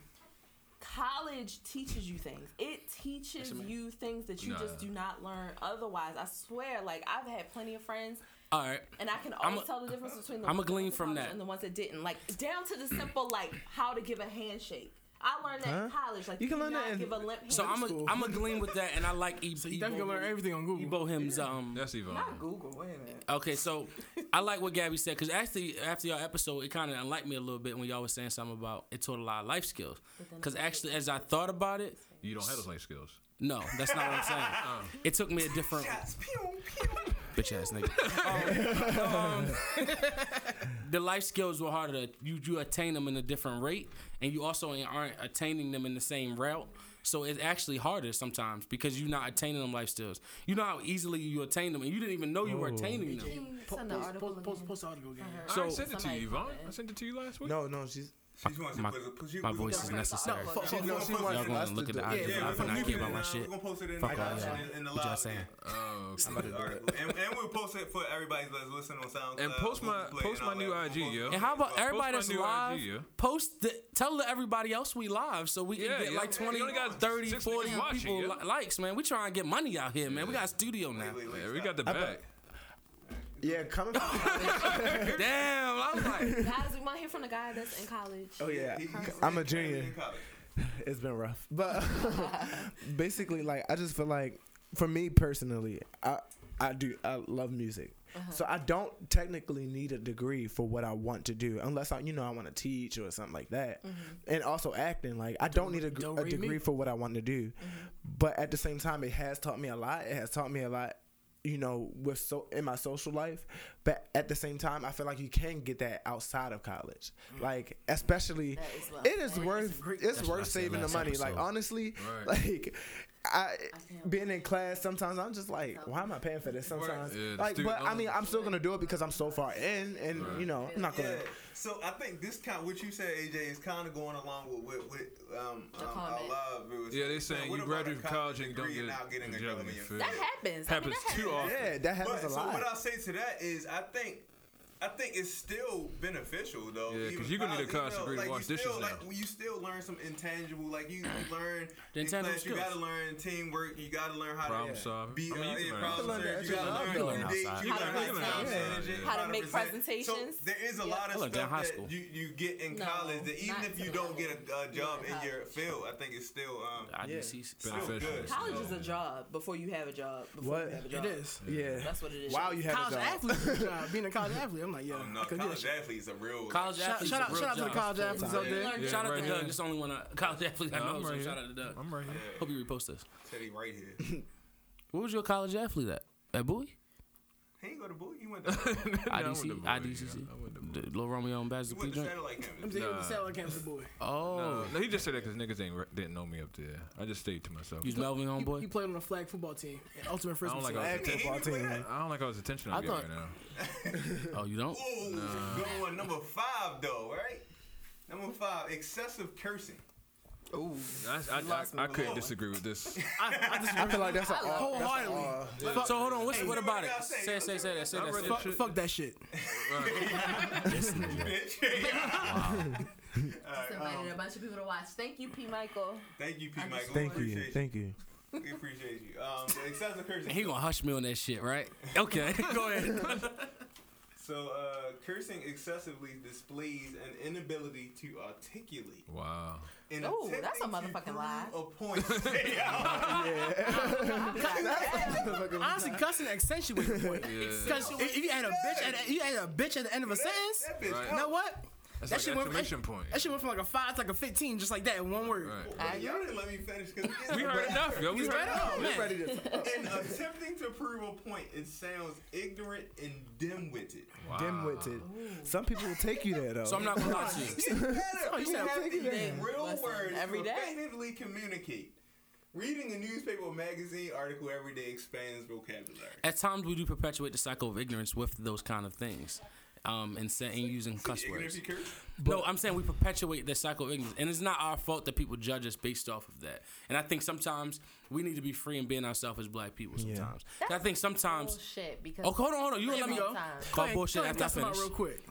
[SPEAKER 6] college teaches you things. It teaches you things that you
[SPEAKER 4] Nah.
[SPEAKER 6] just do not learn otherwise. I swear, like I've had plenty of friends,
[SPEAKER 3] All right.
[SPEAKER 6] and I can
[SPEAKER 3] I'ma-
[SPEAKER 6] always tell the difference between the
[SPEAKER 3] I'ma
[SPEAKER 6] ones that
[SPEAKER 3] glean
[SPEAKER 6] went to
[SPEAKER 3] from
[SPEAKER 6] college
[SPEAKER 3] that.
[SPEAKER 6] and the ones that didn't. Like down to the simple, like how to give a handshake. I learned that in
[SPEAKER 5] Huh?
[SPEAKER 6] college. Like you,
[SPEAKER 5] You can
[SPEAKER 6] can
[SPEAKER 5] learn that in-
[SPEAKER 6] give a limp hand.
[SPEAKER 3] So I'm a I'm a glean with that, and I like E.
[SPEAKER 7] So you definitely gonna learn everything on Google.
[SPEAKER 3] Ebo him's um
[SPEAKER 4] That's Yvonne.
[SPEAKER 6] not Google. Wait a minute.
[SPEAKER 3] Okay, so I like what Gabby said because actually after y'all episode, it kind of unliked me a little bit when y'all was saying something about it taught a lot of life skills. Because actually, as I thought about it,
[SPEAKER 4] You don't have those life skills.
[SPEAKER 3] no, that's not what I'm saying.
[SPEAKER 4] Uh.
[SPEAKER 3] It took me a different
[SPEAKER 2] Yes, pew, pew.
[SPEAKER 3] bitch ass nigga. Um, um, the life skills were harder. To, you you attain them in a different rate, and you also aren't attaining them in the same route. So it's actually harder sometimes because you're not attaining them life skills. You know how easily you attain them, and you didn't even know you were attaining them.
[SPEAKER 7] Po- Post, post, post, post, the article again. yeah.
[SPEAKER 4] I
[SPEAKER 3] So-
[SPEAKER 4] already sent it to
[SPEAKER 6] Somebody-
[SPEAKER 4] you, Yvonne. I sent it to you last week.
[SPEAKER 5] No, no, she's.
[SPEAKER 2] She wants to
[SPEAKER 3] My-
[SPEAKER 2] put- put- she-
[SPEAKER 3] my
[SPEAKER 2] we gonna
[SPEAKER 3] voice
[SPEAKER 2] put
[SPEAKER 3] is
[SPEAKER 2] it-
[SPEAKER 3] necessary.
[SPEAKER 5] Fuck,
[SPEAKER 2] She's
[SPEAKER 5] fuck, no,
[SPEAKER 2] gonna
[SPEAKER 5] she
[SPEAKER 2] put-
[SPEAKER 5] wants
[SPEAKER 3] Y'all
[SPEAKER 5] us
[SPEAKER 3] gonna
[SPEAKER 5] to
[SPEAKER 3] look at
[SPEAKER 5] do
[SPEAKER 3] the
[SPEAKER 5] it.
[SPEAKER 3] IG
[SPEAKER 2] Yeah,
[SPEAKER 3] live
[SPEAKER 2] we're
[SPEAKER 3] and
[SPEAKER 2] gonna
[SPEAKER 3] I
[SPEAKER 2] leave
[SPEAKER 3] keep
[SPEAKER 2] it
[SPEAKER 3] on
[SPEAKER 2] in
[SPEAKER 3] my
[SPEAKER 2] our-
[SPEAKER 3] shit.
[SPEAKER 2] We're gonna post it in
[SPEAKER 3] Fuck
[SPEAKER 2] the-
[SPEAKER 3] all
[SPEAKER 2] in
[SPEAKER 3] y'all.
[SPEAKER 2] the- in the
[SPEAKER 3] What y'all
[SPEAKER 2] live.
[SPEAKER 3] saying?
[SPEAKER 4] Oh, okay.
[SPEAKER 2] And, and we'll post it for everybody that's listening on SoundCloud.
[SPEAKER 4] And post my-
[SPEAKER 2] Google Play,
[SPEAKER 4] post
[SPEAKER 2] and all
[SPEAKER 4] my new
[SPEAKER 2] that.
[SPEAKER 4] IG, yo.
[SPEAKER 3] And how about everybody
[SPEAKER 4] my
[SPEAKER 3] that's
[SPEAKER 4] new
[SPEAKER 3] live?
[SPEAKER 4] IG, yeah.
[SPEAKER 3] Post the, tell the everybody else we live so we can
[SPEAKER 4] Yeah,
[SPEAKER 3] get
[SPEAKER 4] yeah.
[SPEAKER 3] like 20,
[SPEAKER 4] You only got
[SPEAKER 3] 30,
[SPEAKER 4] six
[SPEAKER 3] 40
[SPEAKER 4] niggas watching,
[SPEAKER 3] people
[SPEAKER 4] yeah.
[SPEAKER 3] li- likes, man. We trying to get money out here, man. We got a studio now.
[SPEAKER 2] Wait, wait,
[SPEAKER 4] Yeah,
[SPEAKER 2] wait,
[SPEAKER 4] we
[SPEAKER 2] stop.
[SPEAKER 4] got the back.
[SPEAKER 5] Yeah, coming. From,
[SPEAKER 3] Damn, I was like,
[SPEAKER 6] Guys, we want to hear from the guy that's in college.
[SPEAKER 5] oh yeah,
[SPEAKER 2] He- he's-
[SPEAKER 5] I'm
[SPEAKER 2] he's currently
[SPEAKER 5] a
[SPEAKER 2] in
[SPEAKER 5] junior.
[SPEAKER 2] college.
[SPEAKER 5] It's been rough, but basically, like I just feel like, for me personally, I I do I love music,
[SPEAKER 6] Uh-huh.
[SPEAKER 5] so I don't technically need a degree for what I want to do, unless I you know I want to teach or something like that,
[SPEAKER 6] Mm-hmm.
[SPEAKER 5] and also acting. Like I don't need a, gr-
[SPEAKER 7] don't
[SPEAKER 5] a
[SPEAKER 7] read me.
[SPEAKER 5] degree for what I want to do,
[SPEAKER 6] Mm-hmm.
[SPEAKER 5] but at the same time, it has taught me a lot. It has taught me a lot. You know, with so in my social life, but at the same time, I feel like you can get that outside of college. Like, especially,
[SPEAKER 6] Mm. That is what
[SPEAKER 5] it
[SPEAKER 6] I'm
[SPEAKER 5] is
[SPEAKER 6] saying.
[SPEAKER 5] worth it's
[SPEAKER 3] That's what I
[SPEAKER 5] worth
[SPEAKER 3] said
[SPEAKER 5] saving the
[SPEAKER 3] last
[SPEAKER 5] money. Like
[SPEAKER 3] episode.
[SPEAKER 5] honestly,
[SPEAKER 4] Right.
[SPEAKER 5] like I
[SPEAKER 6] can't
[SPEAKER 5] being in class sometimes I'm just like, why am I paying for this sometimes?
[SPEAKER 4] Yeah, the
[SPEAKER 5] like,
[SPEAKER 4] student
[SPEAKER 5] but I mean,
[SPEAKER 4] loans.
[SPEAKER 5] I'm still gonna do it because I'm so far in, and you know, I'm not gonna.
[SPEAKER 2] Yeah. So I think this kind, what you said, AJ, is kind of going along with with, with um, um our
[SPEAKER 6] comment.
[SPEAKER 2] live viewers.
[SPEAKER 4] Yeah, they saying
[SPEAKER 2] What
[SPEAKER 4] you
[SPEAKER 2] about a
[SPEAKER 4] graduate from college and don't
[SPEAKER 2] degree
[SPEAKER 4] get
[SPEAKER 2] not getting
[SPEAKER 4] a
[SPEAKER 2] a
[SPEAKER 4] job in
[SPEAKER 2] job in
[SPEAKER 4] your
[SPEAKER 2] your
[SPEAKER 4] field.
[SPEAKER 6] That happens. I mean,
[SPEAKER 4] Happens
[SPEAKER 6] that
[SPEAKER 4] too
[SPEAKER 6] happens.
[SPEAKER 4] often.
[SPEAKER 5] Yeah, that happens
[SPEAKER 2] But
[SPEAKER 5] a
[SPEAKER 2] so
[SPEAKER 5] lot.
[SPEAKER 2] what I say to that is, I think. I think it's still beneficial though.
[SPEAKER 4] Yeah, 'cause
[SPEAKER 2] even
[SPEAKER 4] you're gonna need a college
[SPEAKER 2] college, you know,
[SPEAKER 4] degree to
[SPEAKER 2] like, you
[SPEAKER 4] wash dishes
[SPEAKER 2] still,
[SPEAKER 4] now.
[SPEAKER 2] Like, you still learn some intangible, like you, you learn
[SPEAKER 3] The
[SPEAKER 2] in
[SPEAKER 3] intangible
[SPEAKER 2] class, You
[SPEAKER 3] skills.
[SPEAKER 2] gotta learn teamwork. You gotta learn how
[SPEAKER 4] Problem
[SPEAKER 2] to
[SPEAKER 4] solving.
[SPEAKER 2] Be,
[SPEAKER 4] I mean,
[SPEAKER 2] uh,
[SPEAKER 4] you can
[SPEAKER 2] yeah,
[SPEAKER 4] learn
[SPEAKER 2] problem
[SPEAKER 4] outside.
[SPEAKER 2] solvers.
[SPEAKER 5] You
[SPEAKER 2] You gotta
[SPEAKER 5] can
[SPEAKER 2] learn
[SPEAKER 5] learn
[SPEAKER 2] how to date,
[SPEAKER 3] outside.
[SPEAKER 2] You
[SPEAKER 6] How to
[SPEAKER 2] learn how to
[SPEAKER 6] present.
[SPEAKER 2] time
[SPEAKER 6] Yeah.
[SPEAKER 2] manage it,
[SPEAKER 6] How to make
[SPEAKER 2] present.
[SPEAKER 6] presentations.
[SPEAKER 2] So there is a
[SPEAKER 6] Yeah.
[SPEAKER 2] lot
[SPEAKER 3] I
[SPEAKER 2] of
[SPEAKER 3] learned that in
[SPEAKER 2] stuff
[SPEAKER 3] high
[SPEAKER 2] that
[SPEAKER 3] school.
[SPEAKER 2] you you get in
[SPEAKER 6] No,
[SPEAKER 2] college that even
[SPEAKER 6] not
[SPEAKER 2] if you
[SPEAKER 6] to that
[SPEAKER 2] don't get
[SPEAKER 6] level.
[SPEAKER 2] a, a job
[SPEAKER 6] Not in
[SPEAKER 2] in your
[SPEAKER 6] college.
[SPEAKER 2] field, I think it's still um,
[SPEAKER 3] I
[SPEAKER 5] Yeah.
[SPEAKER 3] just see-
[SPEAKER 2] still
[SPEAKER 4] Beneficial.
[SPEAKER 2] good.
[SPEAKER 6] College is a job before you have a job. Before
[SPEAKER 5] What?
[SPEAKER 6] You have a job.
[SPEAKER 7] It is.
[SPEAKER 5] yeah.
[SPEAKER 6] That's what it is.
[SPEAKER 5] Wow, you have
[SPEAKER 7] College
[SPEAKER 5] a job.
[SPEAKER 7] athlete. uh, Being a college athlete, I'm like, yeah,
[SPEAKER 2] Oh, no,
[SPEAKER 7] I could do that
[SPEAKER 2] college
[SPEAKER 7] shit.
[SPEAKER 2] athletes are real.
[SPEAKER 3] College
[SPEAKER 7] Shout,
[SPEAKER 3] athletes
[SPEAKER 7] shout
[SPEAKER 3] are
[SPEAKER 7] out,
[SPEAKER 3] real
[SPEAKER 7] shout out to the
[SPEAKER 3] jobs.
[SPEAKER 7] college athletes out
[SPEAKER 6] You
[SPEAKER 7] there.
[SPEAKER 6] learn
[SPEAKER 4] Yeah,
[SPEAKER 3] Shout out
[SPEAKER 4] right
[SPEAKER 3] to
[SPEAKER 4] here.
[SPEAKER 3] Doug. This the only one I, college athlete I
[SPEAKER 4] No,
[SPEAKER 3] know.
[SPEAKER 4] I'm
[SPEAKER 3] so
[SPEAKER 4] right here.
[SPEAKER 3] shout out to Doug.
[SPEAKER 4] I'm right here.
[SPEAKER 3] Hope you repost this.
[SPEAKER 2] Teddy right here.
[SPEAKER 3] What was your college athlete at? At Bowie?
[SPEAKER 2] He ain't go to boot. He went to,
[SPEAKER 3] IDC,
[SPEAKER 4] wouldn't have voted,
[SPEAKER 3] IDCC,
[SPEAKER 4] yeah, I wouldn't
[SPEAKER 3] The Lil Romeo and Baz
[SPEAKER 2] he
[SPEAKER 3] the
[SPEAKER 2] went to
[SPEAKER 3] P joint.
[SPEAKER 2] satellite
[SPEAKER 7] I'm
[SPEAKER 2] campus.
[SPEAKER 7] taking the
[SPEAKER 4] Nah.
[SPEAKER 7] satellite camp for the boy.
[SPEAKER 3] Oh,
[SPEAKER 4] No, he just said that because niggas ain't re- didn't know me up there. I just stayed to myself.
[SPEAKER 3] you Melvin
[SPEAKER 7] He, he
[SPEAKER 3] homeboy.
[SPEAKER 7] played on a flag football team. And ultimate first.
[SPEAKER 4] I don't like
[SPEAKER 7] team.
[SPEAKER 4] all
[SPEAKER 5] Black
[SPEAKER 4] this attention.
[SPEAKER 5] football team.
[SPEAKER 4] I don't like all this attention
[SPEAKER 3] I
[SPEAKER 4] I'm getting
[SPEAKER 3] thought-
[SPEAKER 4] right now.
[SPEAKER 3] Oh, you don't.
[SPEAKER 2] Oh, going number five though, right? Number five, excessive cursing.
[SPEAKER 4] I, I, I, I couldn't disagree with this.
[SPEAKER 5] I feel like that's a all. That's a
[SPEAKER 7] wholeheartedly.
[SPEAKER 5] all.
[SPEAKER 3] So hold on, what's, what
[SPEAKER 2] you know
[SPEAKER 3] about
[SPEAKER 2] what
[SPEAKER 3] it?
[SPEAKER 2] I gotta
[SPEAKER 3] Say,
[SPEAKER 2] say,
[SPEAKER 3] say, say that, say
[SPEAKER 4] I
[SPEAKER 3] that, say
[SPEAKER 4] read
[SPEAKER 3] that.
[SPEAKER 4] the shit.
[SPEAKER 7] Fuck that shit.
[SPEAKER 6] Invited a bunch of people to watch. Thank you, P. Michael.
[SPEAKER 2] Thank you, P.
[SPEAKER 6] I just-
[SPEAKER 2] Michael.
[SPEAKER 5] Thank
[SPEAKER 2] appreciate
[SPEAKER 5] you. Thank you.
[SPEAKER 2] We appreciate you. Um, the excessive cursing.
[SPEAKER 3] He gonna hush me on that shit, right? Okay, go ahead.
[SPEAKER 2] So, uh, cursing excessively displays an inability to articulate.
[SPEAKER 4] Wow.
[SPEAKER 2] in
[SPEAKER 6] Ooh,
[SPEAKER 2] attempting
[SPEAKER 6] that's a
[SPEAKER 2] to
[SPEAKER 6] motherfucking
[SPEAKER 2] prove
[SPEAKER 6] lie.
[SPEAKER 2] A point. Yeah.
[SPEAKER 7] Honestly, cussing accentuates the point. Because if you add a bitch, at, you add a bitch at the end of a sentence.
[SPEAKER 2] that bitch.
[SPEAKER 4] Right.
[SPEAKER 7] You know what?
[SPEAKER 4] That's
[SPEAKER 7] That
[SPEAKER 4] like
[SPEAKER 7] shit
[SPEAKER 4] an
[SPEAKER 7] went-
[SPEAKER 4] exclamation point.
[SPEAKER 7] That shit went from like a five to like a fifteen, just like that in one word.
[SPEAKER 4] Right.
[SPEAKER 2] Well, y'all didn't let me finish because
[SPEAKER 4] We heard enough, yo. We heard enough.
[SPEAKER 7] Oh, man.
[SPEAKER 2] in attempting to prove a point, it sounds ignorant and dim-witted.
[SPEAKER 4] Wow.
[SPEAKER 5] Dim-witted. Some people will take you there though.
[SPEAKER 3] So I'm not gonna lie to you.
[SPEAKER 2] Get better.
[SPEAKER 7] you
[SPEAKER 2] you
[SPEAKER 7] sound
[SPEAKER 2] have to
[SPEAKER 5] pretty
[SPEAKER 2] use
[SPEAKER 5] damn.
[SPEAKER 2] real
[SPEAKER 6] Listen,
[SPEAKER 2] words
[SPEAKER 6] every
[SPEAKER 2] to
[SPEAKER 6] day.
[SPEAKER 2] effectively communicate. Reading a newspaper or magazine article every day expands vocabulary.
[SPEAKER 3] At times, we do perpetuate the cycle of ignorance with those kind of things, um, and saying using cuss
[SPEAKER 2] Ignorant
[SPEAKER 3] words.
[SPEAKER 2] if you curse.
[SPEAKER 3] no, I'm saying we perpetuate the cycle of ignorance, and it's not our fault that people judge us based off of that. And I think sometimes we need to be free and being ourselves as black people. Sometimes I think sometimes.
[SPEAKER 6] Bullshit. Because
[SPEAKER 3] Oh, hold on, hold on. You gonna
[SPEAKER 6] Here
[SPEAKER 3] let me
[SPEAKER 6] we
[SPEAKER 3] go?
[SPEAKER 6] go.
[SPEAKER 3] Call
[SPEAKER 7] Hey,
[SPEAKER 3] bullshit
[SPEAKER 7] tell
[SPEAKER 3] after I
[SPEAKER 7] him
[SPEAKER 3] finish.
[SPEAKER 7] real quick.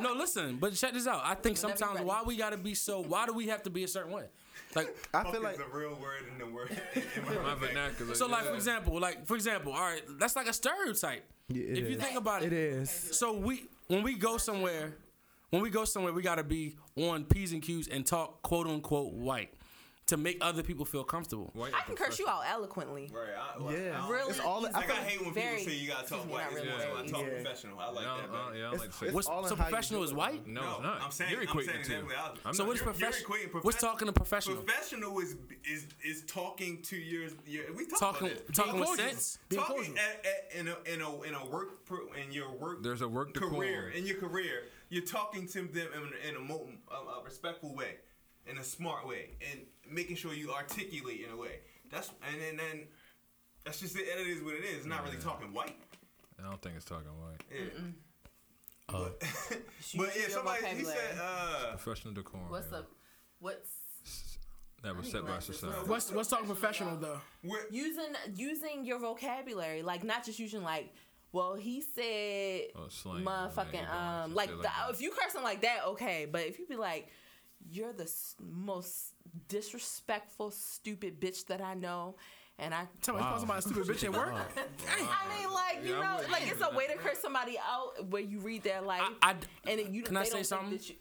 [SPEAKER 3] No, listen, but check this out. I think
[SPEAKER 6] Whenever you're
[SPEAKER 3] sometimes
[SPEAKER 6] ready.
[SPEAKER 3] why we gotta be so. Why do we have to be a certain way? Like
[SPEAKER 5] I
[SPEAKER 2] Fuck
[SPEAKER 5] feel
[SPEAKER 2] is
[SPEAKER 5] like
[SPEAKER 2] the real word in the word.
[SPEAKER 4] My vernacular.
[SPEAKER 3] So, like
[SPEAKER 4] yeah.
[SPEAKER 3] for example, like for example, all right, that's like a stereotype.
[SPEAKER 5] Yeah, it
[SPEAKER 3] if you
[SPEAKER 5] is.
[SPEAKER 3] think about it,
[SPEAKER 5] it is.
[SPEAKER 3] So we when we go somewhere, when we go somewhere, we gotta be on p's and q's and talk quote unquote white to make other people feel comfortable.
[SPEAKER 4] White
[SPEAKER 6] I can curse you out eloquently.
[SPEAKER 2] Right. I, well,
[SPEAKER 5] Yeah.
[SPEAKER 2] I don't-
[SPEAKER 6] Really?
[SPEAKER 5] It's all- I
[SPEAKER 2] Like, I,
[SPEAKER 5] feel
[SPEAKER 2] hate when
[SPEAKER 6] very-
[SPEAKER 2] people say you gotta
[SPEAKER 6] excuse
[SPEAKER 2] talk
[SPEAKER 6] me,
[SPEAKER 2] white.
[SPEAKER 6] not
[SPEAKER 2] It's
[SPEAKER 6] really
[SPEAKER 2] just when I
[SPEAKER 6] white.
[SPEAKER 2] talk
[SPEAKER 5] Yeah.
[SPEAKER 2] professional. I like
[SPEAKER 4] Yeah, I
[SPEAKER 2] that.
[SPEAKER 4] don't-
[SPEAKER 2] better.
[SPEAKER 4] yeah, I don't like to say
[SPEAKER 5] It's
[SPEAKER 3] What's
[SPEAKER 5] all in
[SPEAKER 3] so
[SPEAKER 5] how you
[SPEAKER 3] professional
[SPEAKER 5] do
[SPEAKER 3] is
[SPEAKER 5] it.
[SPEAKER 3] white?
[SPEAKER 4] No,
[SPEAKER 2] No,
[SPEAKER 4] it's not.
[SPEAKER 2] I'm saying-
[SPEAKER 4] you're
[SPEAKER 2] I'm
[SPEAKER 4] equating
[SPEAKER 2] saying
[SPEAKER 4] it to.
[SPEAKER 2] exactly the opposite.
[SPEAKER 4] I'm
[SPEAKER 3] So
[SPEAKER 4] not.
[SPEAKER 3] what's
[SPEAKER 2] You're- you're
[SPEAKER 3] professional?
[SPEAKER 2] equating
[SPEAKER 3] What's
[SPEAKER 2] profes-
[SPEAKER 3] talking to professional?
[SPEAKER 2] Professional is is is talking to your, your we talk
[SPEAKER 3] Talking-
[SPEAKER 2] about this.
[SPEAKER 3] talking with
[SPEAKER 2] Talking-
[SPEAKER 3] sense.
[SPEAKER 7] Being
[SPEAKER 2] Talking
[SPEAKER 7] cordial.
[SPEAKER 2] at, at, in a in a in a work pro, in your work.
[SPEAKER 4] There's a work decorum.
[SPEAKER 2] career in your career. You're talking to them in, in a, mo- a, a respectful way, in a smart way, and making sure you articulate in a way. That's and then then that's just it. It is what it is. It's not really talking white.
[SPEAKER 4] I don't think it's talking white.
[SPEAKER 2] Yeah. But yeah,
[SPEAKER 6] Your
[SPEAKER 2] somebody he
[SPEAKER 6] vocabulary.
[SPEAKER 2] said. Uh,
[SPEAKER 4] Professional decorum.
[SPEAKER 6] What's
[SPEAKER 4] yeah.
[SPEAKER 6] the what's
[SPEAKER 4] That was set by
[SPEAKER 6] Right.
[SPEAKER 4] society.
[SPEAKER 7] What's what's talking professional though?
[SPEAKER 2] we're,
[SPEAKER 6] using using your vocabulary like not just using like well he said
[SPEAKER 4] Oh, slang,
[SPEAKER 6] motherfucking
[SPEAKER 4] like,
[SPEAKER 6] um
[SPEAKER 4] shit
[SPEAKER 6] like,
[SPEAKER 4] like
[SPEAKER 6] the,
[SPEAKER 4] that.
[SPEAKER 6] if you cursing like that okay but if you be like you're the s- most disrespectful stupid bitch that I know and I
[SPEAKER 7] Tell me, you call somebody a stupid bitch at work.
[SPEAKER 6] I mean like you
[SPEAKER 4] Yeah, I
[SPEAKER 6] know
[SPEAKER 4] wouldn't
[SPEAKER 6] like
[SPEAKER 4] either.
[SPEAKER 6] it's a way to curse somebody out where you read their life
[SPEAKER 5] Mm-hmm.
[SPEAKER 3] I- I-
[SPEAKER 6] and it, you
[SPEAKER 3] can I
[SPEAKER 6] they
[SPEAKER 3] say
[SPEAKER 6] don't think
[SPEAKER 3] something?
[SPEAKER 6] that you,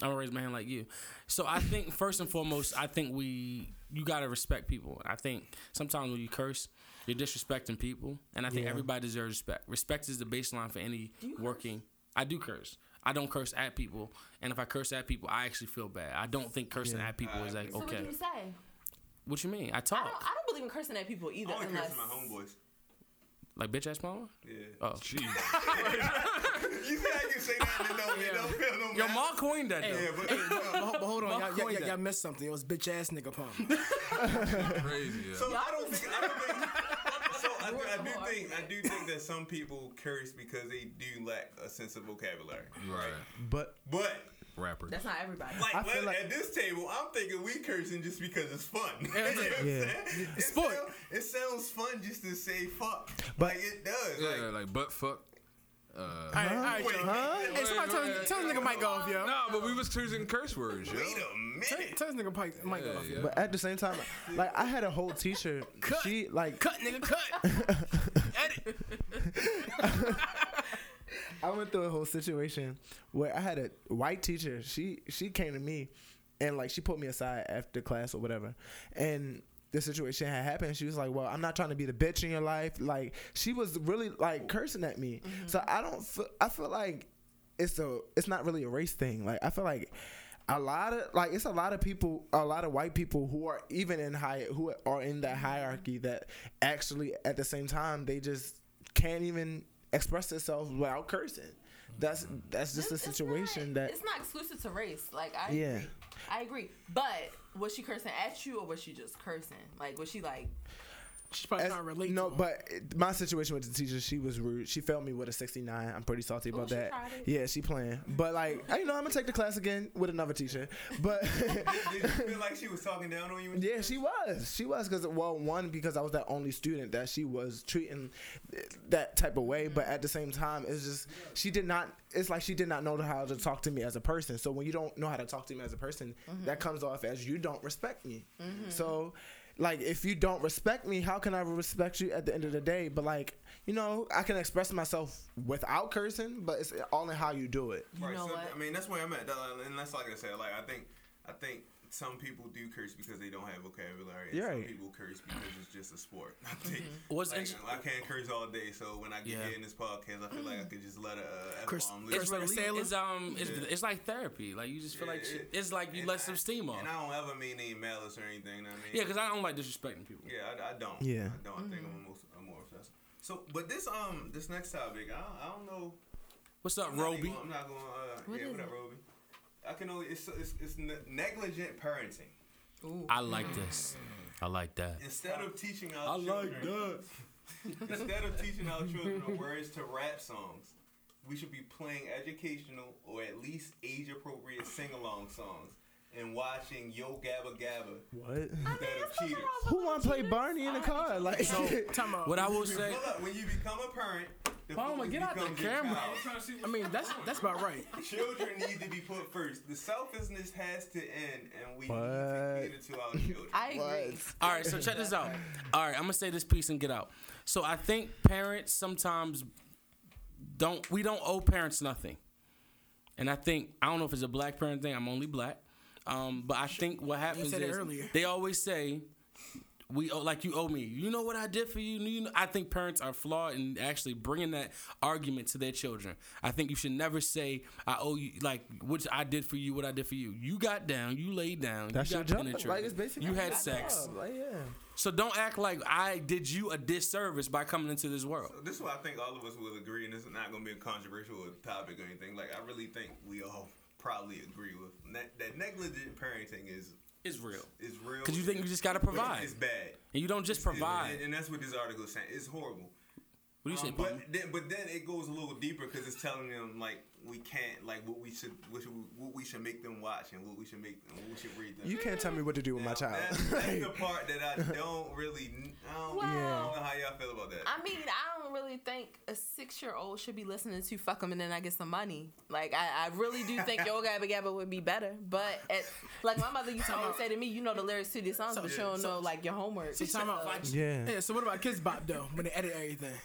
[SPEAKER 3] I'm gonna raise my hand like you. So I think first and foremost, I think we you gotta respect people. I think sometimes when you curse, you're disrespecting people, and I think everybody deserves respect. Respect is the baseline for any working. I do curse. I don't curse at people, and if I curse at people, I actually feel bad. I don't think cursing at people is like
[SPEAKER 6] so what
[SPEAKER 3] okay.
[SPEAKER 6] do you say
[SPEAKER 3] What you mean? I
[SPEAKER 6] I don't,
[SPEAKER 3] talk
[SPEAKER 6] I don't believe in cursing at people
[SPEAKER 2] I
[SPEAKER 6] either
[SPEAKER 2] only
[SPEAKER 6] unless
[SPEAKER 2] curse my homeboys.
[SPEAKER 3] like bitch ass mama.
[SPEAKER 2] Yeah.
[SPEAKER 3] Oh,
[SPEAKER 4] Jeez.
[SPEAKER 2] You see how you say that and it don't, it don't feel no
[SPEAKER 3] yo,
[SPEAKER 2] matter?
[SPEAKER 3] Ma coined that.
[SPEAKER 2] Yeah,
[SPEAKER 3] though.
[SPEAKER 2] but,
[SPEAKER 7] But, ho- Oh, but hold on, y'all, y'all,
[SPEAKER 3] coined
[SPEAKER 7] y'all,
[SPEAKER 3] that.
[SPEAKER 7] y'all missed something. It was bitch ass nigga pump.
[SPEAKER 4] Crazy. Yeah.
[SPEAKER 2] So I don't think I don't think. So I do, I do
[SPEAKER 6] Workable
[SPEAKER 2] think I do think that some people curse because they do lack a sense of vocabulary.
[SPEAKER 4] right.
[SPEAKER 5] But
[SPEAKER 2] But
[SPEAKER 4] Rapper.
[SPEAKER 6] that's not everybody
[SPEAKER 2] like,
[SPEAKER 5] I feel
[SPEAKER 2] well,
[SPEAKER 5] like-
[SPEAKER 2] at this table, I'm thinking we cursing just because it's fun. You know what I'm
[SPEAKER 5] Yeah.
[SPEAKER 2] saying? It
[SPEAKER 7] Sport.
[SPEAKER 2] sound- It sounds fun just to say fuck,
[SPEAKER 5] But-
[SPEAKER 2] like it does.
[SPEAKER 4] Yeah,
[SPEAKER 2] Like,
[SPEAKER 4] like butt fuck. Uh,
[SPEAKER 7] all right, all right,
[SPEAKER 2] wait,
[SPEAKER 7] y'all.
[SPEAKER 2] wait,
[SPEAKER 7] Hey, somebody tell, tell this nigga Mike off, yo.
[SPEAKER 4] Nah, but we was choosing curse words, yo.
[SPEAKER 2] wait a minute.
[SPEAKER 7] Tell this nigga Mike, Mike
[SPEAKER 4] Yeah,
[SPEAKER 7] off.
[SPEAKER 4] yeah.
[SPEAKER 5] but at the same time, like I had a whole T-shirt. She like
[SPEAKER 7] Cut, nigga, cut. Edit.
[SPEAKER 5] I went through a whole situation where I had a white teacher. She she came to me and like she put me aside after class or whatever. And the situation had happened. She was like, "Well, I'm not trying to be the bitch in your life." Like she was really like cursing at me. So I don't feel, I feel like it's a it's not really a race thing. Like I feel like a lot of like it's a lot of people, a lot of white people who are even in high who are in that hierarchy that actually at the same time they just can't even express themselves without cursing. That's that's just a
[SPEAKER 6] It's- it's
[SPEAKER 5] situation
[SPEAKER 6] not-
[SPEAKER 5] that
[SPEAKER 6] it's not exclusive to race. Like I
[SPEAKER 5] Yeah.
[SPEAKER 6] agree. I agree. But was she cursing at you or was she just cursing? Like was she like
[SPEAKER 7] She's probably
[SPEAKER 5] As-
[SPEAKER 7] not relating.
[SPEAKER 5] No,
[SPEAKER 7] to him.
[SPEAKER 5] but it- my situation with the teacher, she was rude. She failed me with a 69. I'm pretty salty about
[SPEAKER 6] Oh, she
[SPEAKER 5] that.
[SPEAKER 6] tried it.
[SPEAKER 5] Yeah, she playing. But like, I, you know, I'm gonna take the class again with another teacher. But
[SPEAKER 2] Did you feel like she was talking down on you? and
[SPEAKER 5] yeah, she was. She was because well, one because I was the only student that she was treating that type of way. But at the same time, it's just she did not. It's like she did not know how to talk to me as a person. So when you don't know how to talk to me as a person, that comes off as you don't respect me. So. Like if you don't respect me, how can I respect you at the end of the day? But like, you know, I can express myself without cursing, but it's all in how you do it.
[SPEAKER 6] you know
[SPEAKER 2] so,
[SPEAKER 6] what?
[SPEAKER 2] I mean, that's where I'm at. That- uh, And that's like I said. Like I think, I think some people do curse because they don't have vocabulary. And
[SPEAKER 5] You're
[SPEAKER 2] some
[SPEAKER 5] right.
[SPEAKER 2] people curse because it's just a sport.
[SPEAKER 6] Mm-hmm.
[SPEAKER 2] I think.
[SPEAKER 3] What's
[SPEAKER 2] like,
[SPEAKER 3] inter-
[SPEAKER 2] I can't curse all day, so when I get
[SPEAKER 3] Yeah.
[SPEAKER 2] here in this podcast, I feel like I
[SPEAKER 6] Mm.
[SPEAKER 2] could just let a uh,
[SPEAKER 7] Curse-
[SPEAKER 2] F-bomb
[SPEAKER 7] curse
[SPEAKER 2] loose.
[SPEAKER 3] It's,
[SPEAKER 7] like a
[SPEAKER 3] really-
[SPEAKER 7] sailor?
[SPEAKER 3] it's um, it's,
[SPEAKER 2] Yeah.
[SPEAKER 3] it's like therapy. Like you just feel like
[SPEAKER 2] Yeah,
[SPEAKER 3] shit.
[SPEAKER 2] it-
[SPEAKER 3] it's like you
[SPEAKER 2] and
[SPEAKER 3] let
[SPEAKER 2] I-
[SPEAKER 3] some steam off.
[SPEAKER 2] And I don't ever mean any malice or anything. know what I mean,
[SPEAKER 3] Yeah, because I don't like disrespecting people.
[SPEAKER 2] Yeah, I, I don't.
[SPEAKER 5] Yeah.
[SPEAKER 2] I don't. I think
[SPEAKER 6] Mm-hmm.
[SPEAKER 2] I'm most I'm more obsessed. So, but this um this next topic, I don't, I don't know.
[SPEAKER 3] What's up,
[SPEAKER 2] I'm not even
[SPEAKER 3] Roby?
[SPEAKER 2] gonna- I'm not going. Uh,
[SPEAKER 6] What
[SPEAKER 2] yeah,
[SPEAKER 6] is
[SPEAKER 2] what up,
[SPEAKER 6] it?
[SPEAKER 2] Roby? I can only it's it's, it's ne- negligent parenting.
[SPEAKER 6] ooh
[SPEAKER 3] I like this. I like that.
[SPEAKER 2] Instead of teaching our
[SPEAKER 3] I
[SPEAKER 2] children,
[SPEAKER 3] like that.
[SPEAKER 2] instead of teaching our children words to rap songs, we should be playing educational or at least age-appropriate sing-along songs and watching Yo Gabba Gabba
[SPEAKER 5] What?
[SPEAKER 2] instead of Cheaters.
[SPEAKER 5] Who wanna play Barney in the car? Like,
[SPEAKER 7] Time out.
[SPEAKER 3] What I will say,
[SPEAKER 2] Hold up, when you become a parent, the
[SPEAKER 3] Palmer,
[SPEAKER 2] focus
[SPEAKER 3] get out the
[SPEAKER 2] becomes your
[SPEAKER 3] camera.
[SPEAKER 2] child.
[SPEAKER 7] I mean, that's that's about right.
[SPEAKER 2] Children need to be put first. The selfishness has to end, and we need to
[SPEAKER 5] What?
[SPEAKER 2] cater to our children.
[SPEAKER 6] I agree.
[SPEAKER 3] all right. So check this out. All right, I'm gonna say this piece and get out. So I think parents sometimes don't. We don't owe parents nothing. And I think I don't know if it's a black parent thing. I'm only black, um, but I think what happens
[SPEAKER 7] said it
[SPEAKER 3] is
[SPEAKER 7] earlier.
[SPEAKER 3] they always say, "We owe, like you owe me." You know what I did for you. You know, I think parents are flawed in actually bringing that argument to their children. I think you should never say, "I owe you," like what I did for you, what I did for you. You got down, you laid down,
[SPEAKER 5] That's
[SPEAKER 3] you
[SPEAKER 5] your
[SPEAKER 3] got
[SPEAKER 5] job.
[SPEAKER 3] penetrated,
[SPEAKER 5] Like, it's basically
[SPEAKER 3] you had
[SPEAKER 5] your
[SPEAKER 3] sex.
[SPEAKER 5] job. Like, yeah.
[SPEAKER 3] So don't act like I did you a disservice by coming into this world.
[SPEAKER 2] This is why I think all of us will agree, and this is not going to be a controversial topic or anything. Like, I really think we all probably agree with ne- that negligent parenting is
[SPEAKER 3] It's real.
[SPEAKER 2] is real.
[SPEAKER 3] Because you think you just gotta
[SPEAKER 2] But it's-
[SPEAKER 3] provide,
[SPEAKER 2] It's bad.
[SPEAKER 3] and you don't just provide.
[SPEAKER 2] And, and that's what this article is saying. It's horrible.
[SPEAKER 3] What do you say,
[SPEAKER 2] Um,
[SPEAKER 3] Palmer?
[SPEAKER 2] but then, but then it goes a little deeper because it's telling them like we can't like what we should what, should, what we should make them watch and what we should make them, what we should read them.
[SPEAKER 5] You can't tell me what to do with my
[SPEAKER 2] Now,
[SPEAKER 5] child.
[SPEAKER 2] That's, that's the part that I don't really. I don't, I don't
[SPEAKER 6] Well-
[SPEAKER 2] know how y'all feel about that.
[SPEAKER 6] I mean, I don't really think a six year old should be listening to fuck them and then I get some money. Like, I, I really do think Yo Gabba Gabba would be better. But, at, like, my mother used to always say to me, you know the lyrics to these songs, but you don't know, like, your homework.
[SPEAKER 7] So time out.
[SPEAKER 5] Yeah.
[SPEAKER 7] Yeah. So what about Kids Bop though? When they edit everything,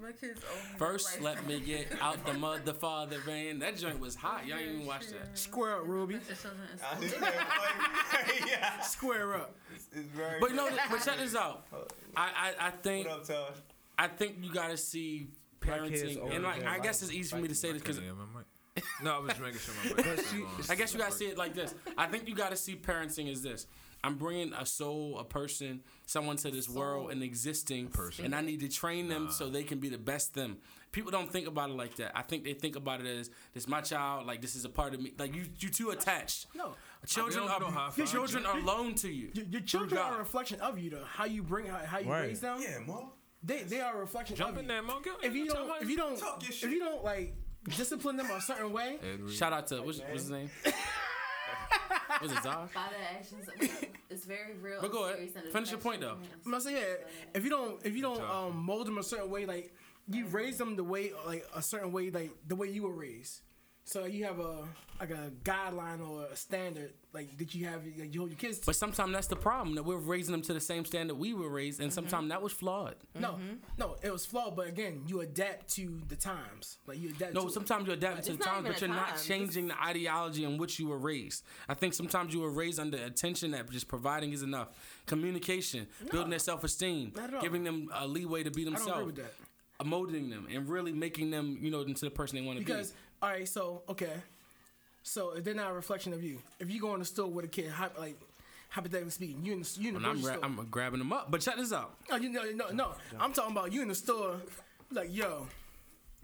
[SPEAKER 8] My kids owe me.
[SPEAKER 3] First,
[SPEAKER 8] like,
[SPEAKER 3] let me get out the mother, father, rain. That joint was hot. Y'all ain't even watched that.
[SPEAKER 7] square up, Ruby.
[SPEAKER 8] It doesn't.
[SPEAKER 2] yeah,
[SPEAKER 7] Square up.
[SPEAKER 2] it's, it's very.
[SPEAKER 3] But no, but check this out. I, I, I think
[SPEAKER 2] What up, Tosh?
[SPEAKER 3] I think you gotta see
[SPEAKER 5] kids
[SPEAKER 3] parenting,
[SPEAKER 5] older
[SPEAKER 3] and like
[SPEAKER 5] than
[SPEAKER 3] I
[SPEAKER 5] like-
[SPEAKER 3] guess it's easy for me to say this because
[SPEAKER 4] Yeah, my mic. No, I was just making sure my mic. was on.
[SPEAKER 3] I guess you gotta see it like this. I think you gotta see parenting as this. I'm bringing a soul, a person, someone to this world and existing, person. and I need to train them so they can be the best them. People don't think about it like that. I think they think about it as this my child, like this is a part of me. Like you, you too attached.
[SPEAKER 7] No.
[SPEAKER 3] children
[SPEAKER 4] They don't know how
[SPEAKER 3] are
[SPEAKER 4] to find
[SPEAKER 3] children
[SPEAKER 4] you.
[SPEAKER 3] are loan to you.
[SPEAKER 7] Your, your
[SPEAKER 3] through
[SPEAKER 7] children
[SPEAKER 3] God.
[SPEAKER 7] are a reflection of you though. How you bring, how, how you
[SPEAKER 5] Right.
[SPEAKER 7] raise them.
[SPEAKER 2] Yeah, Mo.
[SPEAKER 7] They they are a reflection
[SPEAKER 4] Jump
[SPEAKER 7] of
[SPEAKER 4] in
[SPEAKER 7] you.
[SPEAKER 4] there, monkey.
[SPEAKER 7] If you don't, if you don't,
[SPEAKER 2] Talk your
[SPEAKER 7] if
[SPEAKER 2] shit.
[SPEAKER 7] you don't like discipline them a certain way,
[SPEAKER 3] Shout out to what's, what's his name? was it Zara?
[SPEAKER 8] Father actions. It's very real.
[SPEAKER 3] But go
[SPEAKER 8] and
[SPEAKER 3] ahead.
[SPEAKER 8] serious and
[SPEAKER 3] Finish your point, though.
[SPEAKER 8] affectionate.
[SPEAKER 7] I'm not saying yeah. If you don't, if you don't um, mold them a certain way, like you raise them the way, like a certain way, like the way you were raised. So you have a like a guideline or a standard, like that you have, like you hold your kids to.
[SPEAKER 3] But sometimes that's the problem that we're raising them to the same standard we were raised,
[SPEAKER 7] Mm-hmm.
[SPEAKER 3] and sometimes that was flawed.
[SPEAKER 7] No,
[SPEAKER 3] Mm-hmm.
[SPEAKER 7] no, it was flawed. But again, you adapt to the times. Like you adapt.
[SPEAKER 3] No,
[SPEAKER 7] to
[SPEAKER 3] sometimes you're adapting to the
[SPEAKER 6] It's not
[SPEAKER 3] times,
[SPEAKER 6] even
[SPEAKER 3] but
[SPEAKER 6] a
[SPEAKER 3] you're not
[SPEAKER 6] time.
[SPEAKER 3] changing the ideology in which you were raised. I think sometimes you were raised under attention that just providing is enough. Communication, building their self esteem,
[SPEAKER 7] Not at all.
[SPEAKER 3] giving them a leeway to be
[SPEAKER 7] I don't
[SPEAKER 3] themselves,
[SPEAKER 7] agree with that
[SPEAKER 3] uh, molding them, and really making them, you know, into the person they want to be.
[SPEAKER 7] because all right, so okay, So if they're not a reflection of you, if you go in the store with a kid, hy- like hypothetically speaking, you in the you in the
[SPEAKER 3] And I'm,
[SPEAKER 7] grocery
[SPEAKER 3] gra-
[SPEAKER 7] store.
[SPEAKER 3] I'm grabbing them up. But check this out.
[SPEAKER 7] No, you know, no, no. I'm talking about you in the store, like yo,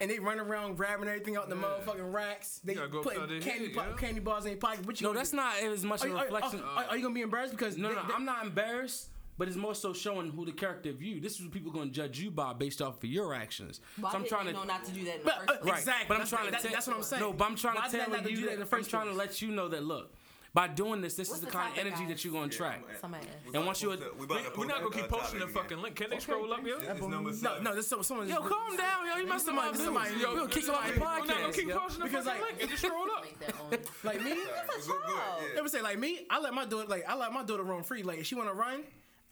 [SPEAKER 7] and they run around grabbing everything out the motherfucking racks. They
[SPEAKER 4] gotta go
[SPEAKER 7] put
[SPEAKER 4] upside their
[SPEAKER 7] candy,
[SPEAKER 4] head,
[SPEAKER 7] po-
[SPEAKER 4] yeah.
[SPEAKER 7] candy bars in their pocket. What you
[SPEAKER 3] No,
[SPEAKER 7] gonna
[SPEAKER 3] that's
[SPEAKER 7] do?
[SPEAKER 3] not as much
[SPEAKER 7] Are
[SPEAKER 3] a
[SPEAKER 7] you, are,
[SPEAKER 3] reflection.
[SPEAKER 7] are- are you gonna be embarrassed because
[SPEAKER 3] No,
[SPEAKER 7] they-
[SPEAKER 3] no,
[SPEAKER 7] they-
[SPEAKER 3] I'm not embarrassed, but it's more so showing who the character of you. This is what people going to judge you by based off of your actions.
[SPEAKER 6] Why
[SPEAKER 3] so I'm
[SPEAKER 6] didn't
[SPEAKER 3] trying
[SPEAKER 6] you
[SPEAKER 3] to
[SPEAKER 6] know not to do that in
[SPEAKER 7] But,
[SPEAKER 6] the
[SPEAKER 7] uh,
[SPEAKER 6] first place?
[SPEAKER 3] right,
[SPEAKER 7] Exactly.
[SPEAKER 3] But I'm
[SPEAKER 7] That's-
[SPEAKER 3] trying
[SPEAKER 7] that-
[SPEAKER 3] to. ta-
[SPEAKER 7] that's what I'm saying.
[SPEAKER 3] No, but I'm trying
[SPEAKER 7] Why
[SPEAKER 3] to
[SPEAKER 7] did I
[SPEAKER 3] tell
[SPEAKER 7] not
[SPEAKER 3] you.
[SPEAKER 7] do that in the
[SPEAKER 3] I'm
[SPEAKER 7] first
[SPEAKER 3] trying to
[SPEAKER 7] place?
[SPEAKER 3] let you know that look. By doing this, this
[SPEAKER 6] What's
[SPEAKER 3] is the
[SPEAKER 6] the
[SPEAKER 3] kind of
[SPEAKER 6] topic,
[SPEAKER 3] energy
[SPEAKER 6] guys?
[SPEAKER 3] that you're going to track.
[SPEAKER 6] Somebody else.
[SPEAKER 3] And once you,
[SPEAKER 2] we
[SPEAKER 4] We, we're not gonna keep posting the fucking link. Can they scroll up here?
[SPEAKER 2] It's number
[SPEAKER 7] no,
[SPEAKER 2] seven.
[SPEAKER 7] no. There's so, someone.
[SPEAKER 3] yo,
[SPEAKER 7] just-
[SPEAKER 3] calm down, yo. You must have
[SPEAKER 7] Somebody- somebody-
[SPEAKER 3] somebody. Yo, yo, kick somebody
[SPEAKER 4] We're not gonna
[SPEAKER 3] podcast.
[SPEAKER 4] keep
[SPEAKER 3] yo.
[SPEAKER 4] posting the
[SPEAKER 7] Because,
[SPEAKER 4] fucking
[SPEAKER 7] like-
[SPEAKER 4] link and just scroll up.
[SPEAKER 8] Make that own.
[SPEAKER 7] Like me,
[SPEAKER 2] Go- go ahead, yeah.
[SPEAKER 7] They would say like me, I let my daughter like I let my daughter run free. Like if she want to run,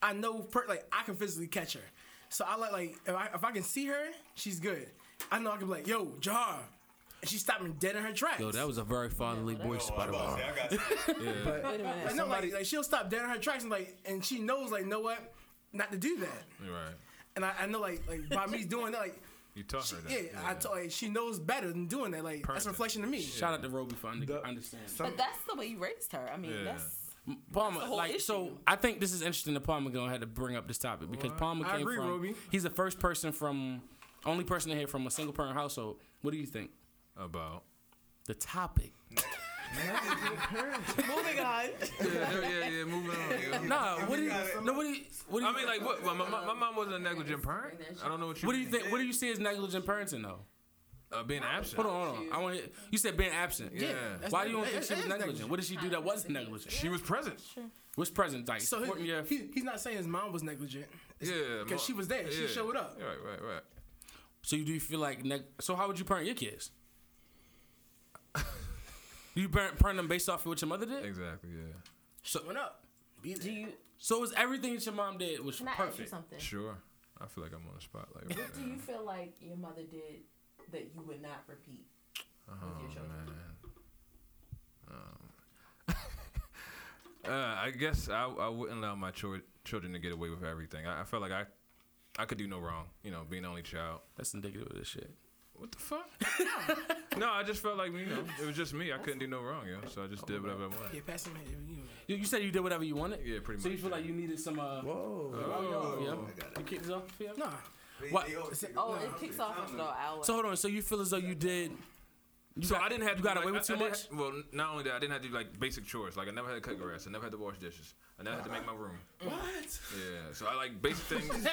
[SPEAKER 7] I know per, like I can physically catch her. So I let like if I, if I can see her, she's good. I know I can be like yo Jar, and she stopped me dead in her tracks.
[SPEAKER 3] Yo, that was a very fatherly voice, by
[SPEAKER 2] I'm
[SPEAKER 3] the
[SPEAKER 2] about to
[SPEAKER 3] way.
[SPEAKER 2] say, I got you.
[SPEAKER 6] Wait a minute.
[SPEAKER 7] I know like, like she'll stop dead in her tracks and like and she knows like know what not to do that.
[SPEAKER 4] Right.
[SPEAKER 7] And I, I know like like by me doing that like
[SPEAKER 4] You taught her that.
[SPEAKER 7] yeah, I told like she knows better than doing that. Like that's
[SPEAKER 4] Perfect.
[SPEAKER 7] a reflection of me.
[SPEAKER 3] Shout out to Roby for under-
[SPEAKER 5] The-
[SPEAKER 3] understanding.
[SPEAKER 6] But that's the way you raised her. I mean,
[SPEAKER 4] Yeah.
[SPEAKER 6] that's
[SPEAKER 3] Palmer,
[SPEAKER 6] That's the whole
[SPEAKER 3] like, so
[SPEAKER 6] issue.
[SPEAKER 3] I think this is interesting that Palmer gonna have to bring up this topic because Palmer
[SPEAKER 7] I
[SPEAKER 3] came
[SPEAKER 7] agree,
[SPEAKER 3] from.
[SPEAKER 7] Roby.
[SPEAKER 3] He's the first person from, only person to hear from a single parent household. What do you think?
[SPEAKER 4] About.
[SPEAKER 3] The topic.
[SPEAKER 6] moving on.
[SPEAKER 4] Yeah, yeah, yeah. Moving on.
[SPEAKER 3] Nah, what do you?
[SPEAKER 2] gotta-
[SPEAKER 3] No, what do you? What do you?
[SPEAKER 4] I mean, like, what? My, my, my mom wasn't a negligent parent. I don't know what you.
[SPEAKER 3] what do you
[SPEAKER 4] mean.
[SPEAKER 3] think? What do you see as negligent parenting though?
[SPEAKER 4] Uh, being absent.
[SPEAKER 3] Hold on, hold on. I want to. You said being absent.
[SPEAKER 4] Yeah.
[SPEAKER 7] that's
[SPEAKER 3] Why
[SPEAKER 7] not-
[SPEAKER 3] do you don't
[SPEAKER 7] it-
[SPEAKER 3] think
[SPEAKER 7] it-
[SPEAKER 3] she
[SPEAKER 7] it
[SPEAKER 3] was
[SPEAKER 7] is
[SPEAKER 3] negligent? What did she do that was negligent?
[SPEAKER 4] She was present.
[SPEAKER 3] What's present? Like
[SPEAKER 7] So
[SPEAKER 3] supporting
[SPEAKER 7] he,
[SPEAKER 3] your.
[SPEAKER 7] he, he's not saying his mom was negligent.
[SPEAKER 4] Yeah.
[SPEAKER 7] because she was there. She
[SPEAKER 4] yeah.
[SPEAKER 7] showed up.
[SPEAKER 4] Right, right, right.
[SPEAKER 3] So you do you feel like neg- so? How would you parent your kids? Do you parent, parent them based off of what your mother did?
[SPEAKER 4] Exactly. Yeah.
[SPEAKER 7] Showing up. Be
[SPEAKER 6] Do you?
[SPEAKER 3] So it was everything that your mom did was
[SPEAKER 6] Can I ask you
[SPEAKER 3] perfect.
[SPEAKER 6] something?
[SPEAKER 4] Sure. I feel like I'm on the spotlight. Right
[SPEAKER 6] What do you feel like your mother did that you would not repeat with your children?
[SPEAKER 4] Uh, I guess I, I wouldn't allow my chil- children to get away with everything. I, I felt like I I could do no wrong. You know, being the only child.
[SPEAKER 3] That's indicative of this shit.
[SPEAKER 4] What the fuck? no, I just felt like you know it was just me. I couldn't do no wrong, yo. So I just did whatever I wanted.
[SPEAKER 7] Yeah, pass him. You know.
[SPEAKER 3] You, you said you did whatever you wanted.
[SPEAKER 4] Yeah, pretty
[SPEAKER 3] So you
[SPEAKER 4] much,
[SPEAKER 3] feel
[SPEAKER 4] yeah.
[SPEAKER 3] like you needed some. Uh,
[SPEAKER 5] Whoa.
[SPEAKER 3] oh, yeah.
[SPEAKER 2] got
[SPEAKER 3] You kick this off. Yeah.
[SPEAKER 7] Nah,
[SPEAKER 2] They-
[SPEAKER 3] What?
[SPEAKER 2] they always-
[SPEAKER 6] Oh, it kicks off after an hour.
[SPEAKER 3] So hold on. So you feel as though you did. You
[SPEAKER 4] So
[SPEAKER 3] got,
[SPEAKER 4] I didn't have
[SPEAKER 3] you
[SPEAKER 4] to
[SPEAKER 3] got
[SPEAKER 4] like,
[SPEAKER 3] away with
[SPEAKER 4] I-
[SPEAKER 3] too
[SPEAKER 4] I didn't
[SPEAKER 3] much.
[SPEAKER 4] ha- well, n- not only that, I didn't have to do like basic chores. Like I never had to cut grass. I never had to wash dishes. I never had to make my room.
[SPEAKER 7] what?
[SPEAKER 4] Yeah. So I like basic things.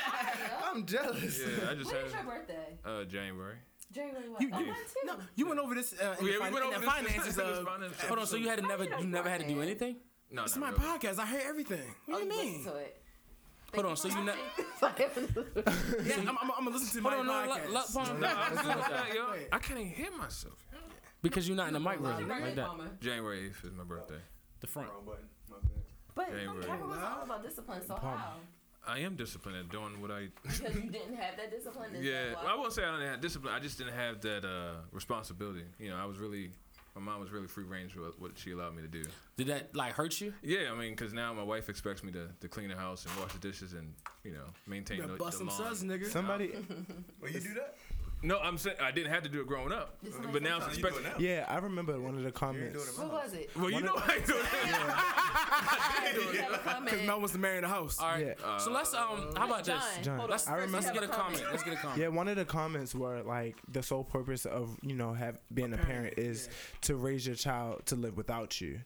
[SPEAKER 5] I'm jealous.
[SPEAKER 4] yeah. I just
[SPEAKER 8] When is your
[SPEAKER 4] had
[SPEAKER 8] birthday?
[SPEAKER 4] uh, January.
[SPEAKER 8] January what?
[SPEAKER 7] You-
[SPEAKER 8] oh,
[SPEAKER 7] you-
[SPEAKER 8] mine too.
[SPEAKER 7] No, you went over this uh, in
[SPEAKER 4] Yeah,
[SPEAKER 7] the,
[SPEAKER 4] we
[SPEAKER 7] fin-
[SPEAKER 4] went
[SPEAKER 7] in
[SPEAKER 4] over
[SPEAKER 7] the
[SPEAKER 4] this-
[SPEAKER 7] finances.
[SPEAKER 4] this
[SPEAKER 7] of,
[SPEAKER 4] finance
[SPEAKER 3] Hold on. So you had to never.
[SPEAKER 8] you
[SPEAKER 3] You
[SPEAKER 8] don't
[SPEAKER 3] never had to do
[SPEAKER 8] want
[SPEAKER 3] anything.
[SPEAKER 4] No,
[SPEAKER 7] it's
[SPEAKER 4] not
[SPEAKER 7] my
[SPEAKER 4] really.
[SPEAKER 7] podcast. I heard everything. What do you
[SPEAKER 6] Oh,
[SPEAKER 7] mean?
[SPEAKER 8] To it.
[SPEAKER 3] Hold on. So you never.
[SPEAKER 7] Yeah, I'm, I'm, I'm gonna listen to my
[SPEAKER 3] Hold on. No.
[SPEAKER 7] podcast.
[SPEAKER 3] Let, let Palmer
[SPEAKER 4] No, I'm good with that, yo.
[SPEAKER 7] Go ahead.
[SPEAKER 4] I can't even hear myself. yo.
[SPEAKER 3] because you're not in the mic room like
[SPEAKER 8] Right,
[SPEAKER 3] that.
[SPEAKER 8] mama.
[SPEAKER 4] January 8th is my birthday.
[SPEAKER 3] The front.
[SPEAKER 2] Wrong button. My bad.
[SPEAKER 8] But
[SPEAKER 4] January.
[SPEAKER 8] everyone's all about discipline, so how?
[SPEAKER 4] I am disciplined at doing what I.
[SPEAKER 8] Because you didn't have that discipline. is
[SPEAKER 4] yeah,
[SPEAKER 8] that
[SPEAKER 4] well,
[SPEAKER 8] why?
[SPEAKER 4] I won't say I didn't have discipline. I just didn't have that uh, responsibility. You know, I was really. My mom was really free range with what she allowed me to do.
[SPEAKER 3] Did that like hurt you?
[SPEAKER 4] Yeah, I mean, because now my wife expects me to, to clean the house and wash the dishes and you know maintain
[SPEAKER 7] You
[SPEAKER 4] the,
[SPEAKER 7] gotta
[SPEAKER 4] the
[SPEAKER 7] bust them suds,
[SPEAKER 4] lawn.
[SPEAKER 7] nigga.
[SPEAKER 5] Somebody.
[SPEAKER 2] Well, you do that?
[SPEAKER 4] No, I'm saying I didn't have to do it growing up, but now it's
[SPEAKER 2] You do it
[SPEAKER 4] expected.
[SPEAKER 2] now.
[SPEAKER 5] Yeah, I remember one of the comments.
[SPEAKER 8] What was it?
[SPEAKER 4] Well, you know I do it.
[SPEAKER 8] You have a comment.
[SPEAKER 7] Mel wants to marry in the house.
[SPEAKER 3] All right.
[SPEAKER 5] Yeah.
[SPEAKER 3] so let's um. How about this?
[SPEAKER 8] Uh, John,
[SPEAKER 5] John,
[SPEAKER 8] hold on.
[SPEAKER 5] I
[SPEAKER 8] First, you
[SPEAKER 5] remember-
[SPEAKER 3] Let's
[SPEAKER 8] have
[SPEAKER 3] get a comment. Let's get a comment.
[SPEAKER 5] Yeah, one of the comments were like the sole purpose of you know have being a parent is to raise your child to live without you.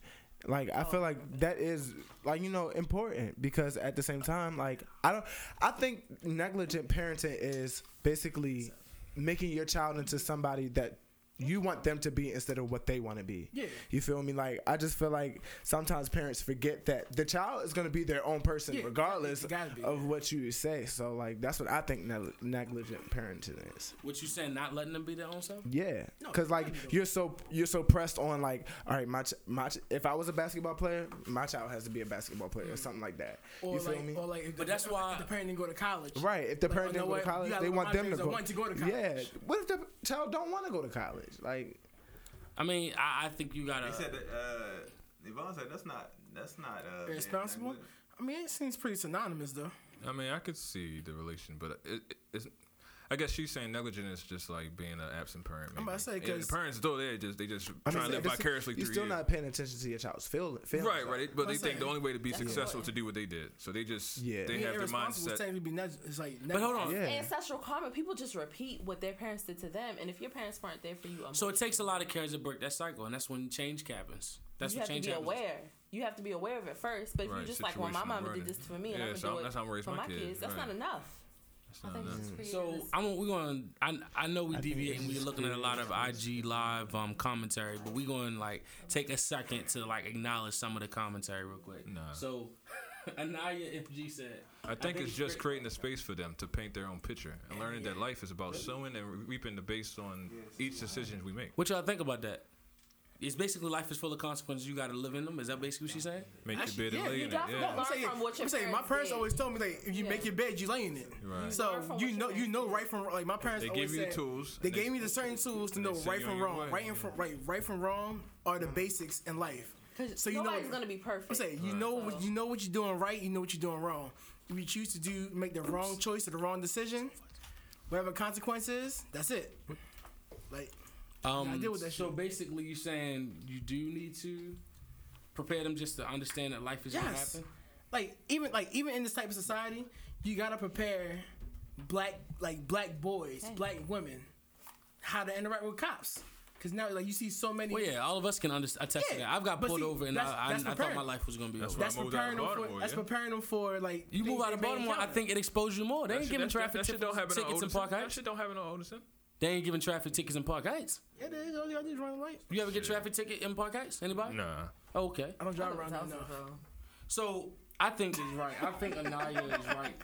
[SPEAKER 5] Like I feel like that is like you know important because at the same time like I don't I think negligent parenting is basically making your child into somebody that you want them to be instead of what they want to be.
[SPEAKER 7] Yeah.
[SPEAKER 5] You feel me? Like I just feel like sometimes parents forget that the child is going to be their own person
[SPEAKER 7] Yeah,
[SPEAKER 5] regardless
[SPEAKER 7] it gotta be.
[SPEAKER 5] of what you say. So like that's what I think neg- negligent parenting is.
[SPEAKER 3] What you saying? Not letting them be their own self.
[SPEAKER 5] Yeah,
[SPEAKER 7] No,
[SPEAKER 5] because
[SPEAKER 7] it's
[SPEAKER 5] like
[SPEAKER 7] gotta be the-
[SPEAKER 5] you're so you're so pressed on like all right, my ch- my ch- if I was a basketball player, my child has to be a basketball player or something like that.
[SPEAKER 7] Mm. Or
[SPEAKER 5] you feel
[SPEAKER 7] like,
[SPEAKER 5] me?
[SPEAKER 7] or like, if
[SPEAKER 3] But
[SPEAKER 7] the,
[SPEAKER 3] that's why-
[SPEAKER 7] if the parent didn't go to college.
[SPEAKER 5] Right, if the
[SPEAKER 7] Like,
[SPEAKER 5] parent
[SPEAKER 7] you
[SPEAKER 5] didn't go
[SPEAKER 7] know
[SPEAKER 5] to
[SPEAKER 7] what? You
[SPEAKER 5] college,
[SPEAKER 7] gotta
[SPEAKER 5] they
[SPEAKER 7] let
[SPEAKER 5] want
[SPEAKER 7] my
[SPEAKER 5] them to
[SPEAKER 7] dreams
[SPEAKER 5] go.
[SPEAKER 7] of wanting to go to
[SPEAKER 5] Yeah,
[SPEAKER 7] college.
[SPEAKER 5] what if the child don't want to go to college? Like,
[SPEAKER 3] I mean, I, I think you gotta.
[SPEAKER 2] They said that, uh, Yvonne said that's not, that's not, uh, being
[SPEAKER 7] Irresponsible.
[SPEAKER 2] negligent.
[SPEAKER 7] I mean, it seems pretty synonymous though.
[SPEAKER 4] I mean, I could see the relation, but it, it, it's. I guess she's saying negligent is just like being an absent parent.
[SPEAKER 7] I'm about to
[SPEAKER 4] maybe.
[SPEAKER 7] say,
[SPEAKER 4] Yeah,
[SPEAKER 7] 'cause-
[SPEAKER 4] the parents though they just they just
[SPEAKER 5] I mean,
[SPEAKER 4] try to live
[SPEAKER 5] it's-
[SPEAKER 4] vicariously
[SPEAKER 5] You're
[SPEAKER 4] through
[SPEAKER 5] still
[SPEAKER 4] you.
[SPEAKER 5] not paying attention to your child's feel- feelings.
[SPEAKER 4] right, right. But they
[SPEAKER 7] I'm
[SPEAKER 4] think the
[SPEAKER 7] saying-
[SPEAKER 4] only way to be
[SPEAKER 8] That's
[SPEAKER 4] successful
[SPEAKER 8] important.
[SPEAKER 4] is to do what they did. So they just
[SPEAKER 5] Yeah.
[SPEAKER 4] they
[SPEAKER 7] Being
[SPEAKER 4] have their
[SPEAKER 7] irresponsible
[SPEAKER 4] mindset.
[SPEAKER 7] technically be neg- it's like
[SPEAKER 3] But hold on.
[SPEAKER 5] Yeah.
[SPEAKER 8] Ancestral karma. People just repeat what their parents did to them, and if your parents weren't there for you,
[SPEAKER 3] So it takes a lot of courage to break that cycle, and that's when change happens. That's
[SPEAKER 8] you
[SPEAKER 3] what
[SPEAKER 8] have to
[SPEAKER 3] change
[SPEAKER 8] be
[SPEAKER 3] happens.
[SPEAKER 8] aware. You have to be aware of it first. But if
[SPEAKER 4] Right,
[SPEAKER 8] you're just like, well, my
[SPEAKER 4] situational
[SPEAKER 8] mama
[SPEAKER 4] learning.
[SPEAKER 8] did this for me, and
[SPEAKER 4] Yeah,
[SPEAKER 8] I'm gonna
[SPEAKER 4] so
[SPEAKER 8] do it
[SPEAKER 4] that's how I'm raising
[SPEAKER 8] for
[SPEAKER 4] my
[SPEAKER 8] my
[SPEAKER 4] kids,
[SPEAKER 8] kids. That's
[SPEAKER 4] right.
[SPEAKER 8] not enough.
[SPEAKER 4] It's
[SPEAKER 8] I
[SPEAKER 4] not
[SPEAKER 8] think
[SPEAKER 4] enough.
[SPEAKER 8] it's just
[SPEAKER 3] So
[SPEAKER 8] creative.
[SPEAKER 3] I'm we going. I I know we deviate and
[SPEAKER 5] it's
[SPEAKER 3] we're
[SPEAKER 5] just
[SPEAKER 3] looking at a lot of IG live um commentary, but we going like take a second to like acknowledge some of the commentary real quick.
[SPEAKER 4] Nah.
[SPEAKER 3] So Anaya FG said,
[SPEAKER 4] I think it's just
[SPEAKER 3] great.
[SPEAKER 4] creating a space for them to paint their own picture and learning that life is about sowing and reaping the based on each decision we make.
[SPEAKER 3] What y'all think about that? It's basically life is full of consequences. You got to live in them. Is that basically what she's saying?
[SPEAKER 4] Make your
[SPEAKER 7] Actually,
[SPEAKER 4] bed and
[SPEAKER 7] yeah,
[SPEAKER 4] lay
[SPEAKER 7] you
[SPEAKER 4] in it.
[SPEAKER 8] definitely
[SPEAKER 4] Yeah.
[SPEAKER 8] learn from what your
[SPEAKER 7] I'm saying my
[SPEAKER 8] parents
[SPEAKER 7] parents
[SPEAKER 8] did.
[SPEAKER 7] always told me like if you
[SPEAKER 8] Yeah.
[SPEAKER 7] make your bed, you lay in it.
[SPEAKER 4] Right.
[SPEAKER 7] So
[SPEAKER 8] learn from what
[SPEAKER 7] you
[SPEAKER 8] your
[SPEAKER 7] know you
[SPEAKER 8] parents
[SPEAKER 7] know
[SPEAKER 8] did.
[SPEAKER 7] right from like my parents.
[SPEAKER 4] They
[SPEAKER 7] always
[SPEAKER 4] give you the
[SPEAKER 7] said-
[SPEAKER 4] tools,
[SPEAKER 7] They
[SPEAKER 4] and they-
[SPEAKER 7] gave me the certain tools to
[SPEAKER 4] and they
[SPEAKER 7] know
[SPEAKER 4] send
[SPEAKER 7] right
[SPEAKER 4] you Mm-hmm. on
[SPEAKER 7] from
[SPEAKER 4] your
[SPEAKER 7] wrong.
[SPEAKER 4] way.
[SPEAKER 7] Right and from right right from wrong are the basics in life. So you know
[SPEAKER 8] nobody's gonna be perfect.
[SPEAKER 7] I'm saying you know
[SPEAKER 3] Uh-huh.
[SPEAKER 7] what you know what you're doing right. You know what you're doing wrong. If you choose to do make the wrong choice or the wrong decision, whatever consequences, that's it. Like
[SPEAKER 3] Um,
[SPEAKER 7] I deal with that
[SPEAKER 3] so
[SPEAKER 7] shit.
[SPEAKER 3] basically, you saying you do need to prepare them just to understand that life is gonna
[SPEAKER 7] Yes.
[SPEAKER 3] happen.
[SPEAKER 7] Like even like even in this type of society, you gotta prepare black like black boys, black women, how to interact with cops. Cause now like you see so many.
[SPEAKER 3] Well, yeah, all of us can understand. I tested
[SPEAKER 7] Yeah,
[SPEAKER 3] that. I've got
[SPEAKER 7] but
[SPEAKER 3] pulled
[SPEAKER 7] see,
[SPEAKER 3] over, and
[SPEAKER 7] that's-
[SPEAKER 3] I, I,
[SPEAKER 7] that's
[SPEAKER 3] I thought
[SPEAKER 7] preparing.
[SPEAKER 3] my life was gonna be over.
[SPEAKER 4] why-
[SPEAKER 7] That's
[SPEAKER 4] I moved out of
[SPEAKER 7] preparing them for.
[SPEAKER 4] Baltimore,
[SPEAKER 7] That's
[SPEAKER 4] yeah.
[SPEAKER 7] preparing them for like.
[SPEAKER 3] You move
[SPEAKER 7] things
[SPEAKER 3] out of
[SPEAKER 7] they may
[SPEAKER 3] Baltimore, I
[SPEAKER 7] encounter.
[SPEAKER 3] think it exposed you more. They
[SPEAKER 4] That
[SPEAKER 3] ain't
[SPEAKER 4] shit-
[SPEAKER 3] giving
[SPEAKER 4] that shit-
[SPEAKER 3] traffic
[SPEAKER 4] that shit don't
[SPEAKER 3] tickets,
[SPEAKER 4] happen on
[SPEAKER 3] tickets and
[SPEAKER 4] Odison.
[SPEAKER 3] park
[SPEAKER 4] That
[SPEAKER 3] heights.
[SPEAKER 4] shit don't happen on Odison.
[SPEAKER 3] They ain't giving traffic tickets in park heights.
[SPEAKER 7] Yeah, they, all you gotta do is run the light.
[SPEAKER 3] You ever get traffic ticket in park heights? Anybody?
[SPEAKER 4] Nah.
[SPEAKER 3] Okay.
[SPEAKER 7] I don't drive around there, no.
[SPEAKER 3] So I think is right. I think Anaya is right.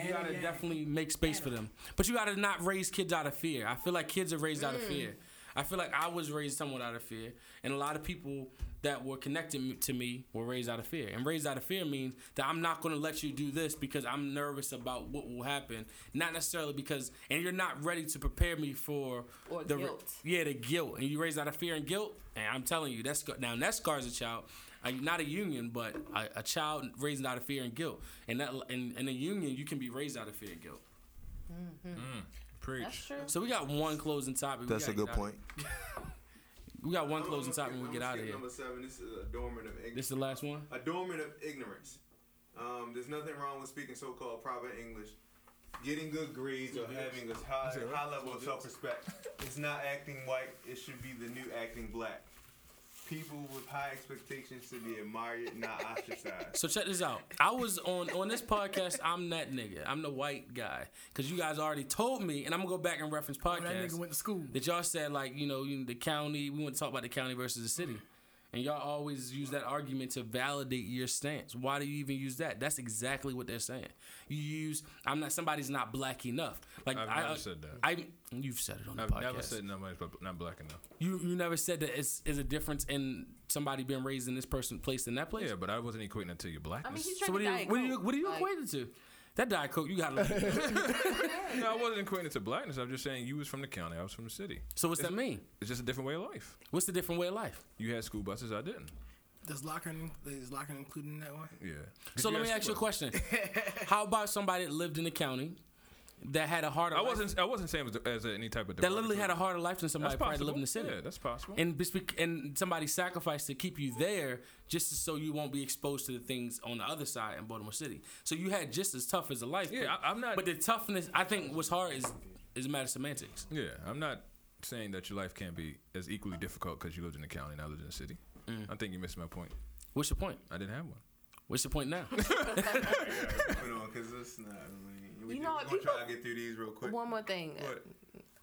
[SPEAKER 3] You gotta definitely make space for them, but you gotta not raise kids out of fear. I feel like kids are raised out of fear. I feel like I was raised somewhat out of fear, and a lot of people that were connected m- to me were raised out of fear. And raised out of fear means that I'm not gonna let you do this because I'm nervous about what will happen. Not necessarily because, and you're not ready to prepare me for
[SPEAKER 8] Or
[SPEAKER 3] the re-
[SPEAKER 8] guilt.
[SPEAKER 3] yeah, the guilt, and you raised out of fear and guilt. And I'm telling you, that's now that scars a child. Uh, not a union, but a, a child raised out of fear and guilt. And that, in, in a union, you can be raised out of fear and guilt.
[SPEAKER 8] That's
[SPEAKER 4] Preach.
[SPEAKER 8] true.
[SPEAKER 3] So we got one closing topic. We
[SPEAKER 9] That's a
[SPEAKER 3] gotta
[SPEAKER 9] good
[SPEAKER 3] get out of-
[SPEAKER 9] point.
[SPEAKER 3] we got one
[SPEAKER 2] I'm-
[SPEAKER 3] closing
[SPEAKER 2] I'm
[SPEAKER 3] topic when we
[SPEAKER 2] skip-
[SPEAKER 3] get
[SPEAKER 2] I'm
[SPEAKER 3] out of
[SPEAKER 2] skip
[SPEAKER 3] here.
[SPEAKER 2] Number seven. This is a dormant of ignorance.
[SPEAKER 3] This is the last one.
[SPEAKER 2] a dormant of ignorance. Um, there's nothing wrong with speaking so-called proper English. Getting good grades or having a high, high level of self-respect. It's not acting white. It should be the new acting black. People with high expectations should be admired, not ostracized.
[SPEAKER 3] So check this out. I was on on this podcast. I'm that nigga. I'm the white guy. Cause you guys already told me, and I'm gonna go back and reference
[SPEAKER 7] When Oh, that
[SPEAKER 3] podcasts
[SPEAKER 7] nigga went to school.
[SPEAKER 3] that y'all said like you know you, the county. We want to talk about the county versus the city, and y'all always use that argument to validate your stance. Why do you even use that? That's exactly what they're saying. You use I'm not somebody's not black enough. Like
[SPEAKER 4] I've
[SPEAKER 3] I,
[SPEAKER 4] never
[SPEAKER 3] I-
[SPEAKER 4] said that.
[SPEAKER 3] I you've said it on the
[SPEAKER 4] I've
[SPEAKER 3] podcast.
[SPEAKER 4] never said nobody's bu- not black enough.
[SPEAKER 3] You you never said that it's is a difference in somebody being raised in this person place than that place.
[SPEAKER 4] Yeah, but I wasn't equating it to your
[SPEAKER 8] I mean,
[SPEAKER 4] blackness.
[SPEAKER 8] he's
[SPEAKER 3] So
[SPEAKER 8] trying
[SPEAKER 3] what do
[SPEAKER 8] to
[SPEAKER 3] you
[SPEAKER 8] die.
[SPEAKER 3] what do you what do you equate it to? That diet coke you gotta. Look.
[SPEAKER 4] no, I wasn't equating it to blackness. I'm just saying you was from the county, I was from the city.
[SPEAKER 3] so what's that mean?
[SPEAKER 4] It's just a different way of life.
[SPEAKER 3] What's the different way of life?
[SPEAKER 4] You had school buses, I didn't.
[SPEAKER 7] Does locker is locker included in that one?
[SPEAKER 4] Yeah.
[SPEAKER 3] So let me ask you a question. How about somebody that lived in the county that had a harder
[SPEAKER 4] I
[SPEAKER 3] life-
[SPEAKER 4] wasn't. I wasn't saying it was as any type of.
[SPEAKER 3] that literally had a harder life than somebody
[SPEAKER 4] That's
[SPEAKER 3] probably that
[SPEAKER 4] possible.
[SPEAKER 3] lived in the city.
[SPEAKER 4] Yeah, that's possible.
[SPEAKER 3] and bespe- and somebody sacrificed to keep you there just so you won't be exposed to the things on the other side in Baltimore City. So you had just as tough as a life.
[SPEAKER 4] Yeah,
[SPEAKER 3] but,
[SPEAKER 4] I- I'm not-
[SPEAKER 3] But the toughness, I think, what's hard is is a matter of semantics.
[SPEAKER 4] Yeah, I'm not saying that your life can't be as equally difficult because you lived in the county and I lived in the city.
[SPEAKER 3] Mm.
[SPEAKER 4] I think you missed my point.
[SPEAKER 3] What's your point?
[SPEAKER 4] I didn't have one.
[SPEAKER 3] What's your point now?
[SPEAKER 2] Put on, cause it's not. I mean, we
[SPEAKER 8] You
[SPEAKER 2] do-
[SPEAKER 8] know
[SPEAKER 2] we're
[SPEAKER 8] what,
[SPEAKER 2] gonna try
[SPEAKER 8] people-
[SPEAKER 2] to get through these real quick.
[SPEAKER 8] One more thing. uh,
[SPEAKER 2] What?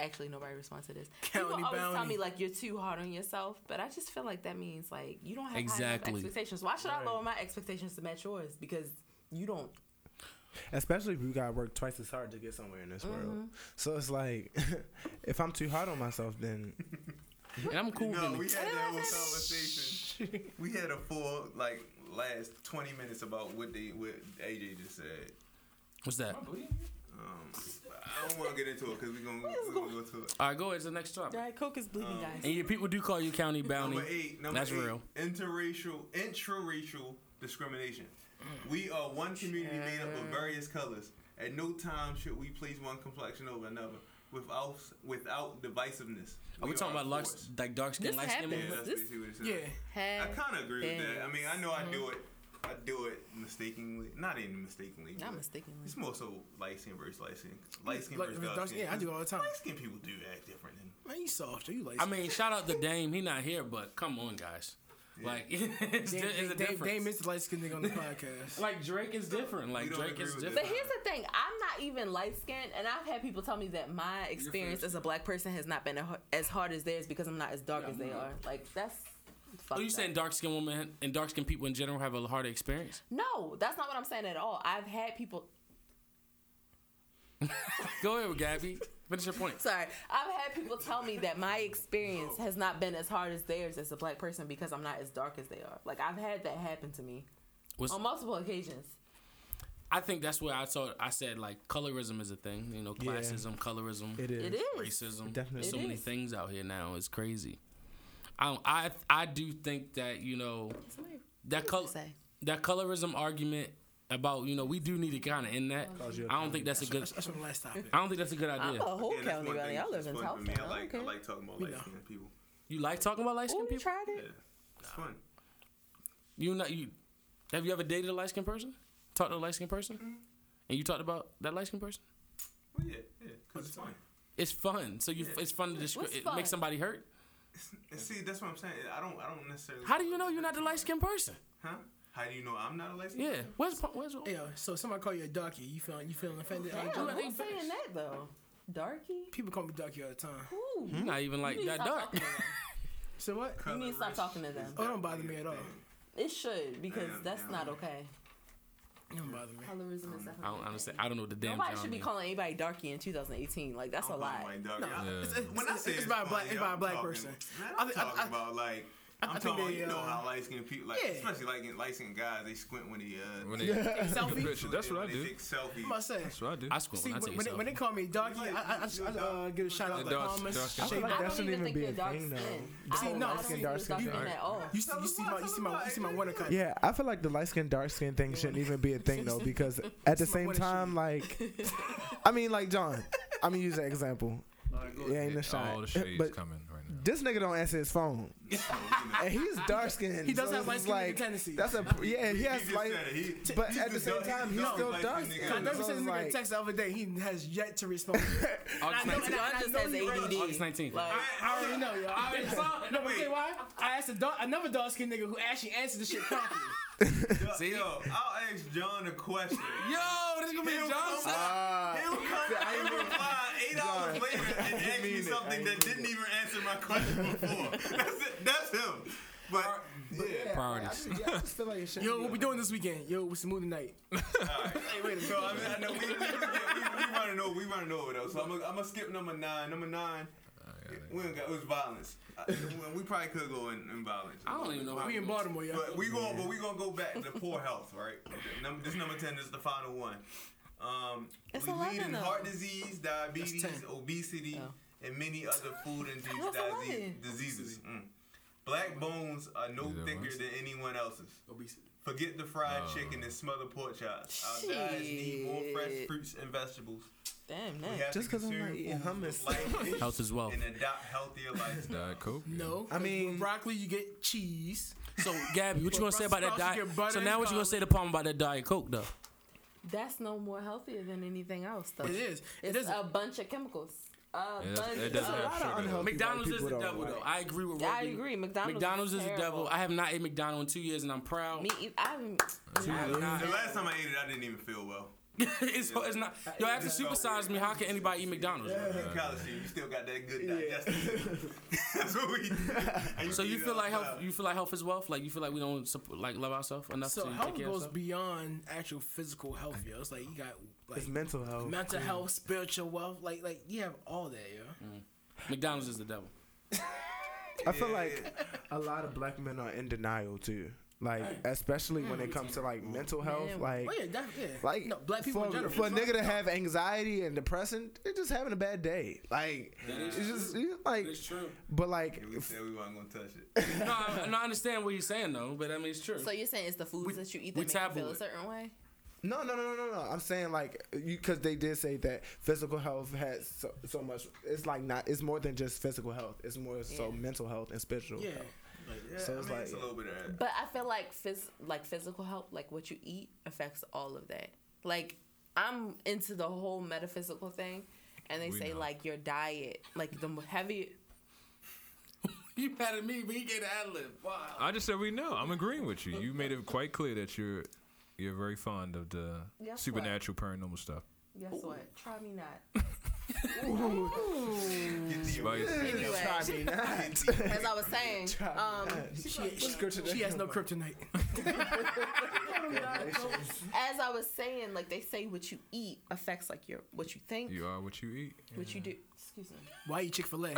[SPEAKER 8] Actually, nobody responds to this.
[SPEAKER 7] County
[SPEAKER 8] People always tell
[SPEAKER 7] bounty.
[SPEAKER 8] me like you're too hard on yourself, but I just feel like that means like you don't have
[SPEAKER 3] Exactly.
[SPEAKER 8] high enough expectations. Why should I lower my expectations to match yours? Because you don't.
[SPEAKER 5] Especially if you gotta work twice as hard to get somewhere in this
[SPEAKER 7] Mm-hmm.
[SPEAKER 5] world. So it's like, if I'm too hard on myself, then
[SPEAKER 3] and I'm cool.
[SPEAKER 2] No,
[SPEAKER 3] with
[SPEAKER 2] we
[SPEAKER 3] it.
[SPEAKER 2] had that whole conversation. We had a full like last 20 minutes about what they what AJ just said.
[SPEAKER 3] What's that?
[SPEAKER 2] Um, I don't want to get into it because we're gonna, we're gonna go to it.
[SPEAKER 3] All right, go ahead to the next topic.
[SPEAKER 6] Diet Coke is bleeding,
[SPEAKER 4] Um,
[SPEAKER 6] guys.
[SPEAKER 3] And your people do call you county bounty.
[SPEAKER 2] Number eight. Number
[SPEAKER 3] That's
[SPEAKER 2] eight,
[SPEAKER 3] real.
[SPEAKER 2] Interracial, intraracial discrimination. We are one community made up of various colors. At no time should we place one complexion over another without without divisiveness.
[SPEAKER 3] Are we talking
[SPEAKER 2] are
[SPEAKER 3] about
[SPEAKER 2] a
[SPEAKER 3] lux,
[SPEAKER 2] force.
[SPEAKER 3] like dark skin,
[SPEAKER 8] This
[SPEAKER 3] light skin?
[SPEAKER 2] Yeah,
[SPEAKER 8] happens.
[SPEAKER 2] that's
[SPEAKER 8] This-
[SPEAKER 2] basically what it says.
[SPEAKER 7] Yeah. Mm-hmm.
[SPEAKER 2] I
[SPEAKER 8] Have
[SPEAKER 2] kind of agree with that. I
[SPEAKER 8] been-
[SPEAKER 2] mean, I know I do it. I do it mistakenly, not even mistakenly.
[SPEAKER 8] Not
[SPEAKER 2] but
[SPEAKER 8] mistakenly.
[SPEAKER 2] It's more so light skin versus light skin. Light skin
[SPEAKER 7] Like,
[SPEAKER 2] versus
[SPEAKER 7] if
[SPEAKER 2] dark
[SPEAKER 7] it's
[SPEAKER 2] skin.
[SPEAKER 7] dark skin, yeah, I do it all the time.
[SPEAKER 2] Light skin people do act different. Than,
[SPEAKER 7] Man, you softer. You like.
[SPEAKER 3] I mean, shout out to Dame. He not here, but come on, guys. Like, it's,
[SPEAKER 7] Dame,
[SPEAKER 3] di- it's a
[SPEAKER 7] Dame, Dame,
[SPEAKER 3] difference.
[SPEAKER 7] Dame is the light skinned nigga on the podcast.
[SPEAKER 3] like Drake is different. Like
[SPEAKER 2] don't
[SPEAKER 3] Drake
[SPEAKER 2] agree
[SPEAKER 3] is
[SPEAKER 2] with this.
[SPEAKER 3] different.
[SPEAKER 8] But here's the thing: I'm not even light skinned, and I've had people tell me that my experience as a black person has not been a, as hard as theirs because I'm not as dark as they are. Like that's.
[SPEAKER 3] Are
[SPEAKER 2] Oh,
[SPEAKER 8] fucked
[SPEAKER 3] you
[SPEAKER 8] up.
[SPEAKER 3] saying dark skinned women and dark skinned people in general have a harder experience?
[SPEAKER 8] No, that's not what I'm saying at all. I've had people.
[SPEAKER 3] Go ahead, Gabby. Finish your point.
[SPEAKER 8] Sorry, I've had people tell me that my experience has not been as hard as theirs as a black person because I'm not as dark as they are. Like I've had that happen to me
[SPEAKER 3] Was-
[SPEAKER 8] on multiple occasions.
[SPEAKER 3] I think that's where I saw. I said like colorism is a thing. You know, classism, colorism.
[SPEAKER 5] It is.
[SPEAKER 8] It is.
[SPEAKER 3] racism.
[SPEAKER 5] Definitely.
[SPEAKER 3] There's so
[SPEAKER 8] It
[SPEAKER 3] many
[SPEAKER 8] is.
[SPEAKER 3] things out here now. It's crazy. I don't- I I do think that you know that color
[SPEAKER 8] say?
[SPEAKER 3] that colorism argument about you know we do need to kind of end that. I don't think that's a good.
[SPEAKER 7] That's from the last topic.
[SPEAKER 3] I don't think that's a good
[SPEAKER 8] I'm
[SPEAKER 3] idea.
[SPEAKER 8] a whole
[SPEAKER 2] Yeah, that's
[SPEAKER 8] county
[SPEAKER 2] one
[SPEAKER 8] brother.
[SPEAKER 2] thing
[SPEAKER 8] Y'all
[SPEAKER 2] that's
[SPEAKER 8] live in
[SPEAKER 2] fun for me.
[SPEAKER 8] Tulsa.
[SPEAKER 2] I like,
[SPEAKER 8] okay.
[SPEAKER 2] I like talking about
[SPEAKER 7] You
[SPEAKER 2] light
[SPEAKER 7] know.
[SPEAKER 2] skinned people.
[SPEAKER 3] You like talking about light
[SPEAKER 8] Ooh,
[SPEAKER 3] skinned
[SPEAKER 8] you
[SPEAKER 3] people?
[SPEAKER 8] tried
[SPEAKER 2] Yeah,
[SPEAKER 8] it.
[SPEAKER 2] it's fun.
[SPEAKER 3] You not you? Have you ever dated a light skinned person? Talked to a light skinned person?
[SPEAKER 8] Mm-hmm.
[SPEAKER 3] And you talked about that light skinned person?
[SPEAKER 2] Well, yeah, yeah, 'cause it's fun.
[SPEAKER 3] It's fun. So you it's fun to
[SPEAKER 8] What's
[SPEAKER 3] descri- it
[SPEAKER 8] fun?
[SPEAKER 3] make somebody hurt.
[SPEAKER 2] And see, that's what I'm saying. I don't, I don't necessarily.
[SPEAKER 3] How do you know you're not the light skinned person?
[SPEAKER 2] Huh? How do you know I'm not a light skinned?
[SPEAKER 3] Yeah. Where's where's
[SPEAKER 7] Yeah, so somebody call you a darkie. You feeling you feeling offended? Like,
[SPEAKER 8] Damn,
[SPEAKER 7] Jordan,
[SPEAKER 8] who's saying that though? Darky?
[SPEAKER 7] people call me darkie all the time.
[SPEAKER 8] Ooh.
[SPEAKER 2] Hmm?
[SPEAKER 3] You're not even like
[SPEAKER 8] You need to
[SPEAKER 3] that
[SPEAKER 8] stop
[SPEAKER 3] dark.
[SPEAKER 8] talking to them.
[SPEAKER 7] So what?
[SPEAKER 8] You need to stop talking to them.
[SPEAKER 7] Oh, don't bother me at all.
[SPEAKER 8] It should because
[SPEAKER 2] Damn,
[SPEAKER 8] that's
[SPEAKER 2] damn.
[SPEAKER 8] not okay.
[SPEAKER 7] It Don't bother me.
[SPEAKER 8] Colorism is definitely.
[SPEAKER 3] I don't understand. I don't know what the damn.
[SPEAKER 8] Nobody
[SPEAKER 3] genre
[SPEAKER 8] should be
[SPEAKER 3] is.
[SPEAKER 8] calling anybody darky in 2018. Like that's a
[SPEAKER 2] Oh
[SPEAKER 8] lie.
[SPEAKER 2] When I say
[SPEAKER 7] it's by a black, it's by a black person.
[SPEAKER 2] I'm
[SPEAKER 7] thi-
[SPEAKER 2] talking
[SPEAKER 7] I-
[SPEAKER 2] about like.
[SPEAKER 7] I-
[SPEAKER 2] I'm
[SPEAKER 7] I think
[SPEAKER 2] talking about,
[SPEAKER 7] they,
[SPEAKER 2] you know
[SPEAKER 7] uh,
[SPEAKER 2] how light skinned people, like
[SPEAKER 7] yeah.
[SPEAKER 2] especially like light skinned guys, they squint when they uh,
[SPEAKER 4] When they take a
[SPEAKER 7] Selfie?
[SPEAKER 4] picture, that's what I
[SPEAKER 2] when they
[SPEAKER 4] do.
[SPEAKER 2] take selfies.
[SPEAKER 7] I'm about to say.
[SPEAKER 4] That's what I do.
[SPEAKER 3] I squint
[SPEAKER 7] See,
[SPEAKER 3] when I
[SPEAKER 7] when,
[SPEAKER 3] take
[SPEAKER 7] when, they,
[SPEAKER 3] a
[SPEAKER 7] when they
[SPEAKER 3] selfie.
[SPEAKER 7] call me darkie, I, I, I, just- I uh, give a shout out
[SPEAKER 4] The
[SPEAKER 7] to
[SPEAKER 4] dark-
[SPEAKER 7] Thomas.
[SPEAKER 4] dark-
[SPEAKER 7] Shea
[SPEAKER 5] I feel like
[SPEAKER 7] Black.
[SPEAKER 5] that shouldn't even be a
[SPEAKER 8] dark
[SPEAKER 5] thing, though.
[SPEAKER 7] You see,
[SPEAKER 8] I don't,
[SPEAKER 7] no,
[SPEAKER 8] I
[SPEAKER 7] I
[SPEAKER 8] don't
[SPEAKER 7] see
[SPEAKER 8] think
[SPEAKER 5] dark
[SPEAKER 8] it's dark
[SPEAKER 5] skin.
[SPEAKER 8] skin at all.
[SPEAKER 7] You see, you see my, you see my, you see my winter cut.
[SPEAKER 5] Yeah, I feel like the light skin, dark skin thing shouldn't even be a thing though, because at the
[SPEAKER 7] my
[SPEAKER 5] same
[SPEAKER 7] what it should
[SPEAKER 5] time, like, I mean, like John, I'm gonna use an example. It ain't a shot,
[SPEAKER 4] All the shades
[SPEAKER 5] but
[SPEAKER 4] coming right now.
[SPEAKER 5] this nigga don't answer his phone, and he's dark skinned.
[SPEAKER 7] He does
[SPEAKER 5] so
[SPEAKER 7] have
[SPEAKER 5] it's just like,
[SPEAKER 7] light skin nigga tendencies.
[SPEAKER 5] That's a yeah. He has
[SPEAKER 2] just
[SPEAKER 5] light,
[SPEAKER 2] said it. He-
[SPEAKER 5] but
[SPEAKER 2] he's
[SPEAKER 5] at the
[SPEAKER 2] just
[SPEAKER 5] same
[SPEAKER 2] dark-
[SPEAKER 5] time, he's
[SPEAKER 2] he's
[SPEAKER 5] still
[SPEAKER 2] dark
[SPEAKER 5] dark
[SPEAKER 2] skin nigga.
[SPEAKER 5] skinned.
[SPEAKER 7] I
[SPEAKER 2] Cause
[SPEAKER 5] So
[SPEAKER 7] never
[SPEAKER 5] it's
[SPEAKER 7] sent this nigga a
[SPEAKER 5] like,
[SPEAKER 7] text the other day. He has yet to respond.
[SPEAKER 3] August
[SPEAKER 7] I know-
[SPEAKER 3] 19th.
[SPEAKER 7] I
[SPEAKER 8] John just
[SPEAKER 7] know
[SPEAKER 8] has
[SPEAKER 7] you realize-
[SPEAKER 3] August
[SPEAKER 8] ADD.
[SPEAKER 3] 19th.
[SPEAKER 8] Like,
[SPEAKER 7] I already know, yo. I already saw. No, but
[SPEAKER 2] Wait.
[SPEAKER 7] say why? I asked a dark, another dark skinned nigga who actually answered the shit properly.
[SPEAKER 2] See, yo, I'll ask John a question.
[SPEAKER 3] Yo, this is gonna be
[SPEAKER 2] He'll
[SPEAKER 3] a
[SPEAKER 2] come
[SPEAKER 3] Johnson.
[SPEAKER 5] ah,
[SPEAKER 2] He'll come back and reply eight hours later and ask
[SPEAKER 5] mean
[SPEAKER 2] me
[SPEAKER 5] it. I
[SPEAKER 2] something
[SPEAKER 5] ain't
[SPEAKER 2] that
[SPEAKER 5] mean
[SPEAKER 2] didn't even answer my question before. That's it. That's him. But yeah.
[SPEAKER 3] Priorities.
[SPEAKER 5] yeah, I just feel like it shouldn't
[SPEAKER 7] Yo,
[SPEAKER 5] be
[SPEAKER 7] what we doing this weekend? Yo, what's the move tonight?
[SPEAKER 2] Hey, wait a minute. So I, mean, I know we, we, we, we running over. We running over though. So I'm gonna I'm gonna skip number nine. Number nine. We don't got, it was violence. I, we probably could go in, in violence.
[SPEAKER 3] I don't even know how
[SPEAKER 7] We in
[SPEAKER 3] Baltimore.
[SPEAKER 7] Baltimore, yo.
[SPEAKER 2] But we going, but we gonna go back to poor health, right? Okay, num- this number ten is the final one. Um,
[SPEAKER 8] It's
[SPEAKER 2] we lead
[SPEAKER 8] 11
[SPEAKER 2] in
[SPEAKER 8] though.
[SPEAKER 2] heart disease, diabetes,
[SPEAKER 7] That's 10.
[SPEAKER 2] obesity,
[SPEAKER 8] Oh.
[SPEAKER 2] and many other food-induced
[SPEAKER 8] No, it's
[SPEAKER 2] dise-
[SPEAKER 8] 11.
[SPEAKER 2] diseases. Mm. Black bones are no
[SPEAKER 4] These are
[SPEAKER 2] thicker
[SPEAKER 4] ones.
[SPEAKER 2] than anyone else's. Forget the fried
[SPEAKER 5] Oh.
[SPEAKER 2] chicken and smothered pork chops. Our diets need more fresh
[SPEAKER 8] Shit. Mm.
[SPEAKER 2] fruits and vegetables.
[SPEAKER 8] damn,
[SPEAKER 2] We
[SPEAKER 8] that.
[SPEAKER 2] have
[SPEAKER 5] Just
[SPEAKER 2] to
[SPEAKER 5] 'cause I'm
[SPEAKER 2] consume
[SPEAKER 5] not eating
[SPEAKER 2] foods
[SPEAKER 5] hummus.
[SPEAKER 2] with light
[SPEAKER 3] Health is wealth.
[SPEAKER 2] and adopt healthier lifestyles.
[SPEAKER 4] Diet Coke.
[SPEAKER 7] No,
[SPEAKER 5] I mean-
[SPEAKER 7] with broccoli you get cheese.
[SPEAKER 3] So, Gabby, what you gonna say about that
[SPEAKER 7] Brussels sprouts, you
[SPEAKER 3] diet?
[SPEAKER 7] get butter
[SPEAKER 3] So
[SPEAKER 7] and
[SPEAKER 3] now, what you gonna
[SPEAKER 7] collard.
[SPEAKER 3] say to Palm about that diet Coke though?
[SPEAKER 8] That's no more healthier than anything else,
[SPEAKER 3] Oh,
[SPEAKER 8] though.
[SPEAKER 7] It is. It
[SPEAKER 8] It's
[SPEAKER 7] is.
[SPEAKER 8] a bunch of chemicals. A
[SPEAKER 4] Yeah, that's-
[SPEAKER 8] bunch.
[SPEAKER 4] it
[SPEAKER 8] It
[SPEAKER 4] doesn't
[SPEAKER 8] of,
[SPEAKER 4] have sugar. though.
[SPEAKER 5] unhealthy.
[SPEAKER 3] McDonald's
[SPEAKER 5] white
[SPEAKER 3] is the
[SPEAKER 5] people
[SPEAKER 3] devil
[SPEAKER 5] don't
[SPEAKER 3] though.
[SPEAKER 5] like.
[SPEAKER 3] I agree with.
[SPEAKER 8] Yeah, I
[SPEAKER 3] Rodney.
[SPEAKER 8] agree. McDonald's
[SPEAKER 3] McDonald's is the
[SPEAKER 8] terrible.
[SPEAKER 3] devil. I have not ate McDonald's in two years, and I'm proud.
[SPEAKER 8] Me, eith- I haven't.
[SPEAKER 3] I have not-
[SPEAKER 2] The last time I ate it, I didn't even feel well.
[SPEAKER 3] it's, it's not. Yo, after supersize me, how can anybody eat McDonald's?
[SPEAKER 2] You college student, you still got that good digestive. That's what we. and
[SPEAKER 3] So you
[SPEAKER 2] eat it
[SPEAKER 3] feel
[SPEAKER 2] all
[SPEAKER 3] like
[SPEAKER 2] the
[SPEAKER 3] health?
[SPEAKER 2] time.
[SPEAKER 3] You feel like health is wealth? Like you feel like we don't sup- like love ourselves enough
[SPEAKER 7] So
[SPEAKER 3] to
[SPEAKER 7] health
[SPEAKER 3] take care of
[SPEAKER 7] goes
[SPEAKER 3] ourselves?
[SPEAKER 7] beyond actual physical health, yo. It's like you got like
[SPEAKER 5] It's mental health.
[SPEAKER 7] mental health, spiritual wealth, like like you have all that, yo.
[SPEAKER 3] Mm. McDonald's is the devil.
[SPEAKER 5] I feel like a lot of black men are in denial too. Like especially when it comes to like mental health, like
[SPEAKER 7] Oh yeah, definitely. Yeah.
[SPEAKER 5] like
[SPEAKER 7] no, black people
[SPEAKER 5] for,
[SPEAKER 7] in general.
[SPEAKER 5] for a nigga to have anxiety and depression, they're just having a bad day. Like it's just it's like,
[SPEAKER 3] true.
[SPEAKER 5] but like
[SPEAKER 2] We
[SPEAKER 5] if-
[SPEAKER 2] said we weren't gonna touch it.
[SPEAKER 3] No, I, no, I understand what he's saying though, but I mean it's true.
[SPEAKER 8] So you're saying it's the foods
[SPEAKER 3] We-
[SPEAKER 8] that you eat
[SPEAKER 3] we
[SPEAKER 8] that make you
[SPEAKER 3] taboo
[SPEAKER 8] feel a
[SPEAKER 3] it.
[SPEAKER 8] certain way?
[SPEAKER 5] No, no, no, no, no, no. I'm saying like you because they did say that physical health has so, so much. It's like not. It's more than just physical health. It's more so mental health and spiritual.
[SPEAKER 7] Yeah.
[SPEAKER 5] health.
[SPEAKER 2] Yeah,
[SPEAKER 5] So
[SPEAKER 2] I
[SPEAKER 5] it's
[SPEAKER 2] mean,
[SPEAKER 5] like-
[SPEAKER 2] it's a little bit of that.
[SPEAKER 6] But I feel like phys- like physical health, like what you eat affects all of that. Like I'm into the whole metaphysical thing, and they
[SPEAKER 4] We
[SPEAKER 6] say
[SPEAKER 4] know.
[SPEAKER 6] like your diet, like the m- heavy.
[SPEAKER 3] You mad at me, but he gave the ad lib. Wow.
[SPEAKER 4] I just said we know. I'm agreeing with you. You made it quite clear that you're you're very fond of the
[SPEAKER 6] Guess what?
[SPEAKER 4] supernatural, paranormal stuff.
[SPEAKER 6] Guess what? Try me not.
[SPEAKER 2] Get the-
[SPEAKER 4] But
[SPEAKER 6] Anyway,
[SPEAKER 5] mean, that.
[SPEAKER 6] as I was saying, um,
[SPEAKER 7] She has no kryptonite.
[SPEAKER 6] as I was saying, like they say what you eat affects like your what you think,
[SPEAKER 4] you are what you eat.
[SPEAKER 6] what you do. Excuse me.
[SPEAKER 7] Why eat Chick Fil A?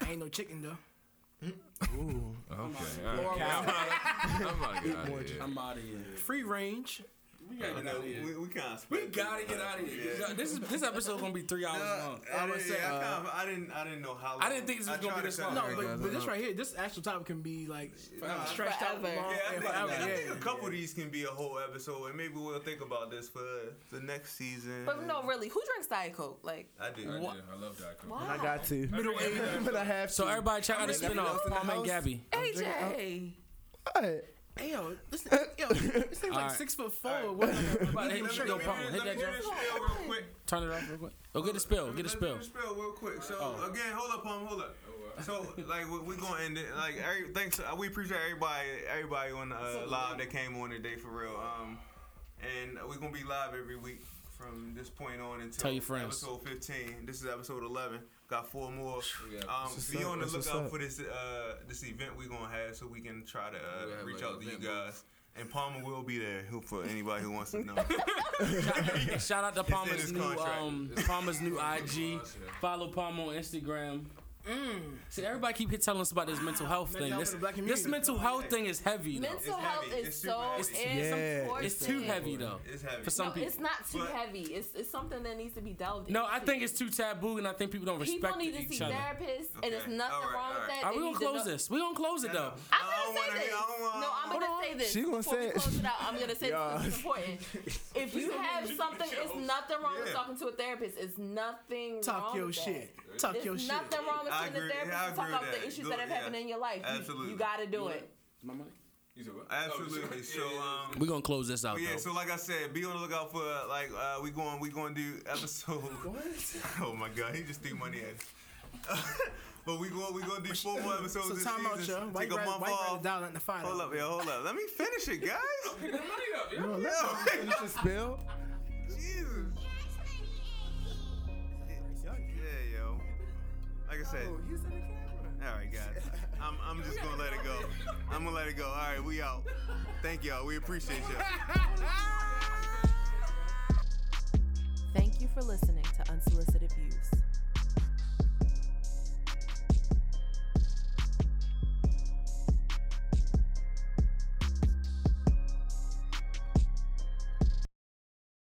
[SPEAKER 7] I ain't no chicken though.
[SPEAKER 4] Okay. all right. I'm "Ah, out of here.
[SPEAKER 3] I'm out of here.
[SPEAKER 7] Free range.
[SPEAKER 3] We gotta get
[SPEAKER 2] No,
[SPEAKER 3] out of here.
[SPEAKER 2] we, we can't.
[SPEAKER 3] We gotta get out of here. This is this episode gonna be three hours long.
[SPEAKER 2] I, was saying, I, kind of- I didn't. I didn't know how. Long.
[SPEAKER 3] uh, I didn't think this was
[SPEAKER 2] I
[SPEAKER 3] gonna
[SPEAKER 2] tried
[SPEAKER 3] be
[SPEAKER 2] to
[SPEAKER 3] this
[SPEAKER 2] cut
[SPEAKER 3] long.
[SPEAKER 7] No,
[SPEAKER 2] it.
[SPEAKER 7] but,
[SPEAKER 4] guys,
[SPEAKER 7] but
[SPEAKER 4] I
[SPEAKER 7] this
[SPEAKER 4] know.
[SPEAKER 7] right here, this actual topic can be like uh,
[SPEAKER 2] Nah,
[SPEAKER 7] stretched out
[SPEAKER 6] Forever.
[SPEAKER 7] long
[SPEAKER 2] Yeah, I
[SPEAKER 7] and
[SPEAKER 2] think,
[SPEAKER 7] forever.
[SPEAKER 2] I
[SPEAKER 7] Yeah.
[SPEAKER 2] think a couple of these can be a whole episode, and maybe we'll think about this for the next season.
[SPEAKER 6] But no, really, who drinks Diet Coke? Like,
[SPEAKER 2] I do.
[SPEAKER 4] I,
[SPEAKER 2] I
[SPEAKER 4] did. I love Diet Coke.
[SPEAKER 5] I got to.
[SPEAKER 4] Middle age.
[SPEAKER 5] but I have
[SPEAKER 3] So
[SPEAKER 5] to.
[SPEAKER 3] everybody check out the
[SPEAKER 5] Everybody
[SPEAKER 3] spinoff,
[SPEAKER 5] else in the
[SPEAKER 3] Mom and
[SPEAKER 5] house?
[SPEAKER 3] Gabby.
[SPEAKER 6] AJ,
[SPEAKER 5] What?
[SPEAKER 7] Hey, yo, this, yo, this thing's like
[SPEAKER 3] right.
[SPEAKER 7] six foot four. What-
[SPEAKER 3] Everybody hit the
[SPEAKER 2] do.
[SPEAKER 3] spill button. Hit that joint.
[SPEAKER 2] spill real quick.
[SPEAKER 3] Turn it off real quick. Oh, get a spill. Get a
[SPEAKER 2] Let's
[SPEAKER 3] spill. Oh.
[SPEAKER 2] do the spill real quick. So again, hold up, home, hold up.
[SPEAKER 4] Oh,
[SPEAKER 2] So like we- we gonna end it. Like every, thanks, uh, we appreciate everybody, everybody on uh, live that came on today for real. Um, and we gonna be live every week from this point on until
[SPEAKER 3] Tell your friends.
[SPEAKER 2] episode 15. This is episode 11. Got four more.
[SPEAKER 4] Yeah.
[SPEAKER 2] Um,
[SPEAKER 5] That's
[SPEAKER 2] be
[SPEAKER 5] what's
[SPEAKER 2] on the
[SPEAKER 5] up. That's
[SPEAKER 2] lookout
[SPEAKER 5] what's
[SPEAKER 2] for this uh this event we gonna have so we can try to
[SPEAKER 4] We'll
[SPEAKER 2] uh,
[SPEAKER 4] have,
[SPEAKER 2] reach
[SPEAKER 4] like,
[SPEAKER 2] out to you
[SPEAKER 4] event
[SPEAKER 2] guys. And Palmer will be there who- for anybody who wants to know.
[SPEAKER 3] Shout out to Palmer's
[SPEAKER 2] his
[SPEAKER 3] new
[SPEAKER 2] contract.
[SPEAKER 3] um Palmer's new IG. Follow Palmer on Instagram.
[SPEAKER 7] mm,
[SPEAKER 3] See, everybody keep telling us about this mental health thing.
[SPEAKER 7] health
[SPEAKER 3] This,
[SPEAKER 7] in the black
[SPEAKER 3] this
[SPEAKER 7] community.
[SPEAKER 3] mental health thing is heavy though.
[SPEAKER 6] mental
[SPEAKER 2] heavy.
[SPEAKER 6] health
[SPEAKER 2] It's
[SPEAKER 6] is
[SPEAKER 2] super
[SPEAKER 6] so
[SPEAKER 2] heavy.
[SPEAKER 6] it's,
[SPEAKER 2] It's-
[SPEAKER 5] Yeah.
[SPEAKER 3] It's too heavy though.
[SPEAKER 2] it's heavy.
[SPEAKER 3] For some
[SPEAKER 6] no,
[SPEAKER 3] people.
[SPEAKER 6] it's not too
[SPEAKER 2] But-
[SPEAKER 6] heavy. It's, it's something that needs to be delved into.
[SPEAKER 3] No, I think it's too taboo, and I think people don't respect
[SPEAKER 6] People need to
[SPEAKER 3] each
[SPEAKER 6] see
[SPEAKER 3] other.
[SPEAKER 6] therapists, and there's
[SPEAKER 2] Okay.
[SPEAKER 6] nothing
[SPEAKER 2] All right,
[SPEAKER 6] wrong
[SPEAKER 2] all
[SPEAKER 6] with
[SPEAKER 2] right.
[SPEAKER 6] that.
[SPEAKER 3] Are
[SPEAKER 6] They
[SPEAKER 3] we
[SPEAKER 6] need
[SPEAKER 3] gonna
[SPEAKER 6] to
[SPEAKER 3] close
[SPEAKER 6] know-
[SPEAKER 3] this? We gonna close it though.
[SPEAKER 6] I'm
[SPEAKER 2] I
[SPEAKER 6] gonna
[SPEAKER 2] don't wanna
[SPEAKER 6] say
[SPEAKER 2] be-
[SPEAKER 6] this.
[SPEAKER 2] I don't wanna-
[SPEAKER 6] No, I'm gonna say this.
[SPEAKER 5] She gonna
[SPEAKER 6] Before
[SPEAKER 5] say
[SPEAKER 6] we
[SPEAKER 5] it.
[SPEAKER 6] close it out, I'm gonna say this. It's important. If you have something, it's nothing wrong with
[SPEAKER 2] Yeah.
[SPEAKER 6] talking to a therapist. It's nothing
[SPEAKER 7] Talk
[SPEAKER 6] wrong
[SPEAKER 7] your
[SPEAKER 6] with that.
[SPEAKER 7] shit. Talk
[SPEAKER 6] There's
[SPEAKER 7] your shit.
[SPEAKER 6] nothing wrong with
[SPEAKER 2] I
[SPEAKER 6] seeing a
[SPEAKER 2] agree- I
[SPEAKER 6] therapist to
[SPEAKER 2] agree
[SPEAKER 6] talk
[SPEAKER 2] with
[SPEAKER 6] about the
[SPEAKER 2] that.
[SPEAKER 6] issues
[SPEAKER 2] Go-
[SPEAKER 6] that have
[SPEAKER 2] yeah.
[SPEAKER 6] happened in your life. You- You,
[SPEAKER 2] Absolutely.
[SPEAKER 6] gotta do it.
[SPEAKER 4] Oh,
[SPEAKER 2] Absolutely. So um,
[SPEAKER 3] We gonna close this out
[SPEAKER 2] yeah.
[SPEAKER 3] though.
[SPEAKER 2] So like I said, be on the lookout for uh, like uh, we going we going to do episode. What? oh my god, he just threw money at. us. but we going we going to do four more episodes
[SPEAKER 7] So
[SPEAKER 2] this
[SPEAKER 7] time out,
[SPEAKER 2] season.
[SPEAKER 7] yo. Why
[SPEAKER 2] Take
[SPEAKER 7] you
[SPEAKER 2] a
[SPEAKER 7] rather,
[SPEAKER 2] month
[SPEAKER 7] why you rather
[SPEAKER 2] off.
[SPEAKER 7] dial in the fight?
[SPEAKER 2] Hold up, yo. Hold up. Let me finish it, guys.
[SPEAKER 5] Yo, let's spill.
[SPEAKER 2] Jesus. Yeah, yo. Like I
[SPEAKER 7] Oh,
[SPEAKER 2] said. All right, guys. I'm, I'm just gonna let it go. I'm gonna let it go. All right, we out. Thank y'all. We appreciate y'all.
[SPEAKER 8] Thank you for listening to Unsolicited Views.